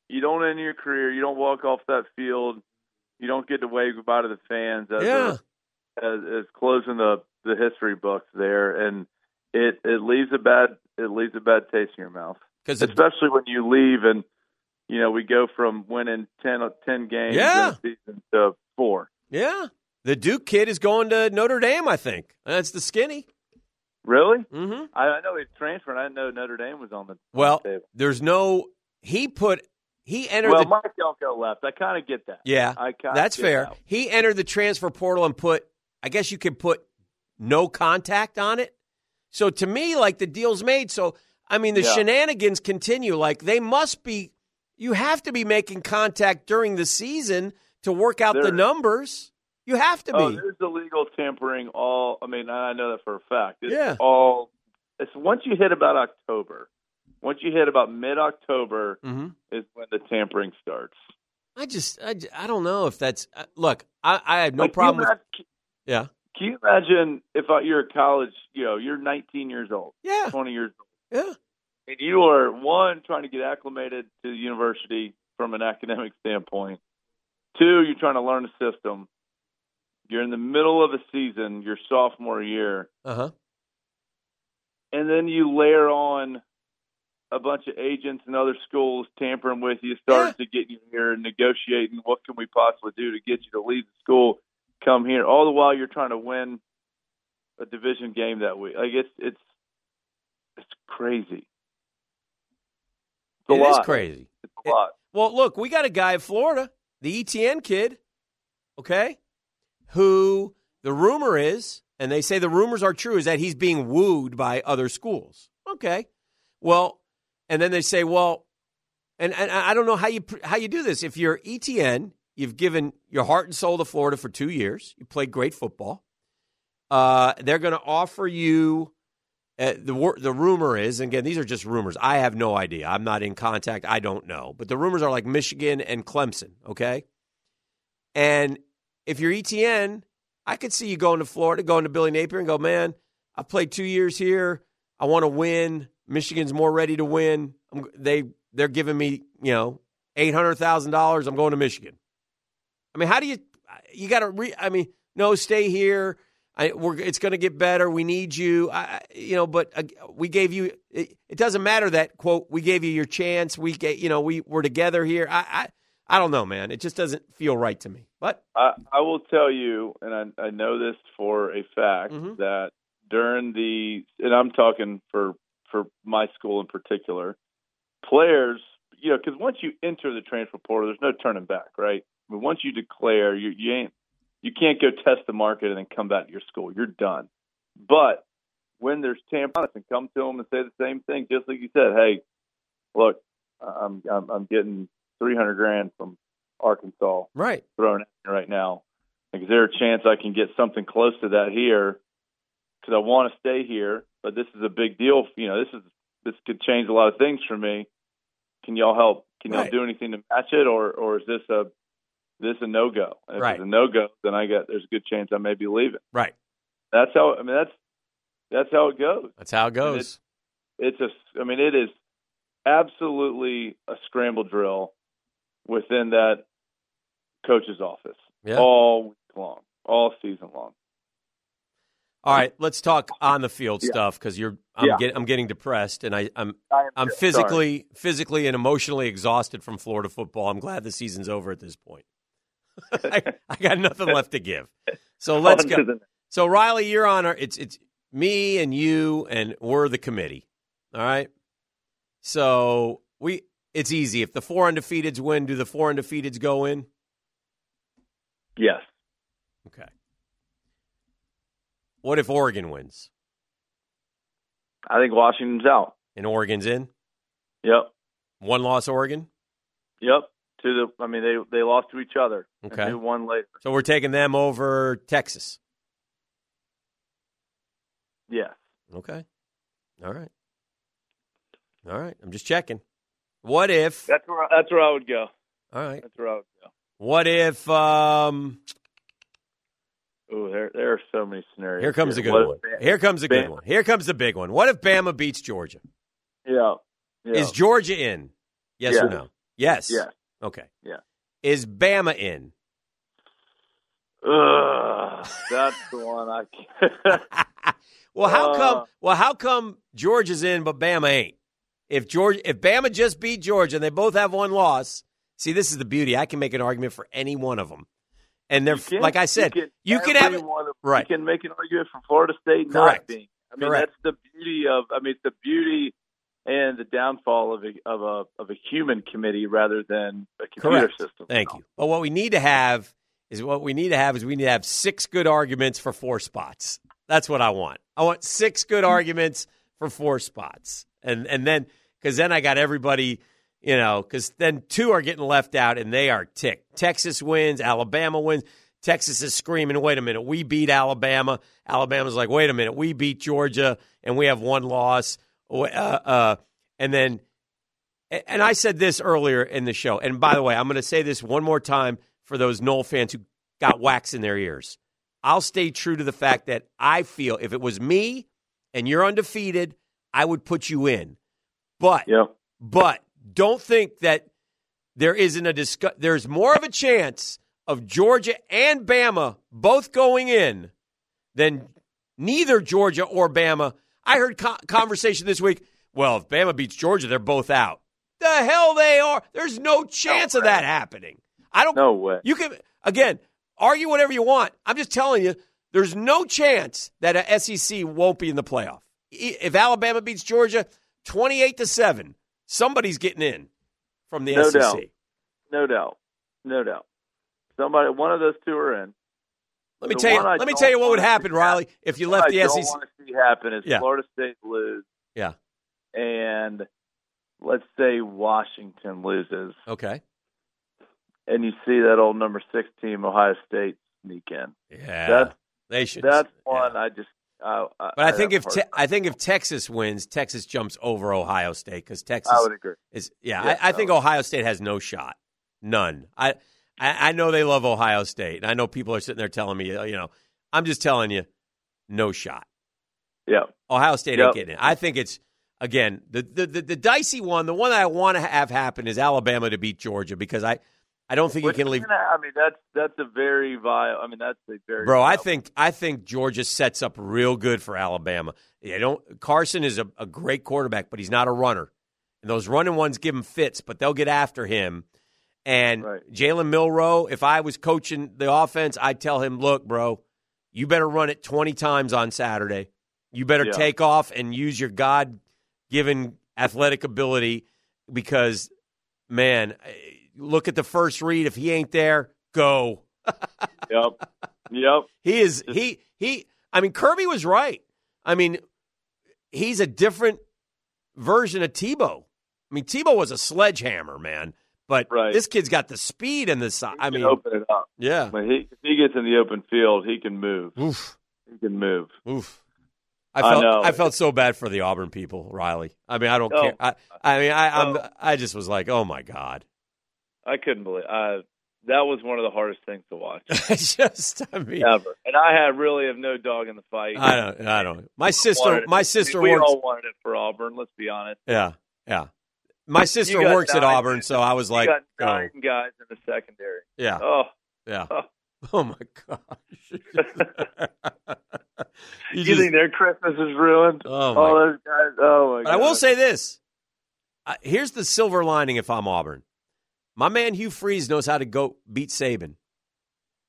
[SPEAKER 11] you don't end your career. You don't walk off that field. You don't get to wave goodbye to the fans. As
[SPEAKER 2] Yeah.
[SPEAKER 11] A, as, as closing the the history books there, and it it leaves a bad it leaves a bad taste in your mouth.
[SPEAKER 2] 'Cause it-
[SPEAKER 11] especially when you leave and you know we go from winning 10, 10 games
[SPEAKER 2] Yeah.
[SPEAKER 11] in a season to four.
[SPEAKER 2] Yeah. The Duke kid is going to Notre Dame, I think. That's the skinny.
[SPEAKER 11] Really?
[SPEAKER 2] Mm-hmm.
[SPEAKER 11] I, I know he's transferring. I didn't know Notre Dame was on the
[SPEAKER 2] Well, there's no. He put. He entered.
[SPEAKER 11] well.
[SPEAKER 2] the,
[SPEAKER 11] Mike Elko left. I kind of get that.
[SPEAKER 2] yeah,
[SPEAKER 11] I kinda
[SPEAKER 2] that's
[SPEAKER 11] get
[SPEAKER 2] fair.
[SPEAKER 11] that.
[SPEAKER 2] He entered the transfer portal and put. I guess you could put no contact on it. So to me, like the deal's made. So I mean, the
[SPEAKER 12] Yeah.
[SPEAKER 2] shenanigans continue. Like they must be. You have to be making contact during the season to work out the
[SPEAKER 11] There-
[SPEAKER 2] numbers. You have to be.
[SPEAKER 11] Oh, there's illegal tampering. All I mean, I know that for a fact. It's
[SPEAKER 2] Yeah.
[SPEAKER 11] All it's once you hit about October. Once you hit about mid October
[SPEAKER 2] mm-hmm.
[SPEAKER 11] is when the tampering starts.
[SPEAKER 2] I just, I, j- I don't know if that's. uh, Look, I, I have no
[SPEAKER 11] Like, you
[SPEAKER 2] problem with.
[SPEAKER 11] imagine-
[SPEAKER 2] Yeah.
[SPEAKER 11] Can you imagine if uh, you're a college, you know, you're 19 years old,
[SPEAKER 2] yeah,
[SPEAKER 11] 20 years
[SPEAKER 2] old, yeah,
[SPEAKER 11] and you are one trying to get acclimated to the university from an academic standpoint. Two, you're trying to learn the system. You're in the middle of a season, your sophomore year,
[SPEAKER 2] Uh huh.
[SPEAKER 11] and then you layer on a bunch of agents and other schools tampering with you, starting to get you here and negotiating what can we possibly do to get you to leave the school, come here. All the while you're trying to win a division game that week. Like it's it's it's crazy. It's a
[SPEAKER 2] It is
[SPEAKER 11] lot.
[SPEAKER 2] crazy.
[SPEAKER 11] It's a lot.
[SPEAKER 2] Well, look, we got a guy in Florida, the ETN kid, okay, who the rumor is, and they say the rumors are true, is that he's being wooed by other schools. Okay, well, and then they say, well, and, and I I don't know how you pr- how you do this. If you're ETN, you've given your heart and soul to Florida for two years. You played great football. Uh, they're going to offer you. Uh, the wor- the rumor is, and again, these are just rumors. I have no idea. I'm not in contact. I don't know. But the rumors are like Michigan and Clemson. Okay, and if you're ETN, I could see you going to Florida, going to Billy Napier, and go, man, I played two years here. I want to win. Michigan's more ready to win. I'm, they they're giving me you know eight hundred thousand dollars. I'm going to Michigan. I mean, how do you? You got to. Re, I mean, no, stay here. I, we're, it's going to get better. We need you. I, I- you know, but uh, we gave you. It, it doesn't matter that quote. We gave you your chance. We get. You know, we we're together here. I, I I don't know, man. It just doesn't feel right to me. But
[SPEAKER 11] I, I will tell you, and I, I know this for a fact
[SPEAKER 2] Mm-hmm.
[SPEAKER 11] that during the, and I'm talking for for my school in particular, players, you know, because once you enter the transfer portal, there's no turning back, right? But once you declare, you you ain't you can't go test the market and then come back to your school. You're done. But when there's tampons, and come to them and say the same thing, just like you said, hey, look, I'm I'm, I'm getting 300 grand from Arkansas
[SPEAKER 2] right
[SPEAKER 11] thrown at me right now. Like, is there a chance I can get something close to that here? Because I want to stay here, but this is a big deal. You know, this is this could change a lot of things for me. Can y'all help? Can y'all all
[SPEAKER 2] Right.
[SPEAKER 11] do anything to match it, or or is this a this a no go? If
[SPEAKER 2] Right.
[SPEAKER 11] it's a no go, then I got there's a good chance I may be leaving.
[SPEAKER 2] Right.
[SPEAKER 11] That's how. I mean, that's that's how it goes.
[SPEAKER 2] That's how it
[SPEAKER 11] goes. It's a. I mean, it is absolutely a scramble drill within that coach's office
[SPEAKER 2] Yeah.
[SPEAKER 11] all week long, all season long.
[SPEAKER 2] All right, let's talk on the field stuff stuff because you're I'm,
[SPEAKER 11] Yeah.
[SPEAKER 2] get, I'm getting depressed and I, I'm
[SPEAKER 11] I am
[SPEAKER 2] I'm
[SPEAKER 11] too.
[SPEAKER 2] physically physically and emotionally exhausted from Florida football. I'm glad the season's over at this point. I, I got nothing left to give. So
[SPEAKER 11] On
[SPEAKER 2] let's
[SPEAKER 11] to
[SPEAKER 2] go.
[SPEAKER 11] the next.
[SPEAKER 2] So Riley, you're on our it's it's me and you and we're the committee. All right. So we It's easy. If the four undefeateds win, do the four undefeateds go in?
[SPEAKER 11] Yes.
[SPEAKER 2] Okay. What if Oregon wins
[SPEAKER 11] I think Washington's out.
[SPEAKER 2] and Oregon's in?
[SPEAKER 11] Yep.
[SPEAKER 2] One loss Oregon?
[SPEAKER 11] Yep. To the, I mean, they they lost to each other. and
[SPEAKER 2] Okay.
[SPEAKER 11] who won later?
[SPEAKER 2] So we're taking them over Texas.
[SPEAKER 11] Yes.
[SPEAKER 2] Okay. All right. All right. I'm just checking. What if
[SPEAKER 11] That's where I, that's where I would go.
[SPEAKER 2] All right.
[SPEAKER 11] That's where I would go.
[SPEAKER 2] What if um
[SPEAKER 11] Ooh, there there are so many scenarios.
[SPEAKER 2] here comes a good
[SPEAKER 11] What if
[SPEAKER 2] one.
[SPEAKER 11] Bam-
[SPEAKER 2] Here comes a good
[SPEAKER 11] Bam-
[SPEAKER 2] one. Here comes a big one. What if Bama beats Georgia?
[SPEAKER 11] Yeah. yeah.
[SPEAKER 2] Is Georgia in? Yes or
[SPEAKER 11] Yes.
[SPEAKER 2] no? Yes.
[SPEAKER 11] Yes.
[SPEAKER 2] Okay.
[SPEAKER 11] Yeah.
[SPEAKER 2] Is Bama in?
[SPEAKER 11] Ugh, that's the one I can't.
[SPEAKER 2] Well, how
[SPEAKER 11] Uh,
[SPEAKER 2] come? Well, how come Georgia's in but Bama ain't? If Georgia, if Bama just beat Georgia and they both have one loss, see, this is the beauty. I can make an argument for any one of them, and they're
[SPEAKER 11] can't-
[SPEAKER 2] like I said,
[SPEAKER 11] can
[SPEAKER 2] you can have it.
[SPEAKER 11] everyone-
[SPEAKER 2] right.
[SPEAKER 11] You can make an argument for Florida State
[SPEAKER 2] Correct.
[SPEAKER 11] not being. I mean,
[SPEAKER 2] Correct.
[SPEAKER 11] that's the beauty of. I mean, it's the beauty and the downfall of a of a of a human committee rather than a computer
[SPEAKER 2] Correct.
[SPEAKER 11] system.
[SPEAKER 2] Thank you. But what we need to have is what we need to have is we need to have six good arguments for four spots. That's what I want. I want six good arguments for four spots, and and then because then I got everybody, you know, because then two are getting left out and they are ticked. Texas wins, Alabama wins. Texas is screaming, "Wait a minute, we beat Alabama." Alabama's like, "Wait a minute, we beat Georgia, and we have one loss." Uh, uh, and then a- and I said this earlier in the show. And by the way, I'm going to say this one more time for those Knoll fans who got wax in their ears. I'll stay true to the fact that I feel if it was me and you're undefeated, I would put you in. But
[SPEAKER 11] Yeah.
[SPEAKER 2] but don't think that there isn't a discuss. There's more of a chance of Georgia and Bama both going in than neither Georgia or Bama. I heard co- conversation this week. Well, if Bama beats Georgia, they're both out. The hell they are. There's no chance of that happening. I don't.
[SPEAKER 11] No way.
[SPEAKER 2] You can again argue whatever you want. I'm just telling you, there's no chance that a SEC won't be in the playoff. E- If Alabama beats Georgia, 28 to seven, somebody's getting in from the E
[SPEAKER 11] No
[SPEAKER 2] SEC.
[SPEAKER 11] doubt. No doubt. No doubt. Somebody, one of those two are in.
[SPEAKER 2] Let me
[SPEAKER 11] The
[SPEAKER 2] tell you.
[SPEAKER 11] one I
[SPEAKER 2] Let me
[SPEAKER 11] don't
[SPEAKER 2] tell you what would
[SPEAKER 11] wanna see
[SPEAKER 2] happen, Riley, if you left
[SPEAKER 11] I
[SPEAKER 2] the E
[SPEAKER 11] don't
[SPEAKER 2] SEC.
[SPEAKER 11] want to see happen is
[SPEAKER 2] Yeah.
[SPEAKER 11] Florida State lose
[SPEAKER 2] Yeah.
[SPEAKER 11] and let's say Washington loses,
[SPEAKER 2] Okay.
[SPEAKER 11] and you see that old number six team, Ohio State, sneak in.
[SPEAKER 2] Yeah.
[SPEAKER 11] That's-
[SPEAKER 2] they should.
[SPEAKER 11] That's one I just. I, I,
[SPEAKER 2] But I
[SPEAKER 11] I'd
[SPEAKER 2] think
[SPEAKER 11] have
[SPEAKER 2] if
[SPEAKER 11] a hard
[SPEAKER 2] te-
[SPEAKER 11] time.
[SPEAKER 2] I think if Texas wins, Texas jumps over Ohio State because Texas
[SPEAKER 11] I would agree.
[SPEAKER 2] is yeah.
[SPEAKER 11] Yeah,
[SPEAKER 2] I, I
[SPEAKER 11] I
[SPEAKER 2] think
[SPEAKER 11] would.
[SPEAKER 2] Ohio State has no shot, none. I, I I know they love Ohio State, and I know people are sitting there telling me, you know, I'm just telling you, no shot.
[SPEAKER 11] Yeah.
[SPEAKER 2] Ohio State
[SPEAKER 11] Yep.
[SPEAKER 2] ain't getting it. I think it's again the the the, the dicey one. The one that I want to have happen is Alabama to beat Georgia because I I don't think
[SPEAKER 11] Which
[SPEAKER 2] you can leave.
[SPEAKER 11] is gonna- uh, I mean, that's that's a very vile. I mean, that's a very.
[SPEAKER 2] Bro, I
[SPEAKER 11] viable-
[SPEAKER 2] think I think Georgia sets up real good for Alabama. They don't Carson is a, a great quarterback, but he's not a runner. And those running ones give him fits, but they'll get after him. And
[SPEAKER 11] Right.
[SPEAKER 2] Jalen Milrow, if I was coaching the offense, I'd tell him, look, bro, you better run it 20 times on Saturday. You better
[SPEAKER 11] Yeah.
[SPEAKER 2] take off and use your God given athletic ability because, man, eh, look at the first read. If he ain't there, go.
[SPEAKER 11] Yep. Yep.
[SPEAKER 2] He is he he. I mean, Kirby was right. I mean, he's a different version of Tebow. I mean, Tebow was a sledgehammer, man. But
[SPEAKER 11] Right.
[SPEAKER 2] this kid's got the speed and the size. I
[SPEAKER 11] He can
[SPEAKER 2] mean,
[SPEAKER 11] open it up.
[SPEAKER 2] yeah.
[SPEAKER 11] When he if he gets in the open field, he can move.
[SPEAKER 2] Oof,
[SPEAKER 11] He can move.
[SPEAKER 2] oof. I
[SPEAKER 11] I
[SPEAKER 2] felt
[SPEAKER 11] know.
[SPEAKER 2] I, felt so bad for the Auburn people, Riley. I mean, I don't
[SPEAKER 11] Oh.
[SPEAKER 2] care. I, I mean, I I'm,
[SPEAKER 11] Oh.
[SPEAKER 2] I just was like, oh my god.
[SPEAKER 11] I couldn't believe. I that was one of the hardest things to watch
[SPEAKER 2] It's just I mean,
[SPEAKER 11] ever. And I had really have no dog in the fight.
[SPEAKER 2] I don't I don't. My
[SPEAKER 11] Wanted
[SPEAKER 2] sister
[SPEAKER 11] it-
[SPEAKER 2] my sister
[SPEAKER 11] We
[SPEAKER 2] works.
[SPEAKER 11] all wanted it for Auburn. Let's be honest.
[SPEAKER 2] Yeah, yeah. My sister
[SPEAKER 11] got
[SPEAKER 2] works at
[SPEAKER 11] nine.
[SPEAKER 2] Auburn, so I was like, oh,
[SPEAKER 11] you got
[SPEAKER 2] go.
[SPEAKER 11] nine guys in the secondary.
[SPEAKER 2] yeah.
[SPEAKER 11] Oh,
[SPEAKER 2] Yeah.
[SPEAKER 11] Oh.
[SPEAKER 2] Oh my gosh. You
[SPEAKER 11] you,
[SPEAKER 2] just-
[SPEAKER 11] think their Christmas is ruined?
[SPEAKER 2] oh
[SPEAKER 11] All
[SPEAKER 2] my.
[SPEAKER 11] those guys. Oh my
[SPEAKER 2] But I will
[SPEAKER 11] God.
[SPEAKER 2] say this. I- Here's the silver lining if I'm Auburn. My man Hugh Freeze knows how to go beat Saban.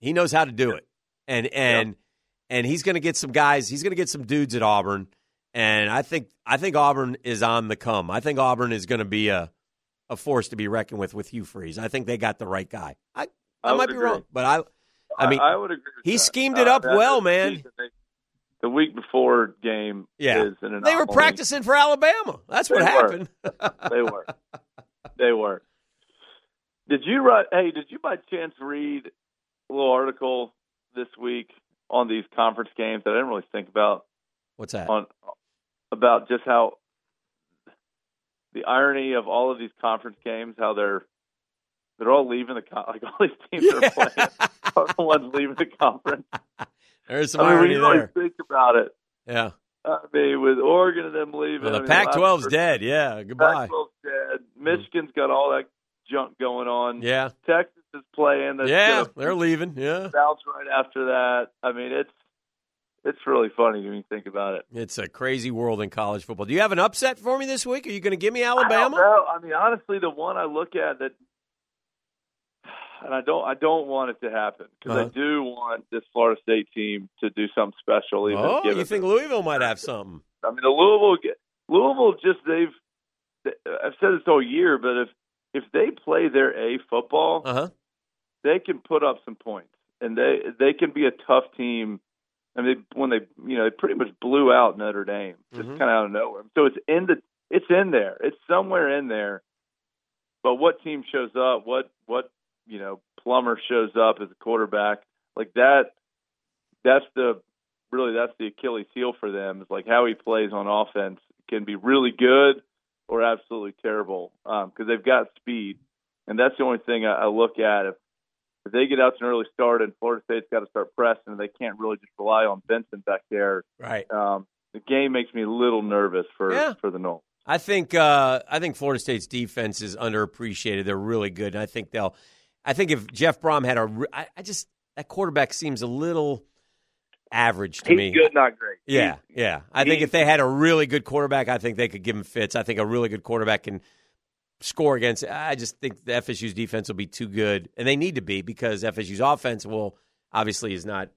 [SPEAKER 2] He knows how to do it. And and and he's going to get some guys, he's going to get some dudes at Auburn and I think I think Auburn is on the come. I think Auburn is going to be a a a force to be reckoned with with Hugh Freeze. I think they got the right guy. I,
[SPEAKER 11] I
[SPEAKER 2] I, might
[SPEAKER 11] would
[SPEAKER 2] be
[SPEAKER 11] agree.
[SPEAKER 2] wrong, but I, I mean,
[SPEAKER 11] I, would agree. with
[SPEAKER 2] he
[SPEAKER 11] that.
[SPEAKER 2] schemed it
[SPEAKER 11] Uh,
[SPEAKER 2] up
[SPEAKER 11] that-
[SPEAKER 2] well,
[SPEAKER 11] that
[SPEAKER 2] man.
[SPEAKER 11] season, they- The week before game
[SPEAKER 2] Yeah.
[SPEAKER 11] is an anomaly.
[SPEAKER 2] They were practicing for Alabama. That's what
[SPEAKER 11] They were.
[SPEAKER 2] happened.
[SPEAKER 11] they were. They were. Did you write? Hey, did you by chance read a little article this week on these conference games that I didn't really think about?
[SPEAKER 2] What's that?
[SPEAKER 11] On about just how the irony of all of these conference games, how they're they're all leaving the con- like all these teams that are playing, are the ones leaving the conference.
[SPEAKER 2] There's some
[SPEAKER 11] I mean, when
[SPEAKER 2] irony
[SPEAKER 11] you really
[SPEAKER 2] there.
[SPEAKER 11] think about it,
[SPEAKER 2] Yeah.
[SPEAKER 11] I mean, with Oregon and them leaving,
[SPEAKER 2] Well,
[SPEAKER 11] I
[SPEAKER 2] the
[SPEAKER 11] mean,
[SPEAKER 2] Pac
[SPEAKER 11] last
[SPEAKER 2] 12's
[SPEAKER 11] year-
[SPEAKER 2] dead. Yeah. Goodbye. Mm-hmm.
[SPEAKER 11] Pac-12's dead. Michigan's got all that junk going on.
[SPEAKER 2] Yeah.
[SPEAKER 11] Texas is playing. That's
[SPEAKER 2] Yeah.
[SPEAKER 11] gonna
[SPEAKER 2] They're leaving. Yeah.
[SPEAKER 11] bounce right after that. I mean, it's it's really funny when you think about it.
[SPEAKER 2] It's a crazy world in college football. Do you have an upset for me this week? Are you going to give me
[SPEAKER 11] I don't
[SPEAKER 2] Alabama?
[SPEAKER 11] know. I mean, honestly, the one I look at that, and I don't, I don't want it to happen because
[SPEAKER 2] Uh-huh.
[SPEAKER 11] I do want this Florida State team to do something special. Even
[SPEAKER 2] Oh,
[SPEAKER 11] given
[SPEAKER 2] you think Louisville might have something?
[SPEAKER 11] I mean, the Louisville, ge- Louisville just they've. they- I've said this all year, but if if they play their A football,
[SPEAKER 2] Uh-huh.
[SPEAKER 11] they can put up some points, and they they can be a tough team. I mean, they, when they you know they pretty much blew out Notre Dame just
[SPEAKER 3] Mm-hmm.
[SPEAKER 2] Mhm.
[SPEAKER 11] kind of out of nowhere. So it's in the it's in there, it's somewhere in there. But what team shows up? What what you know Plummer shows up as a quarterback like that? That's the really that's the Achilles heel for them is like how he plays on offense can be really good or absolutely terrible because they've got speed, and that's the only thing I, I look at. If, if they get out to an early start and Florida State's got to start pressing, and they can't really just rely on Benson back there.
[SPEAKER 2] Right.
[SPEAKER 11] Um, the game makes me a little nervous for
[SPEAKER 2] Yeah.
[SPEAKER 11] for the Knolls.
[SPEAKER 2] I think uh, I think Florida State's defense is underappreciated. They're really good, and I think they'll. I think if Jeff Brom had a, re- I, I just that quarterback seems a little average to
[SPEAKER 11] He's
[SPEAKER 2] me.
[SPEAKER 11] good, not great.
[SPEAKER 2] Yeah, yeah. I think
[SPEAKER 11] he's-
[SPEAKER 2] if they had a really good quarterback, I think they could give him fits. I think a really good quarterback can score against. I just think the FSU's defense will be too good, and they need to be because FSU's offense will obviously is not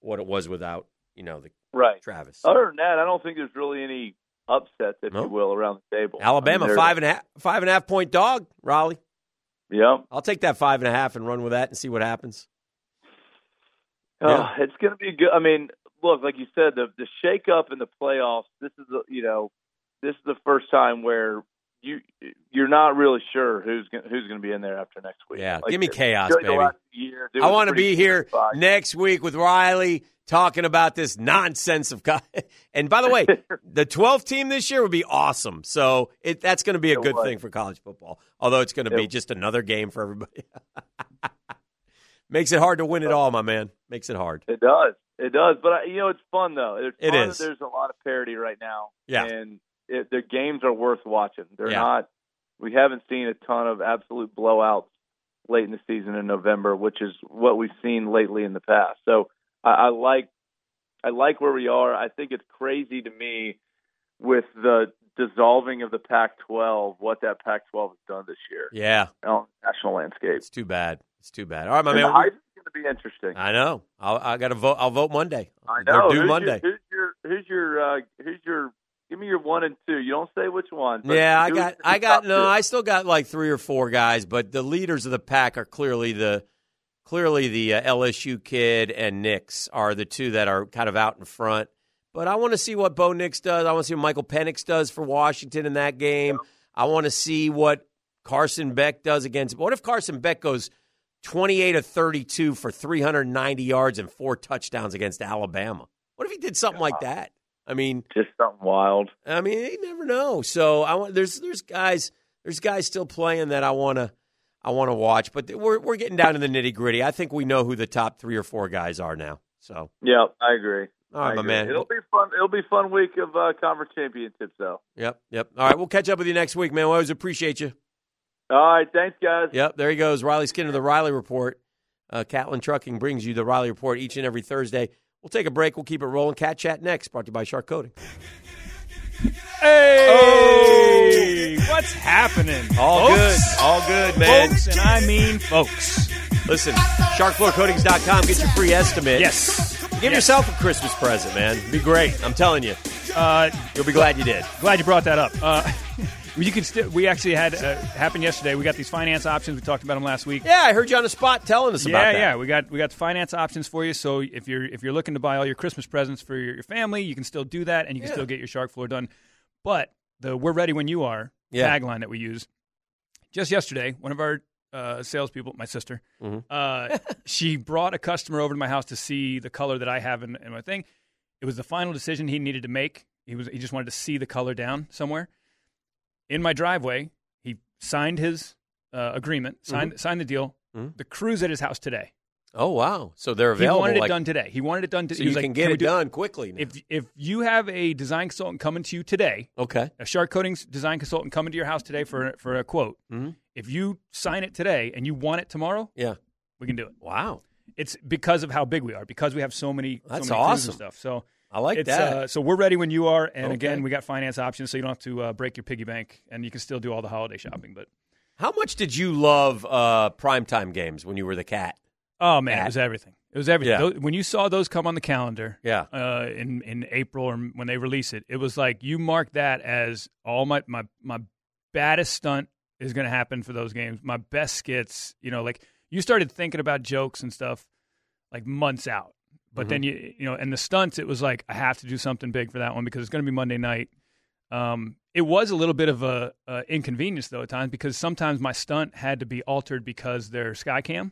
[SPEAKER 2] what it was without you know the
[SPEAKER 11] Right. Oh,
[SPEAKER 2] Travis.
[SPEAKER 11] Other than that, I don't think there's really any upsets, if
[SPEAKER 2] No.
[SPEAKER 11] you will, around the table.
[SPEAKER 2] Alabama five and a half five and a half point dog, Raleigh.
[SPEAKER 11] Yeah.
[SPEAKER 2] I'll take that five and a half and run with that and see what happens.
[SPEAKER 11] Uh, it's going to be good. I mean, look, like you said, the the shakeup in the playoffs. This is the you know, this is the first time where you you're not really sure who's gonna, who's going to be in there after next week.
[SPEAKER 2] Yeah,
[SPEAKER 11] Like,
[SPEAKER 2] give me chaos,
[SPEAKER 11] during the
[SPEAKER 2] baby.
[SPEAKER 11] last year, it
[SPEAKER 2] I
[SPEAKER 11] was
[SPEAKER 2] want to
[SPEAKER 11] pretty
[SPEAKER 2] be here
[SPEAKER 11] unified.
[SPEAKER 2] next week with Riley talking about this nonsense of. co- And by the way, the 12th team this year would be awesome. So it, that's going to be a
[SPEAKER 11] It
[SPEAKER 2] good
[SPEAKER 11] would.
[SPEAKER 2] thing for college football. Although it's going to be
[SPEAKER 11] It-
[SPEAKER 2] just another game for everybody. Makes it hard to win it all, my man. Makes it hard.
[SPEAKER 11] It does. It does. But I, you know, it's fun though. It's
[SPEAKER 2] It
[SPEAKER 11] fun that
[SPEAKER 2] is.
[SPEAKER 11] There's a lot of parity right now.
[SPEAKER 2] Yeah.
[SPEAKER 11] And it, the games are worth watching. They're
[SPEAKER 2] Yeah.
[SPEAKER 11] not. We haven't seen a ton of absolute blowouts late in the season in November, which is what we've seen lately in the past. So I, I like. I like where we are. I think it's crazy to me with the dissolving of the Pac-12, what that Pac-12 has done this year
[SPEAKER 2] Yeah,
[SPEAKER 11] on the national landscape.
[SPEAKER 2] it's too bad. It's too bad. All right, my
[SPEAKER 11] And
[SPEAKER 2] man.
[SPEAKER 11] the
[SPEAKER 2] we-
[SPEAKER 11] hype is going to be interesting.
[SPEAKER 2] I know. I'll, I got to vote. I'll vote Monday.
[SPEAKER 11] I
[SPEAKER 2] They're
[SPEAKER 11] know.
[SPEAKER 2] due
[SPEAKER 11] who's
[SPEAKER 2] Monday.
[SPEAKER 11] Your, who's your who's your uh, who's your give me your one and two. You don't say which one. but
[SPEAKER 2] Yeah, I
[SPEAKER 11] who's
[SPEAKER 2] got,
[SPEAKER 11] your
[SPEAKER 2] I got
[SPEAKER 11] top
[SPEAKER 2] no,
[SPEAKER 11] two?
[SPEAKER 2] I still got like three or four guys, but the leaders of the pack are clearly the, clearly the uh, LSU kid and Nix are the two that are kind of out in front. But I want to see what Bo Nix does. I want to see what Michael Penix does for Washington in that game. I want to see what Carson Beck does against. What if Carson Beck goes twenty-eight or thirty-two for three hundred ninety yards and four touchdowns against Alabama? What if he did something like that? I mean,
[SPEAKER 11] just something wild.
[SPEAKER 2] I mean, you never know. So I want there's there's guys there's guys still playing that I want to I want to watch, but th- we're we're getting down to the nitty gritty. I think we know who the top three or four guys are now. So
[SPEAKER 11] Yeah, I agree.
[SPEAKER 2] all right,
[SPEAKER 11] I
[SPEAKER 2] my
[SPEAKER 11] agree.
[SPEAKER 2] man.
[SPEAKER 11] It'll be fun. It'll be fun week of uh, conference championships, though.
[SPEAKER 2] Yep, yep. All right, we'll catch up with you next week, man. We always appreciate you.
[SPEAKER 11] All right, thanks, guys.
[SPEAKER 2] Yep, there he goes. Riley Skinner, the Riley Report. Uh, Catlin Trucking brings you the Riley Report each and every Thursday. We'll take a break. We'll keep it rolling. Cat Chat next, brought to you by Shark Coating.
[SPEAKER 12] Hey! Oh! What's happening?
[SPEAKER 2] All
[SPEAKER 12] folks?
[SPEAKER 2] good. All good, man.
[SPEAKER 12] Folks, and I mean folks.
[SPEAKER 2] Listen, sharkfloorcoatings.com. Get your free estimate.
[SPEAKER 12] Yes.
[SPEAKER 2] Give yourself a Christmas present, man. It'd be great. I'm telling you.
[SPEAKER 12] Uh,
[SPEAKER 2] You'll be glad you did.
[SPEAKER 12] glad you brought that up. Uh, You could still. We actually had uh, happened yesterday. We got these finance options. We talked about them last week.
[SPEAKER 2] Yeah, I heard you on the spot telling us
[SPEAKER 12] yeah,
[SPEAKER 2] about that.
[SPEAKER 12] Yeah, we got we got the finance options for you. So if you're if you're looking to buy all your Christmas presents for your, your family, you can still do that, and you can
[SPEAKER 2] Yeah.
[SPEAKER 12] still get your shark floor done. But the "We're ready when you are"
[SPEAKER 2] Yeah.
[SPEAKER 12] tagline that we use. Just yesterday, one of our uh, salespeople, my sister,
[SPEAKER 2] Mhm.
[SPEAKER 12] uh, she brought a customer over to my house to see the color that I have in, in my thing. It was the final decision he needed to make. He was he just wanted to see the color down somewhere in my driveway. He signed his uh, agreement, signed
[SPEAKER 2] Mhm.
[SPEAKER 12] signed the deal.
[SPEAKER 2] Mhm.
[SPEAKER 12] The crew's at his house today.
[SPEAKER 2] Oh wow! So they're
[SPEAKER 12] He
[SPEAKER 2] available.
[SPEAKER 12] wanted it
[SPEAKER 2] like-
[SPEAKER 12] done today. He wanted it done today.
[SPEAKER 2] So you can get it done quickly. now."
[SPEAKER 12] If if you have a design consultant coming to you today,
[SPEAKER 2] okay,
[SPEAKER 12] a shark coatings design consultant coming to your house today for for a quote.
[SPEAKER 2] Mhm.
[SPEAKER 12] If you sign it today and you want it tomorrow,
[SPEAKER 2] yeah,
[SPEAKER 12] we can do it.
[SPEAKER 2] Wow,
[SPEAKER 12] it's because of how big we are, because we have so many. so many
[SPEAKER 2] That's
[SPEAKER 12] crews and
[SPEAKER 2] awesome.
[SPEAKER 12] stuff. So
[SPEAKER 2] I like
[SPEAKER 12] it's,
[SPEAKER 2] that.
[SPEAKER 12] Uh, so we're ready when you are. And
[SPEAKER 2] Okay.
[SPEAKER 12] again, we got finance options, so you don't have to uh, break your piggy bank, and you can still do all the holiday shopping. But
[SPEAKER 2] How much did you love uh, primetime games when you were the cat?
[SPEAKER 12] Oh man,
[SPEAKER 2] At-
[SPEAKER 12] it was everything. It was everything.
[SPEAKER 2] Yeah.
[SPEAKER 12] Tho- when you saw those come on the calendar,
[SPEAKER 2] Yeah.
[SPEAKER 12] uh, in in April or when they release it, it was like you mark that as all my my my baddest stunt is going to happen for those games. My best skits, you know, like you started thinking about jokes and stuff like months out. But then
[SPEAKER 2] Mhm.
[SPEAKER 12] you you know, and the stunts, it was like I have to do something big for that one because it's going to be Monday night. Um, it was a little bit of a, a inconvenience though at times because sometimes my stunt had to be altered because their Skycam.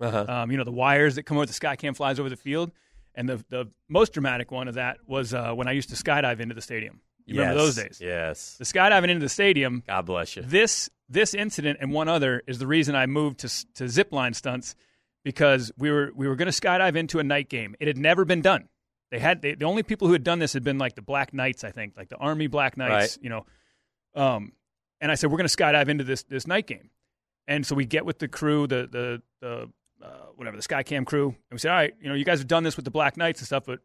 [SPEAKER 2] Uh-huh.
[SPEAKER 12] Um, you know, the wires that come over the skycam flies over the field. And the, the most dramatic one of that was uh, when I used to skydive into the stadium. You remember those
[SPEAKER 2] Yes,
[SPEAKER 12] days?
[SPEAKER 2] Yes.
[SPEAKER 12] The skydiving into the stadium.
[SPEAKER 2] God bless you.
[SPEAKER 12] This this incident and one other is the reason I moved to s- to zip line stunts because we were we were going to skydive into a night game. It had never been done. They had they, the only people who had done this had been like the Black Knights, I think, like the Army Black Knights,
[SPEAKER 2] Right.
[SPEAKER 12] you know. Um, and I said we're going to skydive into this this night game, and so we get with the crew, the the the uh, whatever the Skycam crew, and we said, all right, you know, you guys have done this with the Black Knights and stuff, but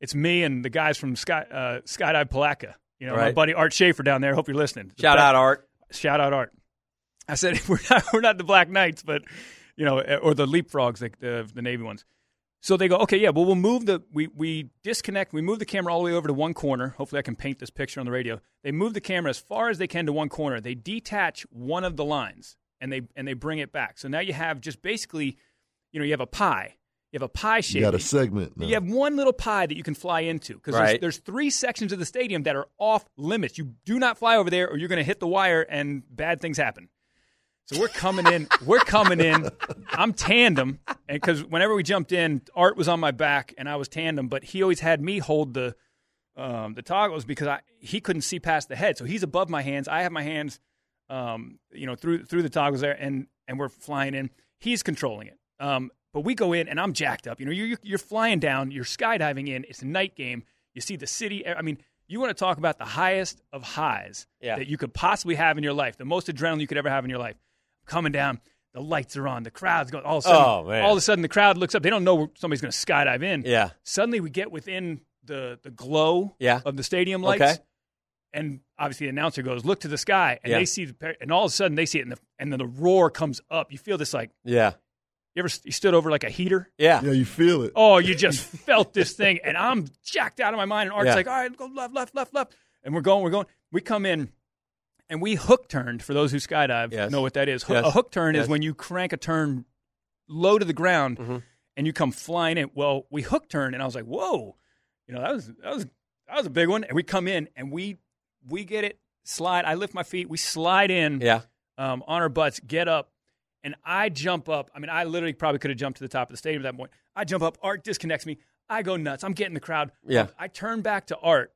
[SPEAKER 12] it's me and the guys from Sky uh, Skydive Palaka, you know, my
[SPEAKER 2] Right.
[SPEAKER 12] buddy Art Schaefer down there. Hope you're listening.
[SPEAKER 2] Shout out, Art.
[SPEAKER 12] Shout out Art. I said we're not we're not the Black Knights, but you know, eh, or the Leapfrogs, like the the Navy ones. So they go, okay, yeah, well, we'll move the we we disconnect, we move the camera all the way over to one corner. Hopefully, I can paint this picture on the radio. They move the camera as far as they can to one corner. They detach one of the lines and they and they bring it back. So now you have just basically, you know, you have a pie. You have a pie shape.
[SPEAKER 4] You got a segment. now.
[SPEAKER 12] You have one little pie that you can fly into because
[SPEAKER 2] Right.
[SPEAKER 12] there's, there's three sections of the stadium that are off limits. You do not fly over there, or you're going to hit the wire and bad things happen. So we're coming in. we're coming in. I'm tandem, and because whenever we jumped in, Art was on my back and I was tandem, but he always had me hold the um, the toggles because I he couldn't see past the head, so he's above my hands. I have my hands, um, you know, through through the toggles there, and and we're flying in. He's controlling it. Um, but we go in, and I'm jacked up. You know, you're you're flying down, you're skydiving in. It's a night game. You see the city. e, I mean, you want to talk about the highest of highs
[SPEAKER 2] Yeah.
[SPEAKER 12] that you could possibly have in your life, the most adrenaline you could ever have in your life. Coming down, the lights are on, the crowd's going. All of a sudden,
[SPEAKER 2] Oh, man.
[SPEAKER 12] all of a sudden, the crowd looks up. They don't know where somebody's going to skydive in.
[SPEAKER 2] Yeah.
[SPEAKER 12] Suddenly, we get within the the glow
[SPEAKER 2] Yeah.
[SPEAKER 12] of the stadium lights.
[SPEAKER 2] Okay.
[SPEAKER 12] And obviously, the announcer goes, "Look to the sky," and
[SPEAKER 2] Yeah.
[SPEAKER 12] they see, the, par- and all of a sudden, they see it, and, the, and then the roar comes up. You feel this like
[SPEAKER 2] Yeah.
[SPEAKER 12] you ever s- you stood over like a heater?
[SPEAKER 2] Yeah.
[SPEAKER 4] Yeah, you feel it.
[SPEAKER 12] Oh, you just felt this thing, and I'm jacked out of my mind. And Art's
[SPEAKER 2] Yeah.
[SPEAKER 12] like, all right, go left, left, left, left. And we're going, we're going. We come in, and we hook turned. For those who skydive,
[SPEAKER 2] Yes.
[SPEAKER 12] know what that is. Ho-
[SPEAKER 2] Yes.
[SPEAKER 12] A hook turn
[SPEAKER 2] Yes. Mm-hmm.
[SPEAKER 12] is when you crank a turn low to the ground, and you come flying in. Well, we hook turn, and I was like, whoa, you know, that was that was that was a big one. And we come in, and we we get it slide. I lift my feet, we slide in,
[SPEAKER 2] Yeah.
[SPEAKER 12] um, on our butts, get up, and I jump up. I mean, I literally probably could have jumped to the top of the stadium at that point. I jump up. Art disconnects me. I go nuts. I'm getting the crowd.
[SPEAKER 2] Yeah.
[SPEAKER 12] I turn back to Art,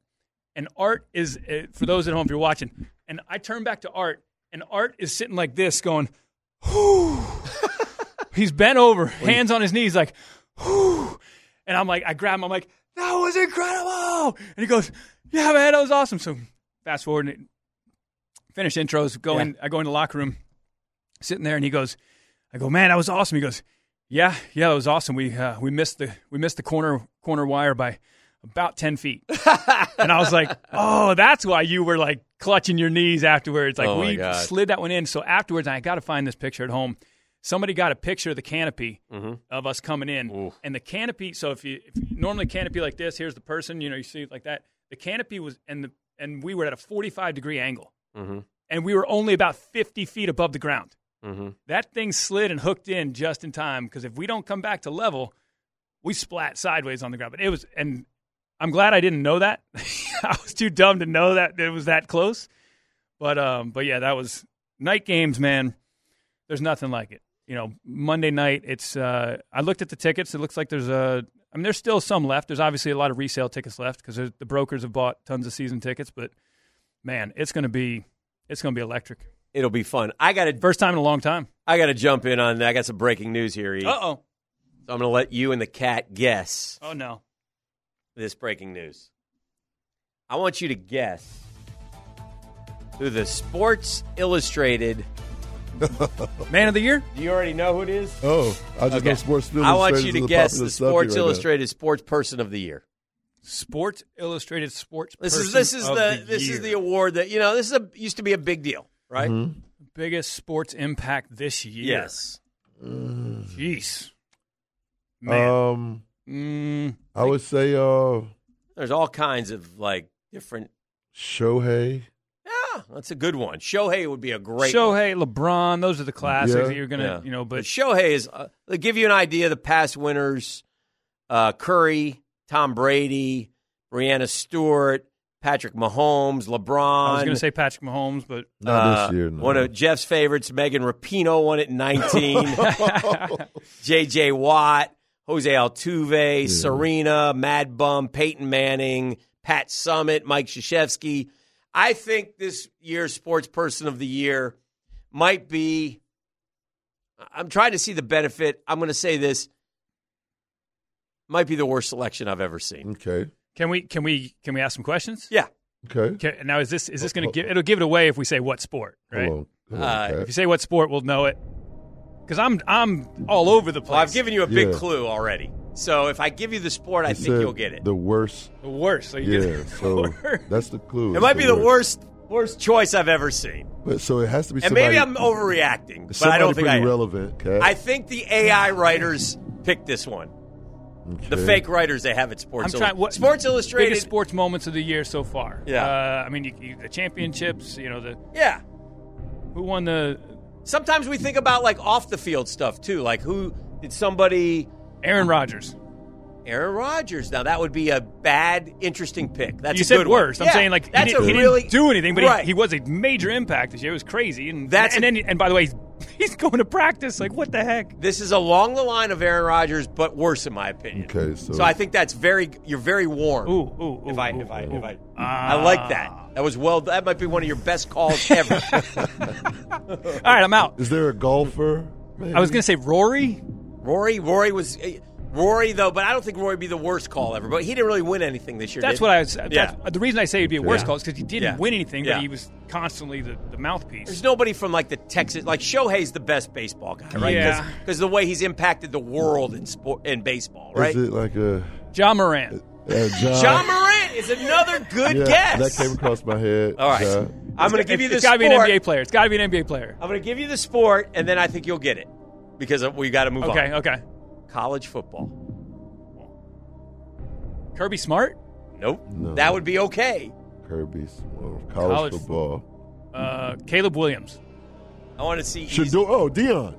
[SPEAKER 12] and Art is uh, for those at home if you're watching. And I turn back to Art, and Art is sitting like this, going, "Whew." He's bent over, hands on his knees, like, "Whew." And I'm like, I grab him. I'm like, "That was incredible!" And he goes, "Yeah, man, that was awesome." So fast forward, and finish intros. Go in. I go in the locker room sitting there and he goes, I go, man, that was awesome. He goes, yeah, yeah, that was awesome. We uh, we missed the we missed the corner corner wire by about ten feet, and I was like, oh, that's why you were like clutching your knees afterwards. Like
[SPEAKER 2] Oh, my
[SPEAKER 12] we
[SPEAKER 2] God.
[SPEAKER 12] slid that one in. So afterwards, I got to find this picture at home. Somebody got a picture of the canopy
[SPEAKER 2] Mm-hmm.
[SPEAKER 12] of us coming in, and the canopy. So if you if you- normally canopy like this, here's the person, you know, you see it like that. The canopy was and the and we were at a 45 degree angle.
[SPEAKER 2] Mhm.
[SPEAKER 12] and we were only about 50 feet above the ground.
[SPEAKER 2] Mm-hmm.
[SPEAKER 12] That thing slid and hooked in just in time because if we don't come back to level, we splat sideways on the ground. But it was, and I'm glad I didn't know that. I was too dumb to know that it was that close. But um, but yeah, that was night games, man. There's nothing like it. You know, Monday night. It's uh, I looked at the tickets. It looks like there's a. I mean, there's still some left. There's obviously a lot of resale tickets left because the brokers have bought tons of season tickets. But man, it's gonna be it's gonna be electric.
[SPEAKER 2] It'll be fun. I got to
[SPEAKER 12] first time in a long time.
[SPEAKER 2] I got to jump in on that. I got some breaking news here. E.
[SPEAKER 12] Uh oh.
[SPEAKER 2] So I'm going to let you and the cat guess
[SPEAKER 12] Oh no.
[SPEAKER 2] this breaking news. I want you to guess who the Sports Illustrated
[SPEAKER 12] Man of the Year.
[SPEAKER 2] Do you already know who it is?
[SPEAKER 4] Oh, I just know
[SPEAKER 2] Okay.
[SPEAKER 4] Sports Illustrated.
[SPEAKER 2] I want you
[SPEAKER 4] is
[SPEAKER 2] to
[SPEAKER 4] a
[SPEAKER 2] guess
[SPEAKER 4] popular
[SPEAKER 2] the
[SPEAKER 4] subject
[SPEAKER 2] Sports
[SPEAKER 4] right now.
[SPEAKER 2] Illustrated Sports Person of the Year.
[SPEAKER 12] Sports Illustrated Sports.
[SPEAKER 2] This is
[SPEAKER 12] Person
[SPEAKER 2] this is
[SPEAKER 12] of
[SPEAKER 2] the, this
[SPEAKER 12] Year.
[SPEAKER 2] is the award that you know this is a, used to be a big deal, right?
[SPEAKER 4] Mhm.
[SPEAKER 12] biggest sports impact this year.
[SPEAKER 2] Yes. Uh,
[SPEAKER 12] Jeez. Man.
[SPEAKER 4] Um,
[SPEAKER 12] Mm,
[SPEAKER 4] I would say uh,
[SPEAKER 2] There's all kinds of like different.
[SPEAKER 4] Shohei.
[SPEAKER 2] Yeah, that's a good one. Shohei would be a great. one.
[SPEAKER 12] Shohei, LeBron, those are the classics
[SPEAKER 4] Yeah.
[SPEAKER 12] that you're gonna,
[SPEAKER 2] Yeah.
[SPEAKER 12] you know. But
[SPEAKER 2] Shohei is. Uh, to give you an idea, the past winners: uh, Curry, Tom Brady, Brianna Stewart, Patrick Mahomes, LeBron.
[SPEAKER 12] I was gonna say Patrick Mahomes, but
[SPEAKER 4] Not
[SPEAKER 2] Uh,
[SPEAKER 4] this year. No.
[SPEAKER 2] One of Jeff's favorites, Megan Rapino, won it in 19. J.J. Watt, Jose Altuve, Serena, Mad Bum, Peyton Manning, Pat Summit, Mike Krzyzewski. I think this year's Sports Person of the Year might be. I'm trying to see the benefit. I'm going to say this might be the worst selection I've ever seen.
[SPEAKER 4] Okay.
[SPEAKER 12] can we can we can we ask some questions?
[SPEAKER 2] Yeah.
[SPEAKER 4] Okay.
[SPEAKER 12] Can, now is this is this gonna give it'll give it away if we say what sport, right?
[SPEAKER 4] Hold on. Hold on,
[SPEAKER 2] Uh,
[SPEAKER 4] Pat.
[SPEAKER 12] If you say what sport, we'll know it. Because I'm I'm all over the place.
[SPEAKER 2] Well, I've given you a big
[SPEAKER 4] Yeah.
[SPEAKER 2] clue already. So if I give you the sport, I
[SPEAKER 4] You
[SPEAKER 2] think
[SPEAKER 4] said
[SPEAKER 2] you'll get it.
[SPEAKER 4] The worst.
[SPEAKER 12] the worst. So you
[SPEAKER 4] Yeah.
[SPEAKER 12] did
[SPEAKER 4] So that's the clue.
[SPEAKER 2] It might be the worst worst choice I've ever seen.
[SPEAKER 4] But so it has to be.
[SPEAKER 2] And
[SPEAKER 4] somebody,
[SPEAKER 2] maybe I'm overreacting, but I
[SPEAKER 4] somebody
[SPEAKER 2] don't think I
[SPEAKER 4] pretty
[SPEAKER 2] am.
[SPEAKER 4] relevant. Cat.
[SPEAKER 2] I think the AI writers picked this one. The
[SPEAKER 4] Okay.
[SPEAKER 2] fake writers they have at Sports
[SPEAKER 12] I'm
[SPEAKER 2] Illu-
[SPEAKER 12] trying. What,
[SPEAKER 2] Sports Illustrated.
[SPEAKER 12] biggest sports moments of the year so far.
[SPEAKER 2] Yeah.
[SPEAKER 12] Uh, I mean, you, you, the championships. You know, the
[SPEAKER 2] yeah.
[SPEAKER 12] who won the
[SPEAKER 2] Sometimes we think about like off the field stuff too, like who did somebody
[SPEAKER 12] Aaron Rodgers.
[SPEAKER 2] Aaron Rodgers. Now that would be a bad, interesting pick. That's
[SPEAKER 12] you
[SPEAKER 2] a
[SPEAKER 12] said
[SPEAKER 2] good
[SPEAKER 12] worse.
[SPEAKER 2] One.
[SPEAKER 12] I'm
[SPEAKER 2] Yeah,
[SPEAKER 12] saying like he
[SPEAKER 2] that's
[SPEAKER 12] didn't-
[SPEAKER 2] a
[SPEAKER 12] he, didn't,
[SPEAKER 2] really
[SPEAKER 12] do anything, but
[SPEAKER 2] right.
[SPEAKER 12] he, he was a major impact this year. It was crazy, and
[SPEAKER 2] That's
[SPEAKER 12] and
[SPEAKER 2] a-
[SPEAKER 12] then and by the way, he's, he's going to practice. Like what the heck?
[SPEAKER 2] This is along the line of Aaron Rodgers, but worse in my opinion.
[SPEAKER 4] Okay, so-
[SPEAKER 2] I think that's very you're very warm.
[SPEAKER 12] Ooh, ooh, ooh.
[SPEAKER 2] if I
[SPEAKER 12] ooh,
[SPEAKER 2] if I
[SPEAKER 12] ooh.
[SPEAKER 2] if I I like that. That was well. That might be one of your best calls ever.
[SPEAKER 12] All right, I'm out.
[SPEAKER 4] Is there a golfer?
[SPEAKER 12] I was gonna say Rory.
[SPEAKER 2] Rory, Rory was eh, Rory though, but I don't think Rory would be the worst call ever. But he didn't really win anything this year.
[SPEAKER 12] That's
[SPEAKER 2] did
[SPEAKER 12] what
[SPEAKER 2] he?
[SPEAKER 12] I was.
[SPEAKER 2] Yeah.
[SPEAKER 12] That's, the reason I say he'd be a worse call is because he didn't
[SPEAKER 2] Yeah.
[SPEAKER 12] win anything,
[SPEAKER 2] Yeah.
[SPEAKER 12] but he was constantly the, the
[SPEAKER 2] There's
[SPEAKER 12] mouthpiece.
[SPEAKER 2] nobody from like the Texas, like Shohei's the best baseball guy, right?
[SPEAKER 12] Yeah.
[SPEAKER 2] Because the way he's impacted the world in sport in baseball, right?
[SPEAKER 4] Is it like a,
[SPEAKER 12] John Moran.
[SPEAKER 4] a John?
[SPEAKER 2] John Morant is another good
[SPEAKER 4] Uh, yeah,
[SPEAKER 2] guess.
[SPEAKER 4] That came across my head.
[SPEAKER 2] All right,
[SPEAKER 4] Yeah.
[SPEAKER 2] I'm going to
[SPEAKER 12] It's-
[SPEAKER 2] give you the
[SPEAKER 12] It's got to
[SPEAKER 2] sport.
[SPEAKER 12] be an NBA player. It's got to be an NBA player.
[SPEAKER 2] I'm going to give you the sport, and then I think you'll get it because we got to move
[SPEAKER 12] Okay,
[SPEAKER 2] on.
[SPEAKER 12] okay.
[SPEAKER 2] College football.
[SPEAKER 12] Kirby Smart.
[SPEAKER 2] Nope.
[SPEAKER 4] No.
[SPEAKER 2] That would be okay.
[SPEAKER 4] Kirby's well, college,
[SPEAKER 12] College
[SPEAKER 4] football.
[SPEAKER 12] Uh, Caleb Williams.
[SPEAKER 2] I want to see
[SPEAKER 4] Should
[SPEAKER 2] easy-
[SPEAKER 4] do. Oh, Dion.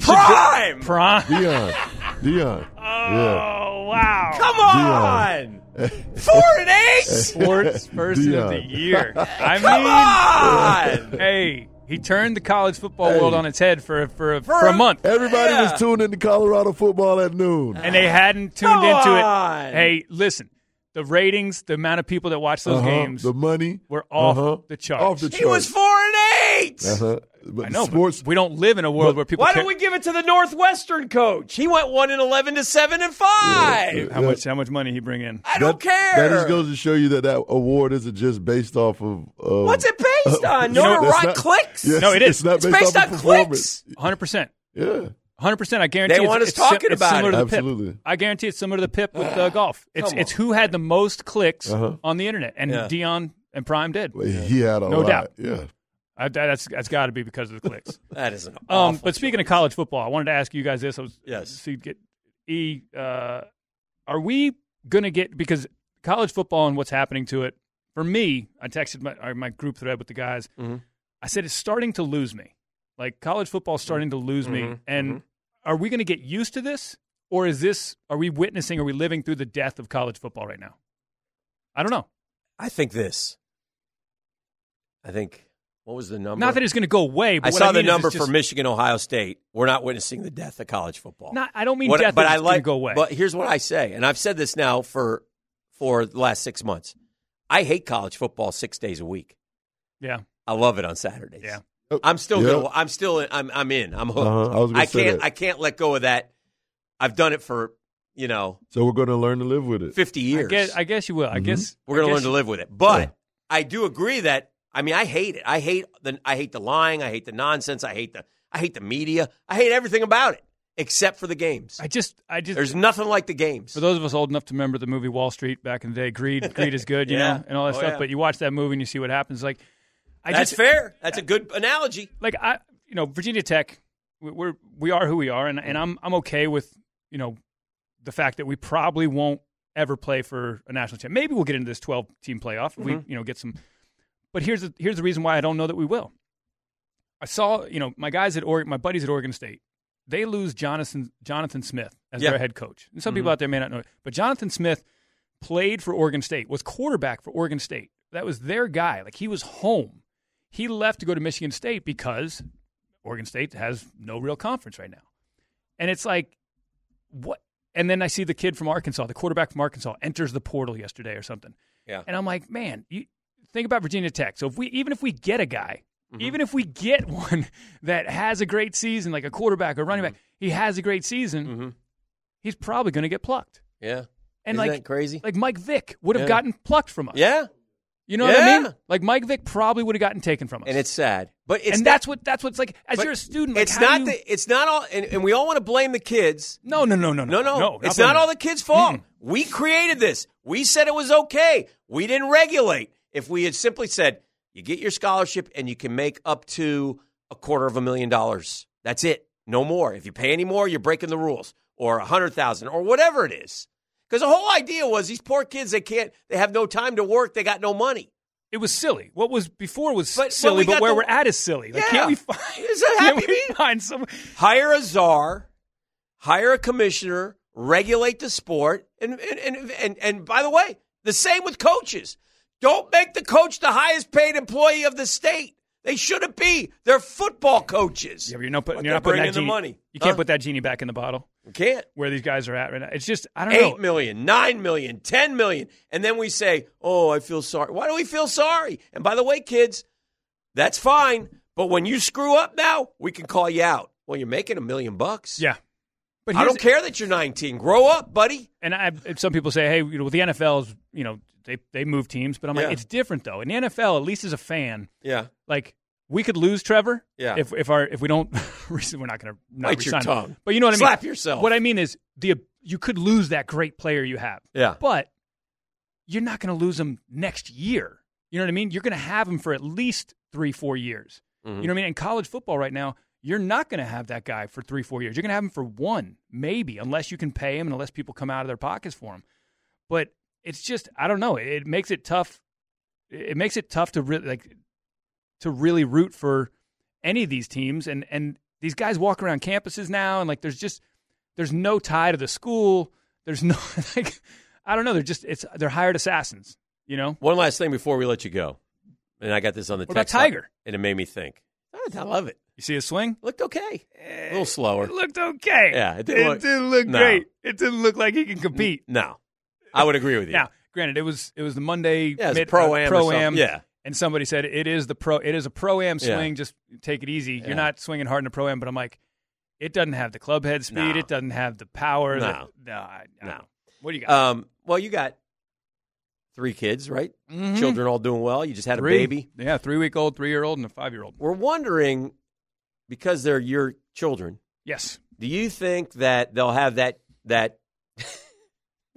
[SPEAKER 2] prime.
[SPEAKER 12] Prime.
[SPEAKER 4] Dion. Dion. Yeah.
[SPEAKER 12] Oh wow!
[SPEAKER 2] Come on, four and eight.
[SPEAKER 12] Sports person of the
[SPEAKER 4] Dion.
[SPEAKER 12] year. I
[SPEAKER 2] Come on.
[SPEAKER 12] mean, hey, he turned the college football world on its head for for a, for,
[SPEAKER 2] For
[SPEAKER 12] a month,
[SPEAKER 4] Everybody
[SPEAKER 2] Yeah.
[SPEAKER 4] was tuned into Colorado football at noon.
[SPEAKER 12] and they hadn't tuned
[SPEAKER 2] Come
[SPEAKER 12] into
[SPEAKER 2] on.
[SPEAKER 12] it. Hey, listen, the ratings, the amount of people that watch those
[SPEAKER 4] Uh-huh.
[SPEAKER 12] games,
[SPEAKER 4] The money.
[SPEAKER 12] were off
[SPEAKER 4] uh-huh.
[SPEAKER 12] the charts.
[SPEAKER 4] Off the
[SPEAKER 2] He was
[SPEAKER 4] charts.
[SPEAKER 2] four and eight.
[SPEAKER 4] Uh-huh. But
[SPEAKER 12] I know, but
[SPEAKER 4] sports.
[SPEAKER 12] we don't live in a world where people.
[SPEAKER 2] Why don't
[SPEAKER 12] care-
[SPEAKER 2] we give it to the Northwestern coach? He went one and eleven to seven and five.
[SPEAKER 12] How much? How much money he bring in?
[SPEAKER 2] I
[SPEAKER 4] that,
[SPEAKER 2] don't care.
[SPEAKER 4] That just goes to show you that that award isn't just based off of. Uh,
[SPEAKER 2] What's it based on?
[SPEAKER 4] you know,
[SPEAKER 2] Nora
[SPEAKER 4] that's
[SPEAKER 2] Rock
[SPEAKER 4] not-
[SPEAKER 2] clicks?
[SPEAKER 4] Yes,
[SPEAKER 12] No, it is.
[SPEAKER 4] It's not
[SPEAKER 2] It's
[SPEAKER 4] based,
[SPEAKER 2] based
[SPEAKER 4] off
[SPEAKER 2] on
[SPEAKER 4] of performance.
[SPEAKER 2] clicks.
[SPEAKER 12] Hundred percent.
[SPEAKER 4] Yeah,
[SPEAKER 12] Hundred percent. I guarantee.
[SPEAKER 2] They
[SPEAKER 12] it's-
[SPEAKER 2] want us
[SPEAKER 12] it's sim-
[SPEAKER 2] talking
[SPEAKER 12] it's
[SPEAKER 2] about
[SPEAKER 12] similar
[SPEAKER 2] it.
[SPEAKER 12] to the Pip.
[SPEAKER 4] Absolutely.
[SPEAKER 12] I guarantee it's similar to the Pip with uh, golf. It's
[SPEAKER 2] Come
[SPEAKER 12] it's
[SPEAKER 2] on.
[SPEAKER 12] who had the most clicks
[SPEAKER 4] Uh-huh.
[SPEAKER 12] on the internet, and
[SPEAKER 2] Yeah.
[SPEAKER 12] Dion and Prime did.
[SPEAKER 4] But he had a
[SPEAKER 12] No
[SPEAKER 4] lot.
[SPEAKER 12] doubt.
[SPEAKER 4] Yeah,
[SPEAKER 12] I, that- that's that's got to be because of the clicks.
[SPEAKER 2] That is an awful.
[SPEAKER 12] um, but speaking of college football, I wanted to ask you guys this. I was
[SPEAKER 2] Yes.
[SPEAKER 12] see, get e. Uh, are we gonna get because
[SPEAKER 2] Mm-hmm.
[SPEAKER 12] college football and what's happening to it? For me, I texted my our- my group thread with the guys. I said it's starting to lose me. Like college
[SPEAKER 2] Mm-hmm.
[SPEAKER 12] football's starting to lose me.
[SPEAKER 13] Mhm,
[SPEAKER 12] And are we going to get used to this, or is this? Are we witnessing? Are we living through the death of college football right now? I don't know.
[SPEAKER 2] I think this. I think what was the number?
[SPEAKER 12] Not that it's going to go away. But
[SPEAKER 2] I
[SPEAKER 12] what
[SPEAKER 2] saw the
[SPEAKER 12] mean is it's
[SPEAKER 2] number
[SPEAKER 12] just-
[SPEAKER 2] for Michigan, Ohio State. We're not witnessing the death of college football.
[SPEAKER 12] Not- I don't mean
[SPEAKER 2] What-
[SPEAKER 12] death
[SPEAKER 2] but
[SPEAKER 12] that
[SPEAKER 2] I
[SPEAKER 12] it's
[SPEAKER 2] like
[SPEAKER 12] gonna go away.
[SPEAKER 2] But here's what I say, and I've said this now for for the last six months. I hate college football six days a week.
[SPEAKER 12] Yeah.
[SPEAKER 2] I love it on Saturdays.
[SPEAKER 12] Yeah.
[SPEAKER 2] I'm still
[SPEAKER 4] Oh, Yeah.
[SPEAKER 2] gonna, I'm still I'm I'm in. I'm hooked.
[SPEAKER 4] Uh-huh. I was gonna say
[SPEAKER 2] can't
[SPEAKER 4] that.
[SPEAKER 2] I can't let go of that. I've done it for, you know,
[SPEAKER 4] So we're going to learn to live with it.
[SPEAKER 2] 50 years.
[SPEAKER 12] I guess, I guess you will. I
[SPEAKER 2] Mm-hmm.
[SPEAKER 4] Mhm.
[SPEAKER 12] guess
[SPEAKER 2] We're going
[SPEAKER 12] I
[SPEAKER 2] to learn
[SPEAKER 12] guess
[SPEAKER 2] to
[SPEAKER 12] you-
[SPEAKER 2] live with it. But I do agree that I mean I hate it. I hate the I hate the lying, I hate the nonsense, I hate the I hate the media. I hate everything about it except for the games.
[SPEAKER 12] I just I just
[SPEAKER 2] There's nothing like the games.
[SPEAKER 12] For those of us old enough to remember the movie Wall Street back in the day, greed, greed is good, you
[SPEAKER 2] Yeah.
[SPEAKER 12] know, and all that
[SPEAKER 2] Oh,
[SPEAKER 12] stuff.
[SPEAKER 2] yeah.
[SPEAKER 12] But you watch that movie and you see what happens. Like, I
[SPEAKER 2] That's
[SPEAKER 12] just,
[SPEAKER 2] fair. That's a good analogy.
[SPEAKER 12] Like I, you know, Virginia Tech, we- we're we are who we are, and and I'm I'm okay with you know the fact that we probably won't ever play for a national champ. Maybe we'll get into this 12 team playoff. If We
[SPEAKER 13] Mhm.
[SPEAKER 2] Mm-hmm.
[SPEAKER 12] you know get some, but here's the, here's the reason why I don't know that we will. I saw you know my guys at Oregon, my buddies at Oregon State, they lose Jonathan Jonathan Smith as
[SPEAKER 13] Yeah.
[SPEAKER 12] their head coach. And some people
[SPEAKER 13] Mhm.
[SPEAKER 12] out there may not know it, but Jonathan Smith played for Oregon State, was quarterback for Oregon State. That was their guy. Like he was home. He left to go to Michigan State because Oregon State has no real conference right now. And it's like what? And then I see the kid from Arkansas, the quarterback from Arkansas, enters the portal yesterday or something.
[SPEAKER 2] Yeah.
[SPEAKER 12] And I'm like, man, you think about Virginia Tech. So if we even if we get a guy, even if we get one that has a great season, like a quarterback or running back, he has a great season, he's probably going to get plucked.
[SPEAKER 2] Yeah.
[SPEAKER 12] And
[SPEAKER 2] Isn't
[SPEAKER 12] like
[SPEAKER 2] that crazy?
[SPEAKER 12] like Mike Vick would have
[SPEAKER 2] Yeah.
[SPEAKER 12] gotten plucked from us.
[SPEAKER 2] Yeah.
[SPEAKER 12] You know what I
[SPEAKER 2] Yeah.
[SPEAKER 12] mean? Like Mike Vick probably would have gotten taken from us.
[SPEAKER 2] And it's sad. But it's
[SPEAKER 12] and
[SPEAKER 2] not-
[SPEAKER 12] that's what that's what's like as
[SPEAKER 2] but
[SPEAKER 12] you're a student. Like,
[SPEAKER 2] it's
[SPEAKER 12] how do
[SPEAKER 2] not
[SPEAKER 12] you-
[SPEAKER 2] the, it's not all and, and we all want to blame the kids.
[SPEAKER 12] No, no, no, no,
[SPEAKER 2] no, no.
[SPEAKER 12] No,
[SPEAKER 2] it's
[SPEAKER 12] not
[SPEAKER 2] not
[SPEAKER 12] blaming
[SPEAKER 2] all the kids' fault. We created this. We said it was okay. We didn't regulate. If we had simply said you get your scholarship and you can make up to a quarter of a million dollars, that's it. No more. If you pay any more, you're breaking the rules, or a hundred thousand, or whatever it is. Because the whole idea was these poor kids, they can't, they have no time to work, they got no money.
[SPEAKER 12] It was silly. What was before was silly, but,
[SPEAKER 2] got
[SPEAKER 12] where
[SPEAKER 2] the-
[SPEAKER 12] we're at is silly. Like,
[SPEAKER 2] Yeah.
[SPEAKER 12] can't we find?
[SPEAKER 2] Is that happy
[SPEAKER 12] Can't we find some?
[SPEAKER 2] hire a czar, hire a commissioner, regulate the sport, and and and and, and by the way, the same with coaches. Don't make the coach the highest paid employee of the state. They shouldn't be. They're football coaches.
[SPEAKER 12] Yeah, but you're not putting.
[SPEAKER 2] But
[SPEAKER 12] You're not
[SPEAKER 2] they're
[SPEAKER 12] putting that
[SPEAKER 2] bringing the
[SPEAKER 12] genie-
[SPEAKER 2] money.
[SPEAKER 12] You can't
[SPEAKER 2] Huh?
[SPEAKER 12] put that genie back in the bottle.
[SPEAKER 2] You can't.
[SPEAKER 12] Where these guys are at right now, it's just I don't know.
[SPEAKER 2] Eight million, nine million, ten million, and then we say, "Oh, I feel sorry." Why do we feel sorry? And by the way, kids, that's fine. But when you screw up now, we can call you out. Well, you're making a million bucks.
[SPEAKER 12] Yeah, but
[SPEAKER 2] I
[SPEAKER 12] here's-
[SPEAKER 2] don't care that you're 19. Grow up, buddy.
[SPEAKER 12] And I, some people say, hey, you know, with the NFL is, you know, they they move teams, but I'm
[SPEAKER 2] Yeah.
[SPEAKER 12] like, it's different though. In the NFL, at least as a fan,
[SPEAKER 2] Yeah.
[SPEAKER 12] like we could lose Trevor.
[SPEAKER 2] Yeah.
[SPEAKER 12] If if our if we don't, we're not going to not
[SPEAKER 2] Bite your
[SPEAKER 12] resign him.
[SPEAKER 2] tongue.
[SPEAKER 12] But you know what I mean.
[SPEAKER 2] Slap yourself.
[SPEAKER 12] What I mean is the you could lose that great player you have.
[SPEAKER 2] Yeah.
[SPEAKER 12] But you're not going to lose him next year. You know what I mean? You're going to have him for at least three four years.
[SPEAKER 2] Mhm.
[SPEAKER 12] You know what I mean? In college football right now. You're not going to have that guy for three, four years. You're going to have him for one, maybe, unless you can pay him and unless people come out of their pockets for him but it's just I don't know. It, it makes it tough. It makes it tough to really like to really root for any of these teams, and and these guys walk around campuses now, and like there's just there's no tie to the school. There's no like I don't know. They're just it's they're hired assassins. You know.
[SPEAKER 2] One last thing before we let you go, and I got this on the
[SPEAKER 12] What about
[SPEAKER 2] text line,
[SPEAKER 12] Tiger?
[SPEAKER 2] and it made me think. I love it.
[SPEAKER 12] You see his swing? Eh,
[SPEAKER 2] Looked okay. A little slower.
[SPEAKER 12] It looked okay.
[SPEAKER 2] Yeah, it
[SPEAKER 12] it
[SPEAKER 2] didn't
[SPEAKER 12] didn't,
[SPEAKER 2] look-
[SPEAKER 12] look,
[SPEAKER 2] no.
[SPEAKER 12] great. It didn't look like he can compete.
[SPEAKER 2] No, I would agree with you.
[SPEAKER 12] Now, granted, it was it was the Monday
[SPEAKER 2] Yeah, it was
[SPEAKER 12] mid-
[SPEAKER 2] pro-am or
[SPEAKER 12] pro am,
[SPEAKER 2] something. Yeah.
[SPEAKER 12] And somebody said it is the pro, it is a pro am
[SPEAKER 2] Yeah.
[SPEAKER 12] swing. Just take it easy.
[SPEAKER 2] Yeah.
[SPEAKER 12] You're not swinging hard in a pro am, but I'm like, it doesn't have the club head speed.
[SPEAKER 2] No.
[SPEAKER 12] It doesn't have the power. the-
[SPEAKER 2] No.
[SPEAKER 12] no, I, I
[SPEAKER 2] No.
[SPEAKER 12] don't know. What do you got?
[SPEAKER 2] Um, well, you got three kids, right?
[SPEAKER 12] Mhm.
[SPEAKER 2] Children all doing well. You just had
[SPEAKER 12] Three.
[SPEAKER 2] a baby.
[SPEAKER 12] Yeah, three week old, three year old, and a five year old.
[SPEAKER 2] We're wondering because they're your children.
[SPEAKER 12] Yes.
[SPEAKER 2] Do you think that they'll have that that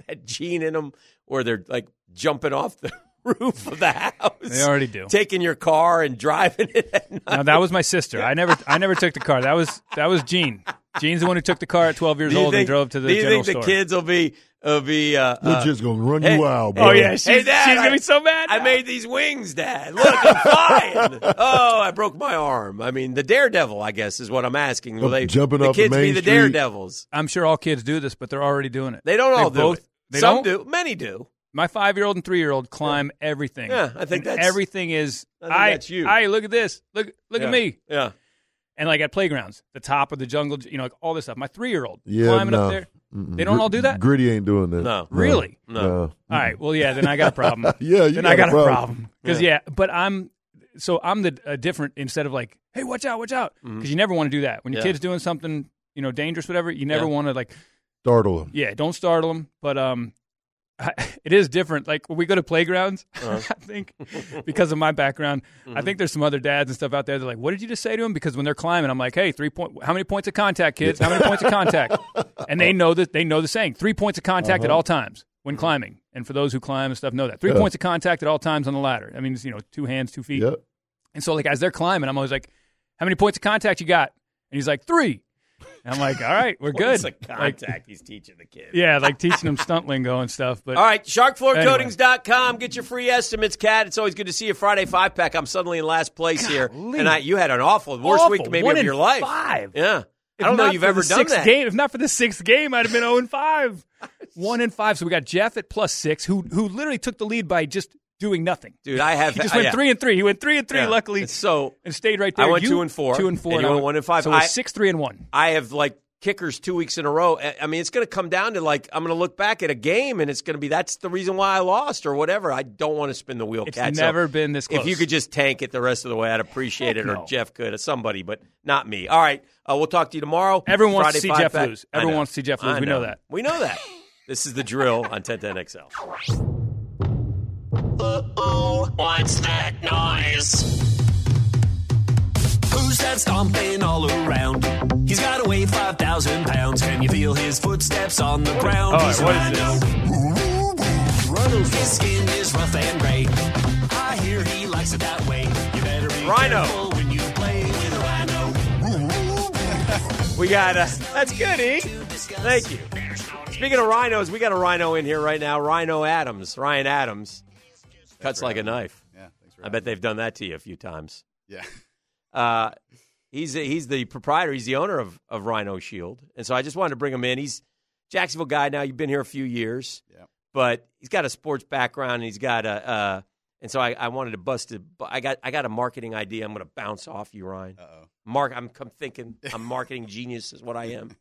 [SPEAKER 2] that gene in them where they're like jumping off the roof of the house?
[SPEAKER 12] They already do.
[SPEAKER 2] Taking your car and driving it at night.
[SPEAKER 12] Now that was my sister. I never I never took the car. That was that was Gene. Gene's the one who took the car at 12 years
[SPEAKER 2] Do you
[SPEAKER 12] old
[SPEAKER 2] think-
[SPEAKER 12] and drove to the
[SPEAKER 2] Do you
[SPEAKER 12] general
[SPEAKER 2] think
[SPEAKER 12] store.
[SPEAKER 2] the kids will be It'll be. Uh,
[SPEAKER 4] We're
[SPEAKER 2] uh,
[SPEAKER 4] just gonna run
[SPEAKER 2] hey-
[SPEAKER 4] you wild,
[SPEAKER 2] hey,
[SPEAKER 4] bro.
[SPEAKER 2] Hey, Dad,
[SPEAKER 12] Oh, she's gonna
[SPEAKER 2] I-
[SPEAKER 12] be so mad
[SPEAKER 2] I made these wings, Dad. Look, I'm flying. oh, I broke my arm. I mean, the daredevil, I guess, is what I'm asking. Will they
[SPEAKER 4] Jumping
[SPEAKER 2] the
[SPEAKER 4] off the
[SPEAKER 2] kids be
[SPEAKER 4] main
[SPEAKER 2] the
[SPEAKER 4] street.
[SPEAKER 2] daredevils?
[SPEAKER 12] I'm sure all kids do this, but they're already doing it.
[SPEAKER 2] They don't all do it.
[SPEAKER 12] They don't
[SPEAKER 2] Some do. Many do.
[SPEAKER 12] My five year old and three year old climb everything.
[SPEAKER 2] Yeah, I think
[SPEAKER 12] And
[SPEAKER 2] that's-
[SPEAKER 12] everything is.
[SPEAKER 2] I
[SPEAKER 12] I,
[SPEAKER 2] think that's you.
[SPEAKER 12] I look at this. Look, look
[SPEAKER 2] Yeah.
[SPEAKER 12] at me.
[SPEAKER 2] Yeah.
[SPEAKER 12] And like at playgrounds, the top of the jungle, you know, like all this stuff. My three year old
[SPEAKER 4] Yeah,
[SPEAKER 12] climbing
[SPEAKER 4] nah.
[SPEAKER 12] up there.
[SPEAKER 4] Mm-mm.
[SPEAKER 12] They don't all do that.
[SPEAKER 4] Gritty ain't doing that.
[SPEAKER 2] No.
[SPEAKER 12] Really?
[SPEAKER 4] No. no.
[SPEAKER 12] All right. Well, yeah. Then I got a problem.
[SPEAKER 4] Yeah, you
[SPEAKER 12] Then I
[SPEAKER 4] got
[SPEAKER 12] got
[SPEAKER 4] a
[SPEAKER 12] a
[SPEAKER 4] problem.
[SPEAKER 12] problem because yeah. But I'm so I'm the uh, different instead of like, hey, watch out, watch out, because
[SPEAKER 2] Mhm.
[SPEAKER 12] you never want to do that when your
[SPEAKER 2] Yeah.
[SPEAKER 12] kid's doing something you know dangerous, whatever. You never
[SPEAKER 2] Yeah.
[SPEAKER 12] want to like,
[SPEAKER 4] Startle them.
[SPEAKER 12] yeah, don't startle them. But um, it is different. Like when we go to playgrounds,
[SPEAKER 2] Uh-huh.
[SPEAKER 12] I think because of my background, I
[SPEAKER 2] Mhm.
[SPEAKER 12] think there's some other dads and stuff out there. They're like, what did you just say to him? Because when they're climbing, I'm like, hey, three point. How many points of contact, kids? How many points of contact? And they know that they know the saying: three points of contact at
[SPEAKER 4] Uh-huh.
[SPEAKER 12] all times
[SPEAKER 2] Mm-hmm.
[SPEAKER 12] when climbing. And for those who climb and stuff, know that three
[SPEAKER 4] Yeah.
[SPEAKER 12] points of contact at all times on the ladder. I mean, it's, you know, two hands, two feet.
[SPEAKER 4] Yep.
[SPEAKER 12] And so, like as they're climbing, I'm always like, how many points of contact you got? And he's like, three. And I'm like, all right, we're good.
[SPEAKER 2] It's a
[SPEAKER 12] Like,
[SPEAKER 2] contact he's teaching the kids.
[SPEAKER 12] yeah, like teaching them stunt lingo and stuff. But
[SPEAKER 2] All right,
[SPEAKER 12] Anyway.
[SPEAKER 2] sharkfloorcoatings.com. Get your free estimates, Cat. It's always good to see you. Friday five pack. I'm suddenly in last place here.
[SPEAKER 12] Golly.
[SPEAKER 2] And I, you had an awful, worst
[SPEAKER 12] Awful.
[SPEAKER 2] week maybe
[SPEAKER 12] One
[SPEAKER 2] of
[SPEAKER 12] in
[SPEAKER 2] your life.
[SPEAKER 12] Five.
[SPEAKER 2] Yeah.
[SPEAKER 12] If
[SPEAKER 2] I don't know
[SPEAKER 12] not
[SPEAKER 2] you've
[SPEAKER 12] for
[SPEAKER 2] ever
[SPEAKER 12] the
[SPEAKER 2] done
[SPEAKER 12] sixth
[SPEAKER 2] that.
[SPEAKER 12] Game, if not for the sixth game, I'd have been 0 and 5. 1 and 5. So we got Jeff at plus 6 who who literally took the lead by just doing nothing.
[SPEAKER 2] Dude, I have
[SPEAKER 12] He just
[SPEAKER 14] uh,
[SPEAKER 2] I-
[SPEAKER 12] went
[SPEAKER 2] yeah.
[SPEAKER 12] 3 and 3. He went 3 and 3
[SPEAKER 2] Yeah.
[SPEAKER 12] luckily
[SPEAKER 2] So
[SPEAKER 12] and stayed right
[SPEAKER 2] I
[SPEAKER 12] there.
[SPEAKER 2] went
[SPEAKER 12] You-
[SPEAKER 2] 2 and 4.
[SPEAKER 12] 2 and 4.
[SPEAKER 2] And you
[SPEAKER 12] I
[SPEAKER 2] went 1 and 5.
[SPEAKER 12] So we're
[SPEAKER 2] I-
[SPEAKER 12] 6 3 and 1.
[SPEAKER 2] I have like kickers two weeks in a row. I I mean, it's going to come down to like I'm going to look back at a game and it's going to be that's the reason why I lost or whatever. I don't want to spin the wheel.
[SPEAKER 12] It's
[SPEAKER 2] Cat. So
[SPEAKER 12] never been this
[SPEAKER 2] If you
[SPEAKER 12] close.
[SPEAKER 2] could just tank it the rest of the way, I'd appreciate
[SPEAKER 12] Heck
[SPEAKER 2] it, or
[SPEAKER 12] no.
[SPEAKER 2] Jeff could, or somebody, but not me. All right, uh, we'll talk to you tomorrow.
[SPEAKER 12] Everyone wants to see
[SPEAKER 2] Friday Five
[SPEAKER 12] Jeff
[SPEAKER 2] Pack.
[SPEAKER 12] lose.
[SPEAKER 2] I
[SPEAKER 12] Everyone
[SPEAKER 2] know.
[SPEAKER 12] wants to see Jeff lose.
[SPEAKER 2] I
[SPEAKER 12] We know that.
[SPEAKER 2] We know that. This is the drill on 1010 XL.
[SPEAKER 13] Uh-oh, what's that noise?
[SPEAKER 15] Who's that stomping all around? He's got to weigh 5,000 pounds. Can you feel his footsteps on the ground?
[SPEAKER 13] All right,
[SPEAKER 15] He's a
[SPEAKER 13] what is
[SPEAKER 15] rhino. Rhino. His skin is rough and gray. I hear he likes it that way. You better be
[SPEAKER 2] Rhino.
[SPEAKER 15] careful when you play with a rhino.
[SPEAKER 2] We got uh, that's good, E. Thank you. Speaking of rhinos, we got a rhino in here right now. Rhino Adams, Ryan Adams, cuts like a knife.
[SPEAKER 16] Yeah, thanks for
[SPEAKER 2] I bet they've done that to you a few times.
[SPEAKER 16] Yeah.
[SPEAKER 2] Uh, he's he's the proprietor. He's the owner of of Rhino Shield, and so I just wanted to bring him in. He's Jacksonville guy now. You've been here a few years,
[SPEAKER 16] Yeah.
[SPEAKER 2] but he's got a sports background. and He's got a uh, and so I, I wanted to bust it. but I got I got a marketing idea. I'm going to bounce off you, Ryan.
[SPEAKER 16] Uh-oh.
[SPEAKER 2] Mark, I'm, I'm thinking I'm marketing genius is what I am.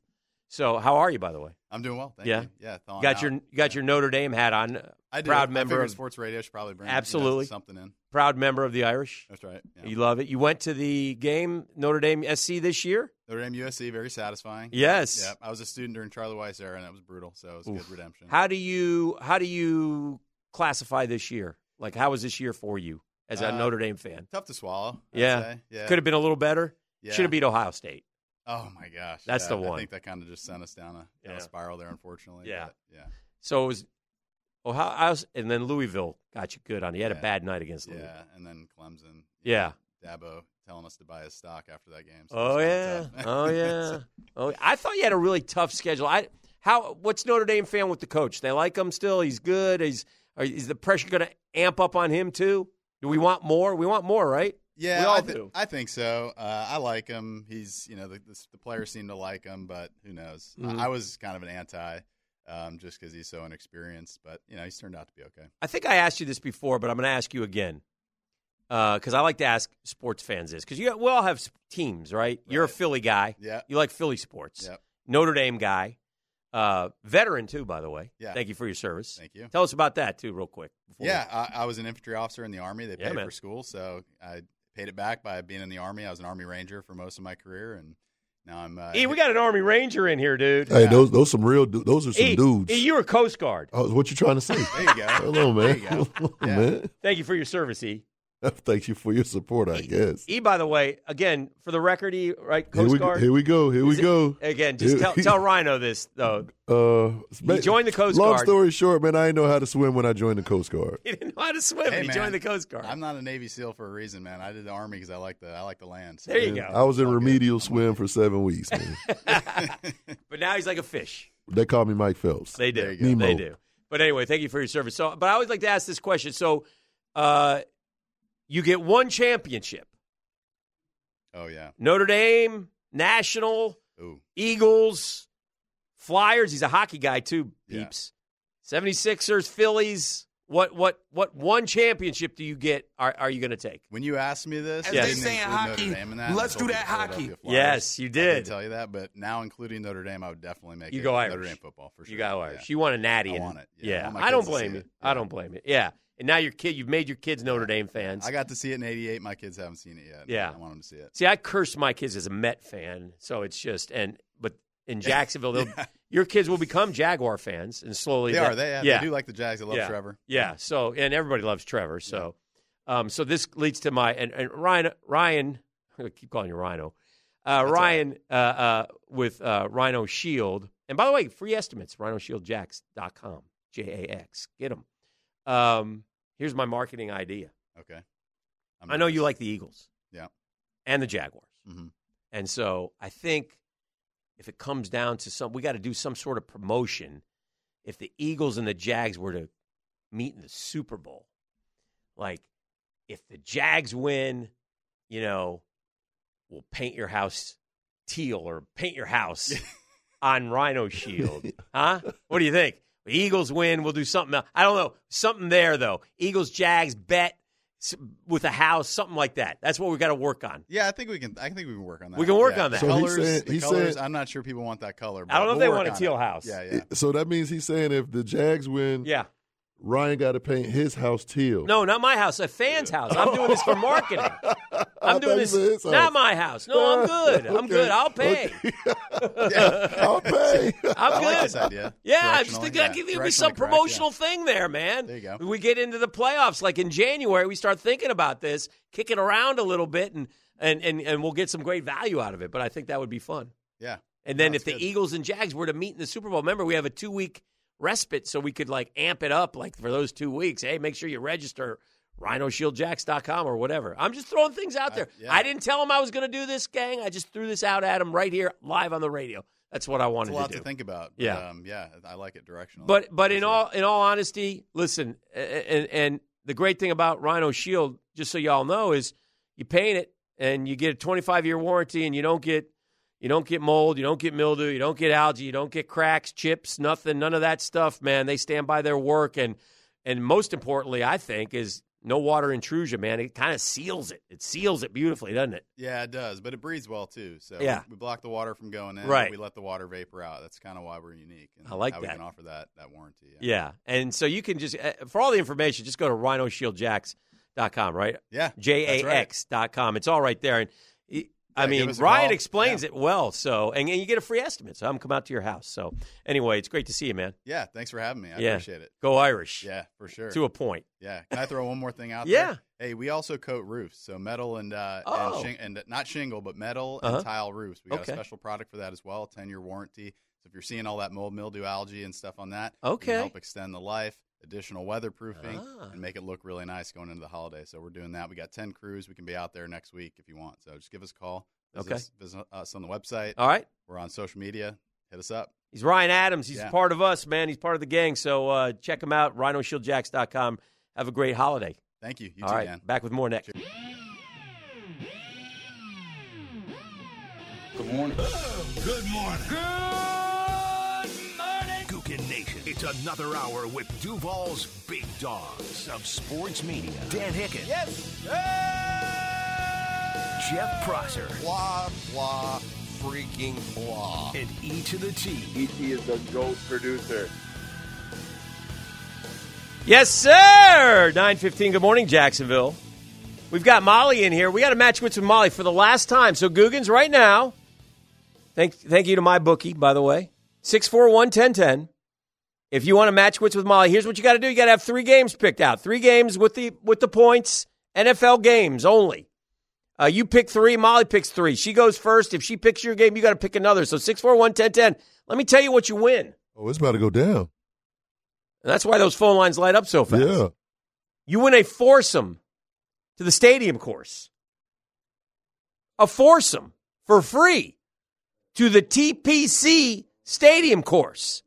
[SPEAKER 2] So how are you, by the way?
[SPEAKER 16] I'm doing well. Thank
[SPEAKER 2] yeah,
[SPEAKER 16] you. Yeah, thawing
[SPEAKER 2] Got
[SPEAKER 16] out.
[SPEAKER 2] your you got your Notre Dame hat on. uh,
[SPEAKER 16] I do.
[SPEAKER 2] Proud
[SPEAKER 16] I
[SPEAKER 2] member
[SPEAKER 16] figured
[SPEAKER 2] of
[SPEAKER 16] sports radio should probably bring, you know,
[SPEAKER 2] absolutely
[SPEAKER 16] something in.
[SPEAKER 2] Proud member of the Irish.
[SPEAKER 16] That's right. Yeah.
[SPEAKER 2] You love it. You went to the game Notre Dame SC this year.
[SPEAKER 16] Notre Dame USC, very satisfying.
[SPEAKER 2] Yes.
[SPEAKER 16] Yep. I was a student during Charlie Weiss era, and that was brutal. So it was a
[SPEAKER 2] Oof.
[SPEAKER 16] good redemption.
[SPEAKER 2] How do you how do you classify this year? Like how was this year for you as a
[SPEAKER 16] Uh,
[SPEAKER 2] Notre Dame fan?
[SPEAKER 16] Tough to swallow. I'd
[SPEAKER 2] Yeah.
[SPEAKER 16] say. Yeah.
[SPEAKER 2] Could have been a little better.
[SPEAKER 16] Yeah.
[SPEAKER 2] Should have beat Ohio State.
[SPEAKER 16] Oh my gosh.
[SPEAKER 2] That's
[SPEAKER 16] Yeah,
[SPEAKER 2] the
[SPEAKER 16] I
[SPEAKER 2] one.
[SPEAKER 16] think that kind of just sent us down a, down
[SPEAKER 2] Yeah.
[SPEAKER 16] a spiral there, unfortunately.
[SPEAKER 2] Yeah.
[SPEAKER 16] But, yeah.
[SPEAKER 2] So it was Ohio I was- and then Louisville got you good on. You had a bad night against Louisville.
[SPEAKER 16] Yeah. And then Clemson.
[SPEAKER 2] Yeah.
[SPEAKER 16] Dabo telling us to buy his stock after that game. so
[SPEAKER 2] Oh yeah.
[SPEAKER 16] it's kinda tough.
[SPEAKER 2] Oh yeah. Oh, I thought you had a really tough schedule. I how what's Notre Dame fan with the coach? They like him still. He's good. He's are, is the pressure going to amp up on him too? Do we want more? We want more, right?
[SPEAKER 16] Yeah,
[SPEAKER 2] we all
[SPEAKER 16] I, thi-
[SPEAKER 2] do.
[SPEAKER 16] I think so. Uh, I like him. He's you know the, the, the players seem to like him, but who knows? I-
[SPEAKER 2] Mhm.
[SPEAKER 16] I, was kind of an anti, um, just because he's so inexperienced. But you know he's turned out to be okay.
[SPEAKER 2] I think I asked you this before, but I'm going to ask you again because I like to ask sports fans this because you we all have s- teams, right? You're a Philly guy.
[SPEAKER 16] Yeah.
[SPEAKER 2] You like Philly sports.
[SPEAKER 16] Yep.
[SPEAKER 2] Notre Dame guy, uh, veteran too, by the way.
[SPEAKER 16] Yeah.
[SPEAKER 2] Thank you for your service.
[SPEAKER 16] Thank you.
[SPEAKER 2] Tell us about that too, real quick. before we-
[SPEAKER 16] Yeah, I, I was an infantry officer in the army. They
[SPEAKER 2] Yeah,
[SPEAKER 16] paid
[SPEAKER 2] man.
[SPEAKER 16] for school, so I paid it back by being in the army. I was an army ranger for most of my career, and now I'm. Uh,
[SPEAKER 2] E, we got an Army Ranger in here, dude.
[SPEAKER 4] Hey, those those some real du- those are some
[SPEAKER 2] E,
[SPEAKER 4] dudes.
[SPEAKER 2] E, you were Coast Guard.
[SPEAKER 4] Oh, what you trying to say? There
[SPEAKER 16] you go.
[SPEAKER 4] Hello, man.
[SPEAKER 2] There you
[SPEAKER 4] Hello, man.
[SPEAKER 2] Thank you for your service, E.
[SPEAKER 4] Thank you for your support. I guess.
[SPEAKER 2] E, by the way, again for the record, E, right? Coast
[SPEAKER 4] here we
[SPEAKER 2] Guard.
[SPEAKER 4] here we go. Here we
[SPEAKER 2] Is it-
[SPEAKER 4] go.
[SPEAKER 2] Again, just
[SPEAKER 4] Here-
[SPEAKER 2] tell, tell Rhino this though.
[SPEAKER 4] Uh,
[SPEAKER 2] He joined the Coast
[SPEAKER 4] long
[SPEAKER 2] Guard.
[SPEAKER 4] story short, man, I didn't know how to swim when I joined the Coast Guard.
[SPEAKER 2] He didn't know how to swim. and he joined the Coast Guard.
[SPEAKER 16] I'm not a Navy SEAL for a reason, man. I did the army because I like the I like the land. so-
[SPEAKER 2] There you
[SPEAKER 4] And
[SPEAKER 2] go.
[SPEAKER 4] I was in remedial swim for seven weeks. Man.
[SPEAKER 2] But now he's like a fish.
[SPEAKER 4] They call me Mike Phelps.
[SPEAKER 2] They do.
[SPEAKER 4] Nemo.
[SPEAKER 2] They do. But anyway, thank you for your service. So, but I always like to ask this question. So, uh, you get one championship.
[SPEAKER 16] Oh yeah.
[SPEAKER 2] Notre Dame, National, Eagles, Flyers. He's a hockey guy too, peeps. 76ers, Phillies. What what what one championship do you get are, are you going to take?
[SPEAKER 16] When you asked me this,
[SPEAKER 2] Yes.
[SPEAKER 16] I didn't
[SPEAKER 2] They saying
[SPEAKER 16] include
[SPEAKER 2] hockey.
[SPEAKER 16] Notre Dame in that. I
[SPEAKER 2] Let's
[SPEAKER 16] told
[SPEAKER 2] do
[SPEAKER 16] you
[SPEAKER 2] that
[SPEAKER 16] Philadelphia
[SPEAKER 2] hockey.
[SPEAKER 16] Flyers.
[SPEAKER 2] Yes, you
[SPEAKER 16] I
[SPEAKER 2] did.
[SPEAKER 16] didn't tell you that, but now including Notre Dame, I would definitely make
[SPEAKER 2] You
[SPEAKER 16] it
[SPEAKER 2] go Irish.
[SPEAKER 16] Notre Dame football for sure.
[SPEAKER 2] You go Irish. You want a natty.
[SPEAKER 16] I
[SPEAKER 2] and-
[SPEAKER 16] want it. Yeah, I
[SPEAKER 2] Yeah.
[SPEAKER 16] want my
[SPEAKER 2] I don't
[SPEAKER 16] kids to see
[SPEAKER 2] blame you.
[SPEAKER 16] it.
[SPEAKER 2] I don't blame you. Yeah. And now your kid, you've made your kids Notre Dame fans.
[SPEAKER 16] I got to see it in '88. My kids haven't seen it yet.
[SPEAKER 2] Yeah.
[SPEAKER 16] I want them to see it.
[SPEAKER 2] See, I curse my kids as a Met fan, so it's just and but in Jacksonville, they'll your kids will become Jaguar fans, and slowly
[SPEAKER 16] They
[SPEAKER 2] that-
[SPEAKER 16] are. They- yeah, they do like the Jags. They love
[SPEAKER 2] Yeah.
[SPEAKER 16] Trevor.
[SPEAKER 2] Yeah. So and everybody loves Trevor. So, um, so this leads to my and, and Ryan Ryan, I keep calling you Rhino, uh, Ryan uh, uh, with uh, Rhino Shield. And by the way, free estimates RhinoShieldJax.com, J A X. Get them. Um, here's my marketing idea.
[SPEAKER 16] Okay. I'm
[SPEAKER 2] I know you
[SPEAKER 16] nervous.
[SPEAKER 2] like the Eagles.
[SPEAKER 16] Yeah.
[SPEAKER 2] And the Jaguars.
[SPEAKER 16] Mhm.
[SPEAKER 2] And so I think if it comes down to some, we got to do some sort of promotion. If the Eagles and the Jags were to meet in the Super Bowl, like if the Jags win, you know, we'll paint your house teal or paint your house on Rhino Shield. huh? What do you think? The Eagles win, we'll do something else. I don't know. Something there, though. Eagles, Jags, bet s- with a house, something like that. That's what we got to work on.
[SPEAKER 16] Yeah, I think we can. I think we can work on that.
[SPEAKER 2] We can work
[SPEAKER 16] Yeah.
[SPEAKER 2] on that.
[SPEAKER 16] The
[SPEAKER 2] So he
[SPEAKER 16] colors.
[SPEAKER 4] said-
[SPEAKER 16] the
[SPEAKER 4] he
[SPEAKER 16] colors.
[SPEAKER 4] said-
[SPEAKER 16] I'm not sure people want that color.
[SPEAKER 2] I don't know if
[SPEAKER 16] but
[SPEAKER 2] they
[SPEAKER 16] we'll
[SPEAKER 2] want
[SPEAKER 16] work
[SPEAKER 2] a
[SPEAKER 16] on
[SPEAKER 2] teal
[SPEAKER 16] it.
[SPEAKER 2] house.
[SPEAKER 16] Yeah, yeah.
[SPEAKER 4] So that means he's saying if the Jags win,
[SPEAKER 2] yeah,
[SPEAKER 4] Ryan got to paint his house teal.
[SPEAKER 2] No, not my house. A fan's house. I'm doing this for marketing. I'm
[SPEAKER 4] thought
[SPEAKER 2] doing
[SPEAKER 4] you
[SPEAKER 2] this.
[SPEAKER 4] said his house.
[SPEAKER 2] Not my house. No, I'm good. I'm
[SPEAKER 4] Okay.
[SPEAKER 2] good. I'll pay.
[SPEAKER 4] I'll pay.
[SPEAKER 2] I'm
[SPEAKER 16] I
[SPEAKER 2] good.
[SPEAKER 16] like this idea.
[SPEAKER 2] Yeah, I just
[SPEAKER 16] Directionally,
[SPEAKER 2] think
[SPEAKER 16] yeah.
[SPEAKER 2] that could be some
[SPEAKER 16] Directionally correct,
[SPEAKER 2] promotional thing there, man. There you go. We get into the playoffs, like in January, we start thinking about this, kick it around a little bit, and and and, and we'll get some great value out of it. But I think that would be fun.
[SPEAKER 16] Yeah.
[SPEAKER 2] And then if the Eagles and Jags were to meet in the Super Bowl, remember we have a two week respite, so we could like amp it up like for those two weeks. Hey, make sure you register rhinoshieldjacks.com or whatever. I'm just throwing things out there. I,
[SPEAKER 16] yeah.
[SPEAKER 2] didn't tell him I was going to do this, gang. I just threw this out at him right here live on the radio. That's what I
[SPEAKER 16] It's
[SPEAKER 2] wanted
[SPEAKER 16] a lot to,
[SPEAKER 2] to do.
[SPEAKER 16] think about. but,
[SPEAKER 2] Yeah.
[SPEAKER 16] um, yeah, I like it directional.
[SPEAKER 2] But but in all in all honesty, listen, a- a- and and the great thing about Rhino Shield, just so y'all know, is you paint it and you get a 25 year warranty, and you don't get you don't get mold, you don't get mildew, you don't get algae, you don't get cracks, chips, nothing, none of that stuff, man. They stand by their work, and and most importantly, I think is no water intrusion, man. It kind of seals it. It seals it beautifully, doesn't it?
[SPEAKER 16] Yeah, it does, but it breathes well too. So
[SPEAKER 2] Yeah.
[SPEAKER 16] we, we block the water from going in.
[SPEAKER 2] Right.
[SPEAKER 16] We let the water vapor out. That's kind of why we're unique. And
[SPEAKER 2] I like
[SPEAKER 16] how
[SPEAKER 2] that.
[SPEAKER 16] We can offer that that warranty. Yeah.
[SPEAKER 2] Yeah. And so you can just, uh, for all the information, just go to rhinoshieldjacks.com, right?
[SPEAKER 16] Yeah,
[SPEAKER 2] J
[SPEAKER 16] that's
[SPEAKER 2] A
[SPEAKER 16] right.
[SPEAKER 2] X dot com. It's all right there. And y- I
[SPEAKER 16] Yeah, give
[SPEAKER 2] mean,
[SPEAKER 16] us a
[SPEAKER 2] Ryan
[SPEAKER 16] call.
[SPEAKER 2] explains it well. So, and, and you get a free estimate. So I'm come out to your house. So anyway, it's great to see you, man.
[SPEAKER 16] Yeah, Thanks for having me. I
[SPEAKER 2] Yeah.
[SPEAKER 16] appreciate it.
[SPEAKER 2] Go Irish.
[SPEAKER 16] Yeah, for sure.
[SPEAKER 2] To a point.
[SPEAKER 16] Yeah. Can I throw one more thing out
[SPEAKER 2] Yeah.
[SPEAKER 16] there? Hey, we also coat roofs. So metal and uh
[SPEAKER 2] Oh.
[SPEAKER 16] and, shing- and not shingle, but metal
[SPEAKER 2] Uh-huh.
[SPEAKER 16] and tile roofs. We got
[SPEAKER 2] Okay.
[SPEAKER 16] a special product for that as well, 10-year warranty. So if you're seeing all that mold, mildew, algae and stuff on that, we can
[SPEAKER 2] Okay.
[SPEAKER 16] help extend the life, additional weatherproofing
[SPEAKER 2] Ah.
[SPEAKER 16] and make it look really nice going into the holiday. So we're doing that. We got 10 crews. We can be out there next week if you want. So just give us a call. Visit
[SPEAKER 2] Okay.
[SPEAKER 16] Us, visit us on the website.
[SPEAKER 2] All right.
[SPEAKER 16] We're on social media. Hit us up.
[SPEAKER 2] He's Ryan Adams. He's
[SPEAKER 16] Yeah.
[SPEAKER 2] part of us, man. He's part of the gang. So uh, check him out, rhinoshieldjacks.com. Have a great holiday.
[SPEAKER 16] Thank you. You
[SPEAKER 2] All
[SPEAKER 16] too,
[SPEAKER 2] right.
[SPEAKER 16] Dan.
[SPEAKER 2] Back with more next.
[SPEAKER 1] Good morning. Good morning. Good morning. Gookin Nation. It's another hour with Duval's big dogs of sports media. Dan Hicken. Yes.
[SPEAKER 2] Mm-hmm.
[SPEAKER 1] Jeff Prosser. Blah, blah, freaking blah. And E to the T. E.T. is the GOAT producer.
[SPEAKER 2] Yes, sir. 915. Good morning, Jacksonville. We've got Molly in here. We got a match wits with Molly for the last time. So Googans right now. Thank thank you to my bookie, by the way. 641-1010. If you want to match wits with Molly, here's what you got to do. You got to have 3 games picked out. 3 games with the with the points, NFL games only. Uh, you pick 3, Molly picks 3. She goes first. If she picks your game, you got to pick another. So 641-1010. Let me tell you what you win.
[SPEAKER 4] Oh, it's about to go down.
[SPEAKER 2] And that's why those phone lines light up so fast. Yeah. You win a foursome to the stadium course. A foursome for free to the TPC stadium course.